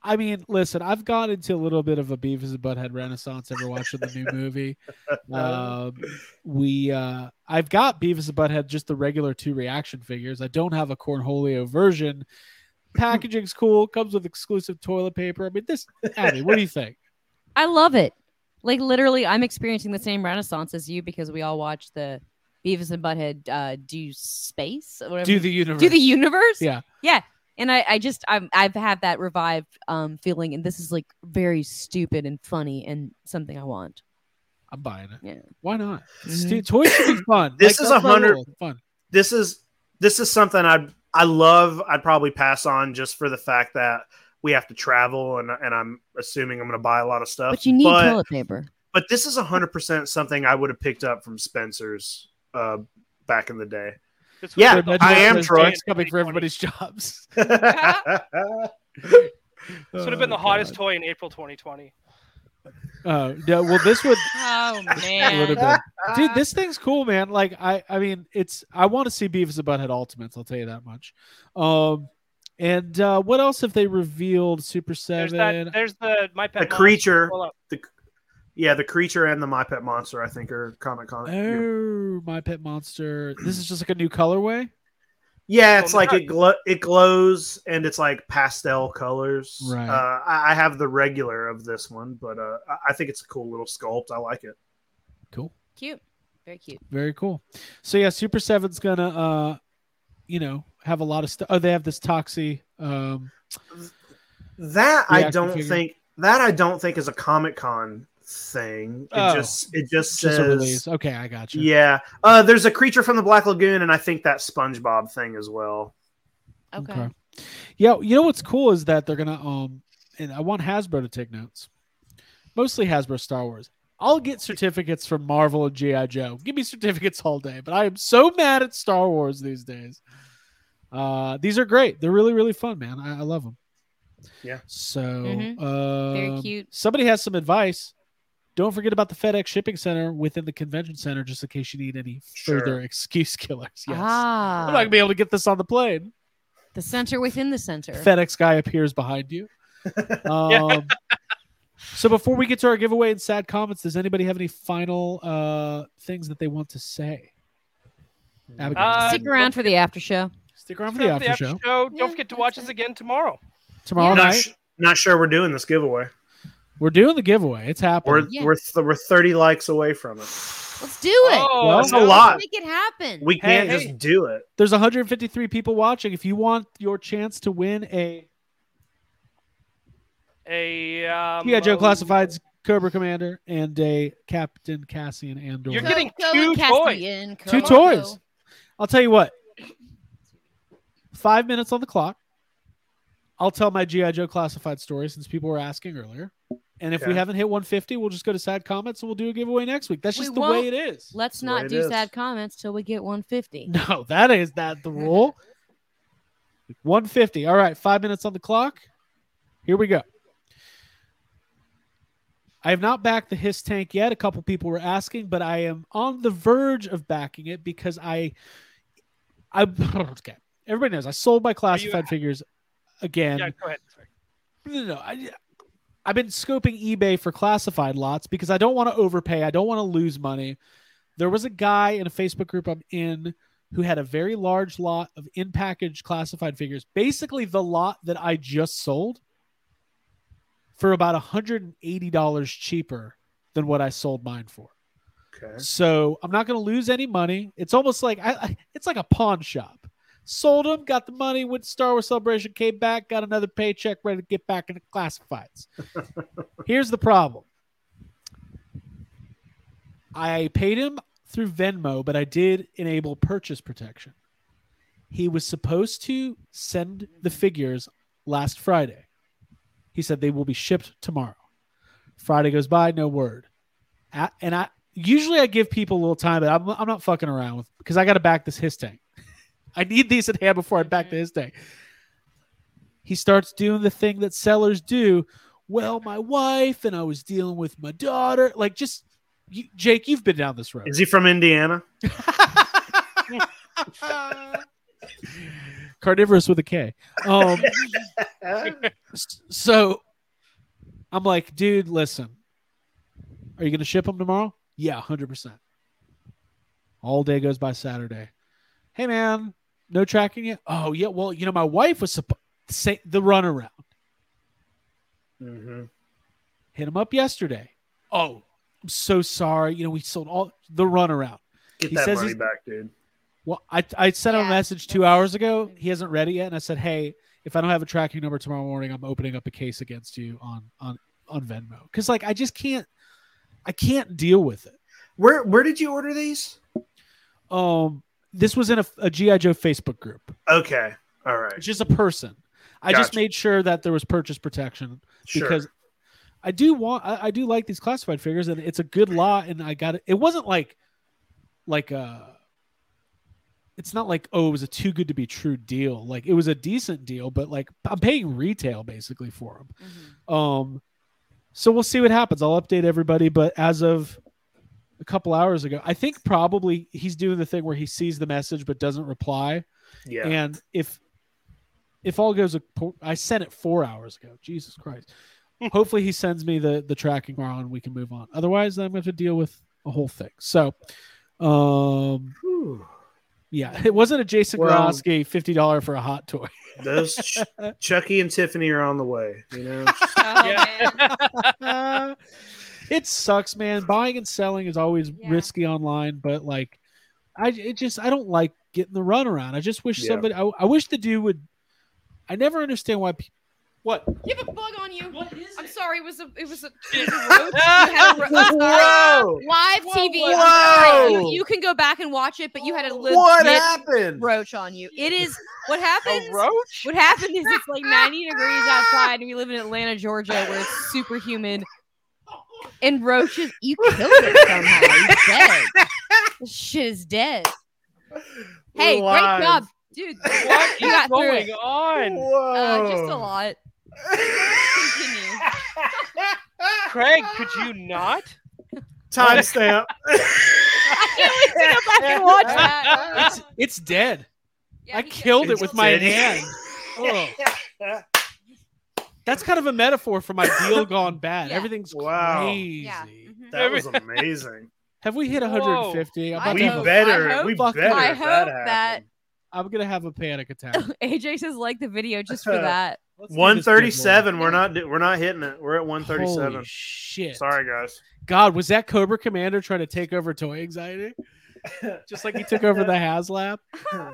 Speaker 2: I mean, listen, I've gone into a little bit of a Beavis and Butthead renaissance ever watching the new movie.
Speaker 5: Uh-huh.
Speaker 2: Um, we, uh, I've got Beavis and Butthead, just the regular two reaction figures. I don't have a Cornholio version. Packaging's cool. Comes with exclusive toilet paper. I mean, this, Abby, what do you think?
Speaker 3: I love it. Like literally, I'm experiencing the same renaissance as you because we all watch the Beavis and Butthead uh, do space, or whatever.
Speaker 2: Do the universe.
Speaker 3: Do the universe.
Speaker 2: Yeah.
Speaker 3: Yeah. And I, I just I'm, I've had that revived um, feeling, and this is like very stupid and funny and something I want.
Speaker 2: I'm buying it.
Speaker 3: Yeah.
Speaker 2: Why not? Dude, toys should be fun.
Speaker 5: Mm-hmm. This is
Speaker 2: that's
Speaker 5: a
Speaker 2: my
Speaker 5: hundred-
Speaker 2: rule. fun.
Speaker 5: This is this is something I I love. I'd probably pass on just for the fact that we have to travel and and I'm assuming I'm going to buy a lot of stuff.
Speaker 3: But you need
Speaker 5: Uh, but,
Speaker 3: toilet paper.
Speaker 5: but this is 100% something I would have picked up from Spencer's uh, back in the day.
Speaker 4: This was
Speaker 5: Yeah,
Speaker 4: the
Speaker 5: I am
Speaker 4: hottest
Speaker 5: Troy.
Speaker 4: toy in
Speaker 2: It's coming for
Speaker 4: 2020.
Speaker 2: everybody's jobs.
Speaker 4: This would have been the hottest toy in April 2020.
Speaker 2: Oh no! Well, this would
Speaker 3: Oh
Speaker 2: It would have been.
Speaker 4: Uh,
Speaker 2: Dude, this thing's cool, man. Like I, I mean, it's I want to see Beavis and Butthead Ultimates. I'll tell you that much. Um, and uh, what else have they revealed? Super
Speaker 4: There's
Speaker 2: Seven.
Speaker 4: that. There's the my pet
Speaker 5: the
Speaker 4: Monster.
Speaker 5: creature,
Speaker 4: Hold up.
Speaker 5: yeah, the creature and the My Pet Monster, I think, are Comic Con.
Speaker 2: oh, My Pet Monster. This is just like a new colorway.
Speaker 5: Yeah, it's
Speaker 4: Oh,
Speaker 5: like it
Speaker 4: nice.
Speaker 5: glo- it glows and it's like pastel colors.
Speaker 2: Right.
Speaker 5: Uh, I-, I have the regular of this one, but uh, I-, I think it's a cool little sculpt. I like it.
Speaker 2: Cool.
Speaker 3: Cute. Very cute.
Speaker 2: Very cool. So yeah, Super Seven's gonna, uh, you know, have a lot of stuff. Oh, they have this Toxie. Um,
Speaker 5: That I
Speaker 2: Reaction
Speaker 5: don't
Speaker 2: figure.
Speaker 5: think that I don't think is a Comic Con thing. It
Speaker 2: Oh.
Speaker 5: just it just
Speaker 2: just
Speaker 5: says
Speaker 2: a release. Okay, I got you.
Speaker 5: Yeah. Uh, there's a creature from the Black Lagoon, and I think that SpongeBob thing as well.
Speaker 3: Okay.
Speaker 2: Yeah, you know what's cool is that they're gonna um, and I want Hasbro to take notes. Mostly Hasbro Star Wars. I'll get certificates from Marvel and GI Joe. Give me certificates all day, but I am so mad at Star Wars these days. Uh, these are great. They're really really fun, man. I, I love them.
Speaker 5: Yeah.
Speaker 2: So
Speaker 3: Mhm.
Speaker 2: um,
Speaker 3: cute.
Speaker 2: Somebody has some advice. Don't forget about the FedEx shipping center within the convention center, just in case you need any
Speaker 5: Sure.
Speaker 2: further excuse killers. Yes.
Speaker 3: Ah,
Speaker 2: I'm not gonna be able to get this on the plane.
Speaker 3: the center within the center.
Speaker 2: FedEx guy appears behind you. Um, so before we get to our giveaway and sad comments, does anybody have any final uh, things that they want to say? Abigail,
Speaker 4: Uh,
Speaker 3: Stick around for the after show.
Speaker 2: stick around for the after, show
Speaker 4: Don't forget to watch us again tomorrow.
Speaker 2: tomorrow
Speaker 5: not,
Speaker 2: night.
Speaker 5: sh- not sure we're doing this giveaway.
Speaker 2: We're doing the giveaway. It's
Speaker 5: We're
Speaker 2: happening.
Speaker 3: Yeah.
Speaker 5: we're th- we're 30 likes away from it.
Speaker 3: Let's do it.
Speaker 4: Oh,
Speaker 5: That's a
Speaker 4: no.
Speaker 5: lot.
Speaker 3: Make it happen.
Speaker 5: We can't
Speaker 4: hey.
Speaker 5: just do it.
Speaker 2: There's 153 people watching. If you want your chance to win a
Speaker 4: A um,
Speaker 2: GI Joe
Speaker 4: uh,
Speaker 2: Classifieds Cobra Commander and a Captain Cassian Andor,
Speaker 4: You're getting
Speaker 3: Coco
Speaker 4: two
Speaker 3: and Caspian,
Speaker 2: two
Speaker 3: Coco.
Speaker 2: toys. I'll tell you what. Five minutes on the clock. I'll tell my GI Joe classified story since people were asking earlier. And if we
Speaker 5: Okay.
Speaker 2: haven't hit 150, we'll just go to sad comments and we'll do a giveaway next week. That's
Speaker 3: We
Speaker 2: just the way
Speaker 3: won't.
Speaker 2: it is.
Speaker 3: Let's
Speaker 5: the way
Speaker 3: not
Speaker 5: it
Speaker 3: do
Speaker 5: is.
Speaker 3: sad comments till we get 150.
Speaker 2: No, that is that the rule. 150. All right, five minutes on the clock. Here we go. I have not backed the Hiss tank yet. A couple people were asking, but I am on the verge of backing it because I, I okay. Everybody knows I sold my classified figures again.
Speaker 4: Yeah, go ahead. Sorry.
Speaker 2: No, no, no. I, I've been scoping eBay for classified lots because I don't want to overpay. I don't want to lose money. There was a guy in a Facebook group I'm in who had a very large lot of in package classified figures, basically the lot that I just sold for about $180 cheaper than what I sold mine for.
Speaker 5: Okay.
Speaker 2: So I'm not going to lose any money. It's almost like I, I- it's like a pawn shop. Sold them, got the money, went to Star Wars Celebration, came back, got another paycheck, ready to get back into classifieds. Here's the problem. I paid him through Venmo, but I did enable purchase protection. He was supposed to send the figures last Friday. He said they will be shipped tomorrow. Friday goes by, no word. A- And I usually I give people a little time, but I'm, I'm not fucking around with because I got to back this his tank. I need these in hand before I back the his tank. He starts doing the thing that sellers do. Well, my wife and I was dealing with my daughter. Like, just you, Jake, you've been down this road.
Speaker 5: Is he from Indiana?
Speaker 2: Carnivorous with a K. Um,
Speaker 5: Uh,
Speaker 2: S- so I'm like, dude, listen, are you going to ship them tomorrow? Yeah, 100%. All day goes by Saturday. Hey, man, no tracking yet? Oh, yeah. Well, you know, my wife was supposed say the runaround.
Speaker 5: Mhm.
Speaker 2: Hit him up yesterday. Oh, I'm so sorry. You know, we sold all the runaround.
Speaker 5: Get
Speaker 2: He
Speaker 5: that
Speaker 2: says
Speaker 5: money
Speaker 2: he's-
Speaker 5: back, dude.
Speaker 2: Well, I, I sent him a
Speaker 3: Yeah,
Speaker 2: message two
Speaker 3: that's-
Speaker 2: hours ago. He hasn't read it yet, and I said, "Hey, if I don't have a tracking number tomorrow morning, I'm opening up a case against you on on on Venmo." Because like I just can't, I can't deal with it.
Speaker 5: Where where did you order these?
Speaker 2: Um, this was in a, a GI Joe Facebook group,
Speaker 5: Okay. All right.
Speaker 2: which is a person. I just
Speaker 5: Gotcha.
Speaker 2: made sure that there was purchase protection
Speaker 5: Sure.
Speaker 2: because I do want I, I do like these classified figures and it's a good lot and I got it. It wasn't like like uh it's not like oh it was a too good to be true deal. Like it was a decent deal, but like I'm paying retail basically for them.
Speaker 3: Mm-hmm.
Speaker 2: Um, so we'll see what happens. I'll update everybody. But as of a couple hours ago, I think probably he's doing the thing where he sees the message but doesn't reply.
Speaker 5: yeah.
Speaker 2: And if if all goes, acco- I sent it four hours ago. Jesus Christ. Hopefully he sends me the the tracking tomorrow and we can move on. Otherwise, I'm going to have to deal with a whole thing. So, um,
Speaker 5: Whew.
Speaker 2: yeah, it wasn't a Jason
Speaker 5: Well-
Speaker 2: Grosky fifty dollar for a hot toy.
Speaker 5: Those Ch- Chucky and Tiffany are on the way. You know.
Speaker 3: Oh,
Speaker 4: Yeah.
Speaker 3: man.
Speaker 2: Uh, it sucks, man. Buying and selling is always
Speaker 3: Yeah.
Speaker 2: risky online, but like, I it just I don't like getting the runaround. I just wish
Speaker 5: Yeah.
Speaker 2: somebody. I, I wish the dude would. I never understand why. People, what?
Speaker 3: You have a bug on you. What is I'm sorry. It was a. It was a. It was a roach. You had a ro- I'm sorry.
Speaker 5: Whoa!
Speaker 3: Live
Speaker 2: Whoa,
Speaker 3: TV.
Speaker 2: whoa.
Speaker 3: I'm sorry. You, you can go back and watch it, but you had a legit
Speaker 5: What happened?
Speaker 3: roach on you. It is what happens.
Speaker 4: A roach?
Speaker 3: What happened is it's like 90 degrees outside, and we live in Atlanta, Georgia, where it's super humid. And roaches, you killed it somehow. It's dead. This shit is dead. Hey,
Speaker 5: Live.
Speaker 3: great job, dude.
Speaker 4: What
Speaker 3: You
Speaker 4: is
Speaker 3: got through
Speaker 4: going
Speaker 3: it.
Speaker 4: on?
Speaker 5: Whoa!
Speaker 3: Uh, just a lot. Continue.
Speaker 4: Craig, could you not?
Speaker 5: Timestamp.
Speaker 3: I can't wait to go back and watch that.
Speaker 2: It's it's dead.
Speaker 3: Yeah,
Speaker 2: I
Speaker 3: he
Speaker 2: killed
Speaker 5: It's
Speaker 2: it with my
Speaker 5: dead.
Speaker 2: hand.
Speaker 3: Oh.
Speaker 2: Ugh. That's kind of a metaphor for my deal gone bad.
Speaker 3: Yeah.
Speaker 2: Everything's
Speaker 5: Wow.
Speaker 2: crazy.
Speaker 3: Yeah. mhm.
Speaker 5: That was amazing.
Speaker 2: Have we hit 150? I'm,
Speaker 3: I
Speaker 2: about
Speaker 5: we
Speaker 2: to
Speaker 3: hope-
Speaker 2: have-
Speaker 5: better.
Speaker 3: I hope-
Speaker 5: we
Speaker 2: Fuck,
Speaker 5: better. if
Speaker 3: I hope
Speaker 5: happened.
Speaker 2: I'm gonna have a panic attack.
Speaker 3: AJ says like the video just for that.
Speaker 2: Let's do this big one.
Speaker 5: 137. We're not. We're not hitting it. We're at 137.
Speaker 2: Holy shit.
Speaker 5: Sorry, guys.
Speaker 2: God, was that Cobra Commander trying to take over Toy Anxiety? Just like he took over the HasLab?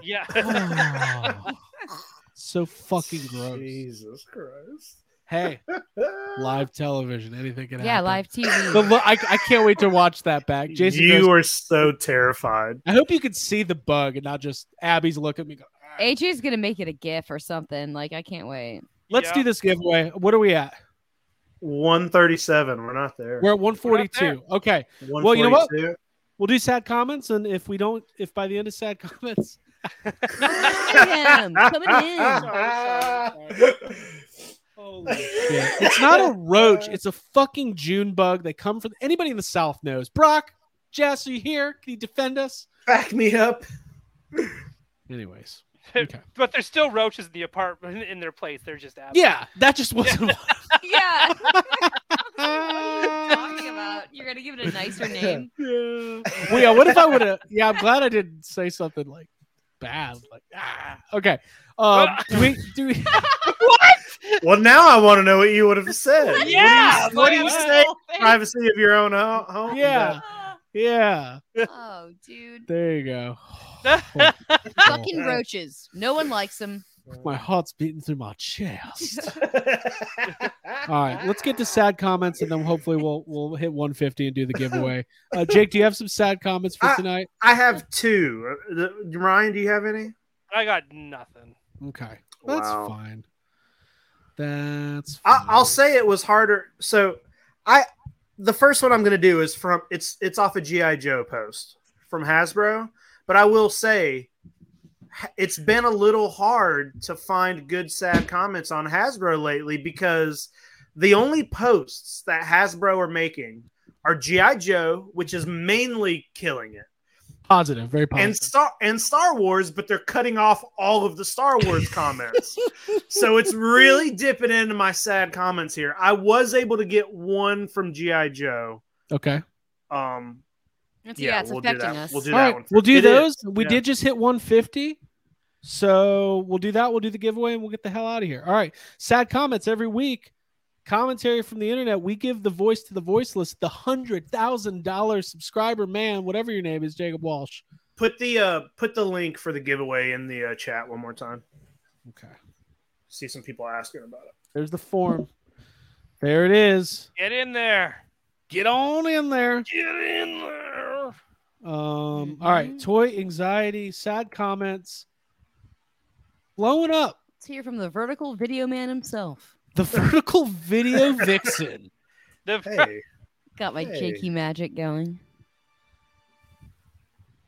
Speaker 4: Yeah.
Speaker 2: Oh, so fucking gross.
Speaker 5: Jesus Christ. Ah.
Speaker 2: Hey, live television, anything can happen.
Speaker 3: Yeah, live TV.
Speaker 2: The lo- I, I can't wait to watch that back. Jason,
Speaker 5: you
Speaker 2: Gross,
Speaker 5: are so terrified.
Speaker 2: I hope you could see the bug and not just Abby's look at me. Go,
Speaker 3: AJ's gonna make it a GIF or something. Like I can't wait.
Speaker 2: Let's
Speaker 4: Yeah.
Speaker 2: do this giveaway. What are we at?
Speaker 5: 137. We're not there.
Speaker 2: We're at
Speaker 4: We're
Speaker 2: 142. Okay. well, you know what? We'll do sad comments. And if we don't, if by the end of sad comments,
Speaker 3: Look at him coming in.
Speaker 2: Yeah. It's not a roach. It's a fucking June bug. They come from anybody in the South knows. Brock, Jess, are you here? Can you defend us?
Speaker 5: Back me up.
Speaker 2: Anyways. Okay.
Speaker 4: But there's still roaches in the apartment in their place. They're just absent.
Speaker 2: Yeah, that just wasn't.
Speaker 3: Yeah. Talking about you're gonna give it a nicer name.
Speaker 2: yeah. Well, yeah, what if I would have? Yeah, I'm glad I didn't say something like bad. Like, ah. Okay. Um, do we, do we,
Speaker 5: Well, now I want to know what you would have said.
Speaker 4: Yeah,
Speaker 5: What do you
Speaker 4: like,
Speaker 5: say? Privacy of your own ho- home.
Speaker 2: yeah. Yeah.
Speaker 3: Oh, dude.
Speaker 2: There you go.
Speaker 3: Fucking roaches. No one likes them.
Speaker 2: My heart's beating through my chest.
Speaker 5: All
Speaker 2: All right, let's get to sad comments, and then hopefully we'll we'll hit 150 and do the giveaway. Uh, Jake, do you have some sad comments for
Speaker 5: I-
Speaker 2: tonight?
Speaker 5: I have two. Uh, the- Ryan, do you have any?
Speaker 4: I got nothing.
Speaker 2: Okay, that's
Speaker 5: Wow.
Speaker 2: fine. That's.
Speaker 5: I, I'll
Speaker 2: fine.
Speaker 5: say it was harder. So, I the first one I'm going to do is from it's it's off a GI Joe post from Hasbro, but I will say ha- it's been a little hard to find good sad comments on Hasbro lately because the only posts that Hasbro are making are GI Joe, which is mainly killing it,
Speaker 2: positive, very positive.
Speaker 5: and Star and Star Wars, but they're cutting off all of the Star Wars comments. so it's really dipping into my sad comments here. I was able to get one from GI Joe.
Speaker 2: okay.
Speaker 5: Um,
Speaker 3: It's,
Speaker 5: yeah,
Speaker 3: yeah, it's
Speaker 5: we'll do
Speaker 3: affecting
Speaker 5: that.
Speaker 3: us.
Speaker 5: We'll do
Speaker 2: All
Speaker 5: that
Speaker 2: right,
Speaker 5: one.
Speaker 2: we'll do
Speaker 5: It
Speaker 2: those. We
Speaker 5: yeah.
Speaker 2: did just hit 150, so we'll do that. We'll do the giveaway, and we'll get the hell out of here. All right, sad comments every week. Commentary from the internet. We give the voice to the voiceless. The hundred thousand dollar subscriber man, whatever your name is, Jacob Walsh.
Speaker 5: Put the uh, put the link for the giveaway in the uh, chat one more time.
Speaker 2: Okay,
Speaker 5: See some people asking about it.
Speaker 2: there's the form. There it is.
Speaker 4: Get in there.
Speaker 2: Get on in there.
Speaker 4: Get in there.
Speaker 2: Um, all right, toy anxiety, sad comments, blowing up.
Speaker 3: Let's hear from the vertical video man himself.
Speaker 2: The vertical video vixen.
Speaker 4: The
Speaker 5: Hey,
Speaker 3: Got my
Speaker 5: Hey.
Speaker 3: jakey magic going.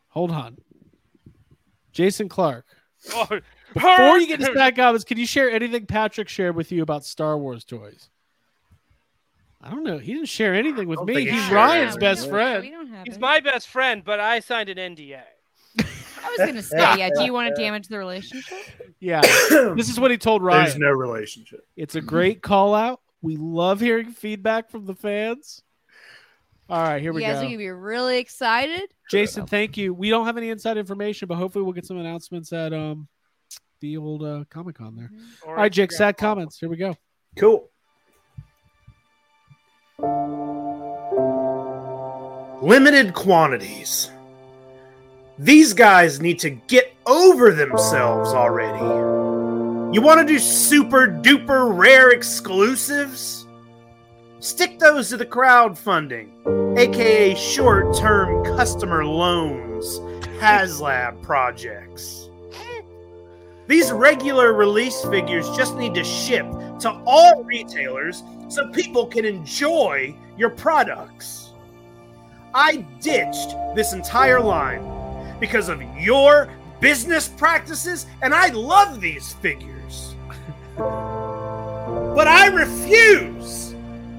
Speaker 2: Hold on. Jason Clark.
Speaker 4: Oh,
Speaker 2: Before you get to sad comments, can you share anything Patrick shared with you about Star Wars toys? I don't know. He didn't share anything with
Speaker 5: don't
Speaker 2: me.
Speaker 5: think he
Speaker 2: He's
Speaker 5: shared
Speaker 2: Ryan's
Speaker 5: anything.
Speaker 2: best
Speaker 3: We
Speaker 2: friend.
Speaker 3: don't have
Speaker 4: He's
Speaker 3: it.
Speaker 4: my best friend, but I signed an NDA.
Speaker 3: I was gonna say, yeah. Do you want to damage the relationship?
Speaker 2: Yeah.
Speaker 5: there's
Speaker 2: This is what he told Ryan.
Speaker 5: no relationship.
Speaker 2: It's a great call out. We love hearing feedback from the fans. All right, here we
Speaker 3: you guys
Speaker 2: go.
Speaker 3: are gonna be really excited.
Speaker 2: Jason, thank you. We don't have any inside information, but hopefully we'll get some announcements at um the old uh, Comic Con there.
Speaker 3: Mm-hmm.
Speaker 4: Or
Speaker 2: All right, Jake,
Speaker 4: Instagram
Speaker 2: sad
Speaker 4: follow.
Speaker 2: comments. Here we go.
Speaker 5: Cool. Limited quantities. These guys need to get over themselves already. You want to do super duper rare exclusives? Stick those to the crowdfunding, aka short term customer loans, HasLab projects. These regular release figures just need to ship to all retailers so people can enjoy your products. I ditched this entire line because of your business practices, and I love these figures. but I refuse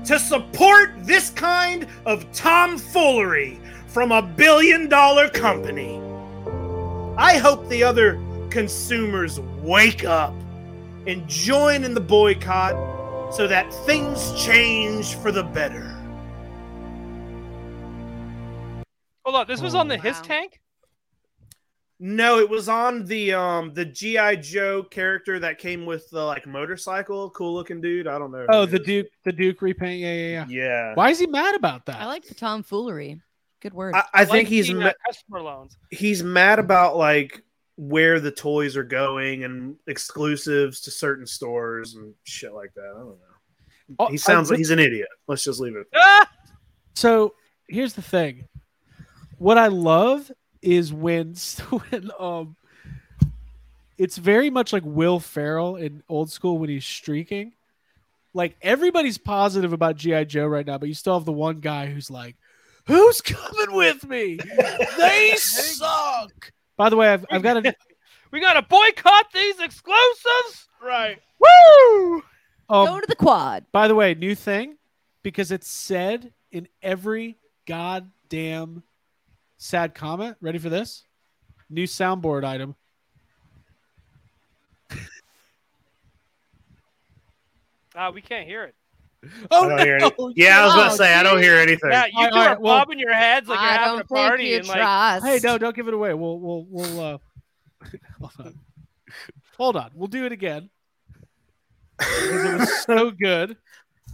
Speaker 5: to support this kind of tomfoolery from a billion dollar company. I hope the other consumers wake up and join in the boycott so that things change for the better.
Speaker 4: Hold on, this was on the his
Speaker 3: Oh, Wow.
Speaker 4: tank.
Speaker 5: No, it was on the um the GI Joe character that came with the like motorcycle, cool looking dude. I don't know. who
Speaker 2: Oh,
Speaker 5: it
Speaker 2: the
Speaker 5: is.
Speaker 2: Duke, the Duke repaint. Yeah, yeah, yeah.
Speaker 5: Yeah,
Speaker 2: Why is he mad about that?
Speaker 3: I like the tomfoolery. Good word.
Speaker 5: I, I think
Speaker 4: Like
Speaker 5: he's
Speaker 4: the,
Speaker 5: ma-
Speaker 4: uh, customer loans.
Speaker 5: he's mad about like where the toys are going and exclusives to certain stores and shit like that. I don't know.
Speaker 2: Oh,
Speaker 5: He sounds
Speaker 2: I-
Speaker 5: like he's an idiot. Let's just leave it.
Speaker 4: Ah!
Speaker 2: so. Here's the thing. What I love is when, when um, it's very much like Will Ferrell in old school when he's streaking. Like everybody's positive about GI Joe right now, but you still have the one guy who's like, "Who's coming with me? They suck." By the way, I've, I've got a
Speaker 4: We gotta boycott these exclusives. Right.
Speaker 2: woo. Um,
Speaker 3: Go to the quad.
Speaker 2: By the way, new thing because it's said in every goddamn sad comment. Ready for this? New soundboard item.
Speaker 4: Uh, we can't hear it.
Speaker 2: Oh,
Speaker 5: I don't hear any-
Speaker 2: no.
Speaker 5: Yeah, I was about to
Speaker 3: Oh,
Speaker 5: say I don't hear anything.
Speaker 4: Yeah, you
Speaker 2: All right,
Speaker 4: two
Speaker 2: all
Speaker 4: are
Speaker 2: right, well-
Speaker 4: bobbing your heads like you're
Speaker 3: I
Speaker 4: having a
Speaker 3: don't think
Speaker 4: party
Speaker 3: you
Speaker 4: and like
Speaker 3: trust.
Speaker 2: Hey, no, don't give it away. We'll we'll we'll uh hold on. Hold on. We'll do it again. Because it was so good.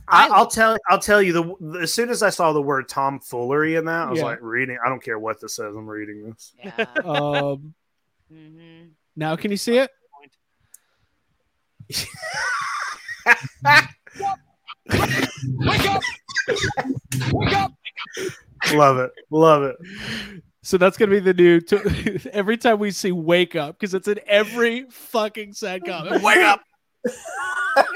Speaker 5: I, I'll tell I'll tell you the as soon as I saw the word tomfoolery in that, I was
Speaker 2: Yeah.
Speaker 5: like reading. I don't care what this says. I'm reading this.
Speaker 3: Yeah.
Speaker 2: Um
Speaker 3: hmm
Speaker 2: now can you see it?
Speaker 8: Wake up! Wake up!
Speaker 5: Love it. Love it.
Speaker 2: So that's gonna be the new every time we see wake up, because it's in every fucking sad comment. Wake up!
Speaker 4: Wake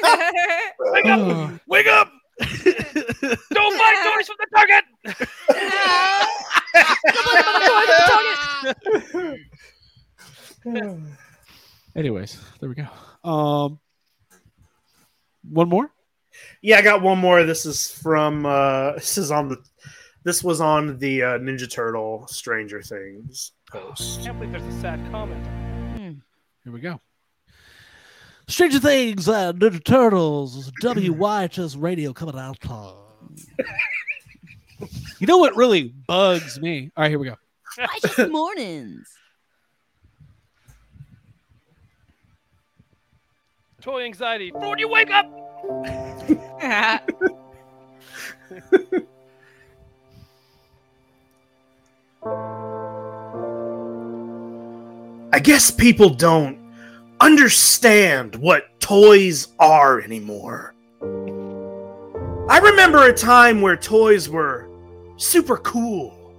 Speaker 4: up!
Speaker 2: Oh.
Speaker 4: Wake up! Don't fight toys from the target.
Speaker 2: Anyways, there we go. Um, one more.
Speaker 5: Yeah, I got one more. This is from uh this is on the this was on the uh, Ninja Turtle Stranger Things post.
Speaker 4: Can't believe there's a sad comment.
Speaker 2: Here we go. Stranger Things, uh, Ninja Turtles, WYHS Radio coming out. you know what really bugs me? All right, here we go.
Speaker 3: Why just mornings?
Speaker 4: Toy anxiety. Bro, you wake up!
Speaker 5: I guess people don't understand what toys are anymore. I remember a time where toys were super cool,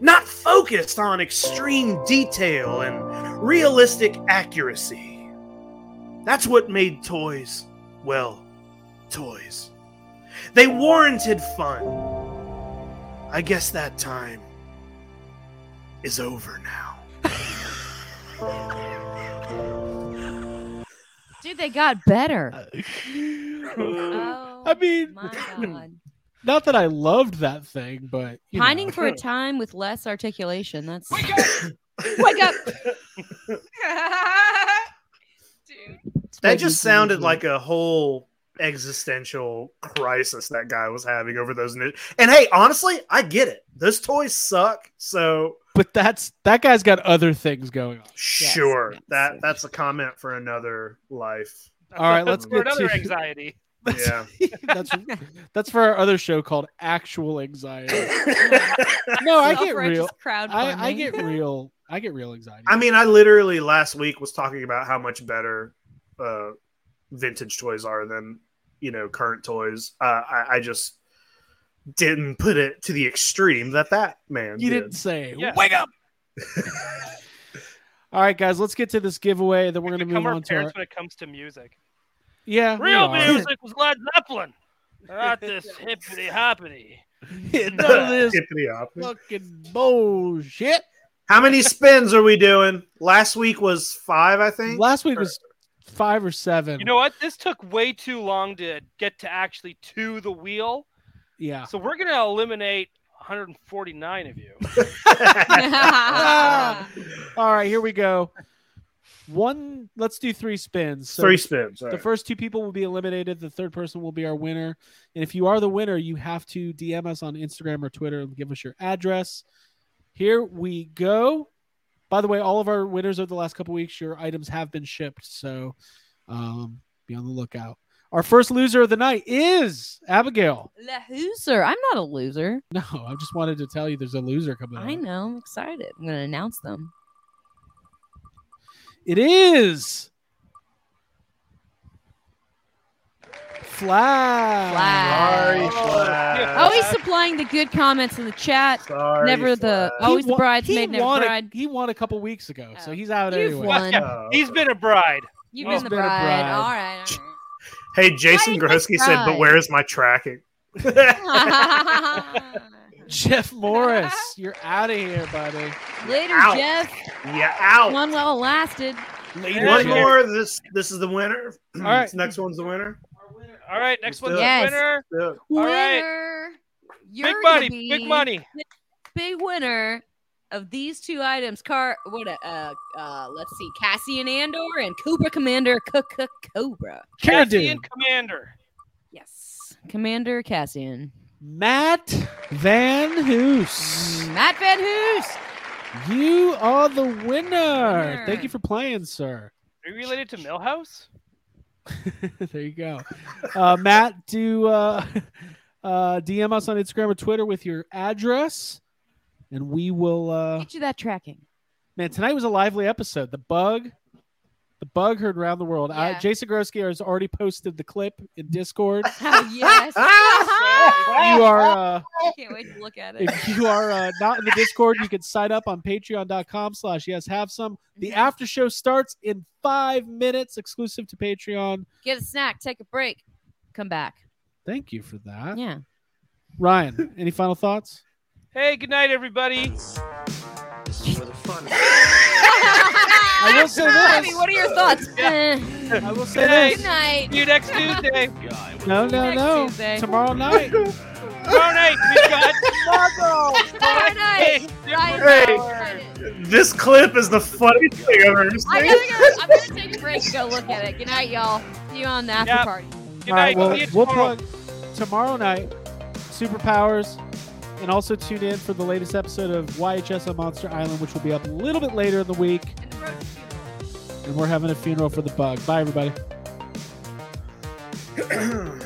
Speaker 5: not focused on extreme detail and realistic accuracy. That's what made toys, well, toys. They warranted fun. I guess that time is over now.
Speaker 3: Dude, they got better. Uh,
Speaker 2: I mean,
Speaker 3: Oh my God.
Speaker 2: not that I loved that thing, but you know.
Speaker 3: Pining for a time with less articulation. That's wake up, wake up.
Speaker 5: That just sounded like a whole existential crisis that guy was having over those. New- and hey, honestly, I get it. Those toys suck. So
Speaker 2: But that's that guy's got other things going on.
Speaker 5: sure,
Speaker 3: yes,
Speaker 5: that
Speaker 3: yes.
Speaker 5: that's a comment for another life.
Speaker 2: All right, let's
Speaker 4: for
Speaker 2: get
Speaker 4: another
Speaker 2: to-
Speaker 4: anxiety.
Speaker 5: Yeah.
Speaker 2: that's that's for our other show called Actual Anxiety. No, Oh, I get real. I, I get real. I get real anxiety.
Speaker 5: I mean, I literally last week was talking about how much better uh, vintage toys are than you know current toys. Uh, I, I just didn't put it to the extreme that that man
Speaker 2: you
Speaker 5: did.
Speaker 2: didn't say.
Speaker 4: Yeah.
Speaker 2: Wake up. All right, guys, let's get to this giveaway. Then we're
Speaker 4: We
Speaker 2: gonna
Speaker 4: become
Speaker 2: move
Speaker 4: our
Speaker 2: on to our
Speaker 4: parents when it comes to music.
Speaker 2: yeah. we
Speaker 4: Real
Speaker 2: are.
Speaker 4: music was Led Zeppelin. Not this hippity hoppity.
Speaker 2: None of this
Speaker 5: Tiffany Hopkins.
Speaker 2: fucking bullshit.
Speaker 5: How many spins are we doing? Last week was five, I think.
Speaker 2: Last week was five or seven.
Speaker 4: You know what? This took way too long to get to actually to the wheel.
Speaker 2: yeah.
Speaker 4: So we're gonna eliminate 149 of you.
Speaker 2: All right, here we go. One. Let's do three spins. So
Speaker 5: Three spins. all
Speaker 2: The
Speaker 5: right.
Speaker 2: first two people will be eliminated. The third person will be our winner. And if you are the winner, you have to DM us on Instagram or Twitter and give us your address. Here we go. By the way, all of our winners over the last couple weeks, your items have been shipped. So um, be on the lookout. Our first loser of the night is Abigail.
Speaker 3: La loser. I'm not a loser.
Speaker 2: No, I just wanted to tell you there's a loser coming up.
Speaker 3: I know. I'm excited. I'm gonna announce them.
Speaker 2: It is Fly.
Speaker 3: Flash.
Speaker 5: Sorry,
Speaker 2: Uh,
Speaker 5: Flash.
Speaker 3: Always supplying the good comments in the chat.
Speaker 5: Sorry,
Speaker 3: Oh, Never the
Speaker 2: He
Speaker 3: always Oh, the
Speaker 2: wa-
Speaker 3: bridesmaid,
Speaker 2: he
Speaker 3: never
Speaker 2: won a-
Speaker 3: bride.
Speaker 2: he won a couple weeks ago, so
Speaker 3: Oh.
Speaker 2: he's out
Speaker 3: You've
Speaker 2: anyway.
Speaker 3: won.
Speaker 5: Flash. Oh.
Speaker 4: He's been a bride.
Speaker 3: You've
Speaker 2: He's
Speaker 3: been the
Speaker 2: been a bride.
Speaker 3: bride. All right.
Speaker 5: Hey, Jason
Speaker 3: Why didn't I
Speaker 5: Grosky said,
Speaker 3: try?
Speaker 5: but where's my tracking?
Speaker 3: All right.
Speaker 2: Jeff Morris, you're out of here, buddy.
Speaker 3: Later,
Speaker 5: Ow.
Speaker 3: Jeff.
Speaker 5: Yeah, out.
Speaker 3: One well lasted.
Speaker 2: Later,
Speaker 5: One
Speaker 2: Jeff.
Speaker 5: more. This this is the winner. All
Speaker 2: right.
Speaker 5: This next one's the winner.
Speaker 4: All right, next one's
Speaker 3: Yes.
Speaker 4: the winner.
Speaker 5: Yeah.
Speaker 4: All right.
Speaker 3: Winner. You're
Speaker 4: big
Speaker 3: gonna
Speaker 4: money, big
Speaker 3: be
Speaker 4: money.
Speaker 3: Big winner of these two items. Car. What a. Uh, uh, let's see. Cassian Andor and Cobra Commander Cook Cobra.
Speaker 2: Carradine,
Speaker 4: Cassian Commander.
Speaker 3: Yes. Commander Cassian.
Speaker 2: Matt Van Hoos.
Speaker 3: Matt Van Hoos.
Speaker 2: You are the winner. Thank
Speaker 3: Winner.
Speaker 2: you for playing, sir.
Speaker 4: Are you related to Millhouse?
Speaker 2: there you go. Uh, Matt, do uh, uh, DM us on Instagram or Twitter with your address, and we will. Uh,
Speaker 3: Get you that tracking.
Speaker 2: man, tonight was a lively episode. The bug, the bug heard around the world. Uh,
Speaker 3: Yeah.
Speaker 2: Jason Grosky has already posted the clip in Discord.
Speaker 3: Oh, yes.
Speaker 2: you are uh,
Speaker 3: I can't wait to look at it.
Speaker 2: if you are uh, not in the Discord, you can sign up on patreon.com slash yes have some. The
Speaker 3: Mhm.
Speaker 2: after show starts in five minutes, exclusive to Patreon.
Speaker 3: Get a snack, take a break, come back.
Speaker 2: Thank you for that.
Speaker 3: Yeah.
Speaker 2: Ryan, any final thoughts?
Speaker 4: Hey, good night, everybody.
Speaker 1: This is where the fun
Speaker 2: I will say
Speaker 3: Abby,
Speaker 2: this.
Speaker 3: what are your thoughts? Eh.
Speaker 2: I will say
Speaker 4: Hey.
Speaker 3: Good
Speaker 2: this.
Speaker 3: night.
Speaker 4: See you next Tuesday.
Speaker 9: Guy with
Speaker 2: No, no,
Speaker 3: Next
Speaker 2: no.
Speaker 3: Tuesday.
Speaker 2: Tomorrow night.
Speaker 4: Tomorrow night, we've got Chicago.
Speaker 3: Tomorrow night. Ryan,
Speaker 5: Hey.
Speaker 3: I'm excited.
Speaker 5: This clip is the funniest thing I've ever
Speaker 3: I'm
Speaker 5: seen.
Speaker 3: gonna, go, I'm gonna take a break and go look at it. Good night, y'all. See you on the after
Speaker 4: Yeah.
Speaker 3: party.
Speaker 4: Good
Speaker 2: All right,
Speaker 4: night.
Speaker 2: well,
Speaker 4: See you
Speaker 2: we'll
Speaker 4: tomorrow.
Speaker 2: plug tomorrow night, Superpowers, and also tune in for the latest episode of YHS on Monster Island, which will be up a little bit later in the week.
Speaker 3: And the road to funeral.
Speaker 2: And we're having a funeral for the bug. Bye, everybody.
Speaker 5: Hey.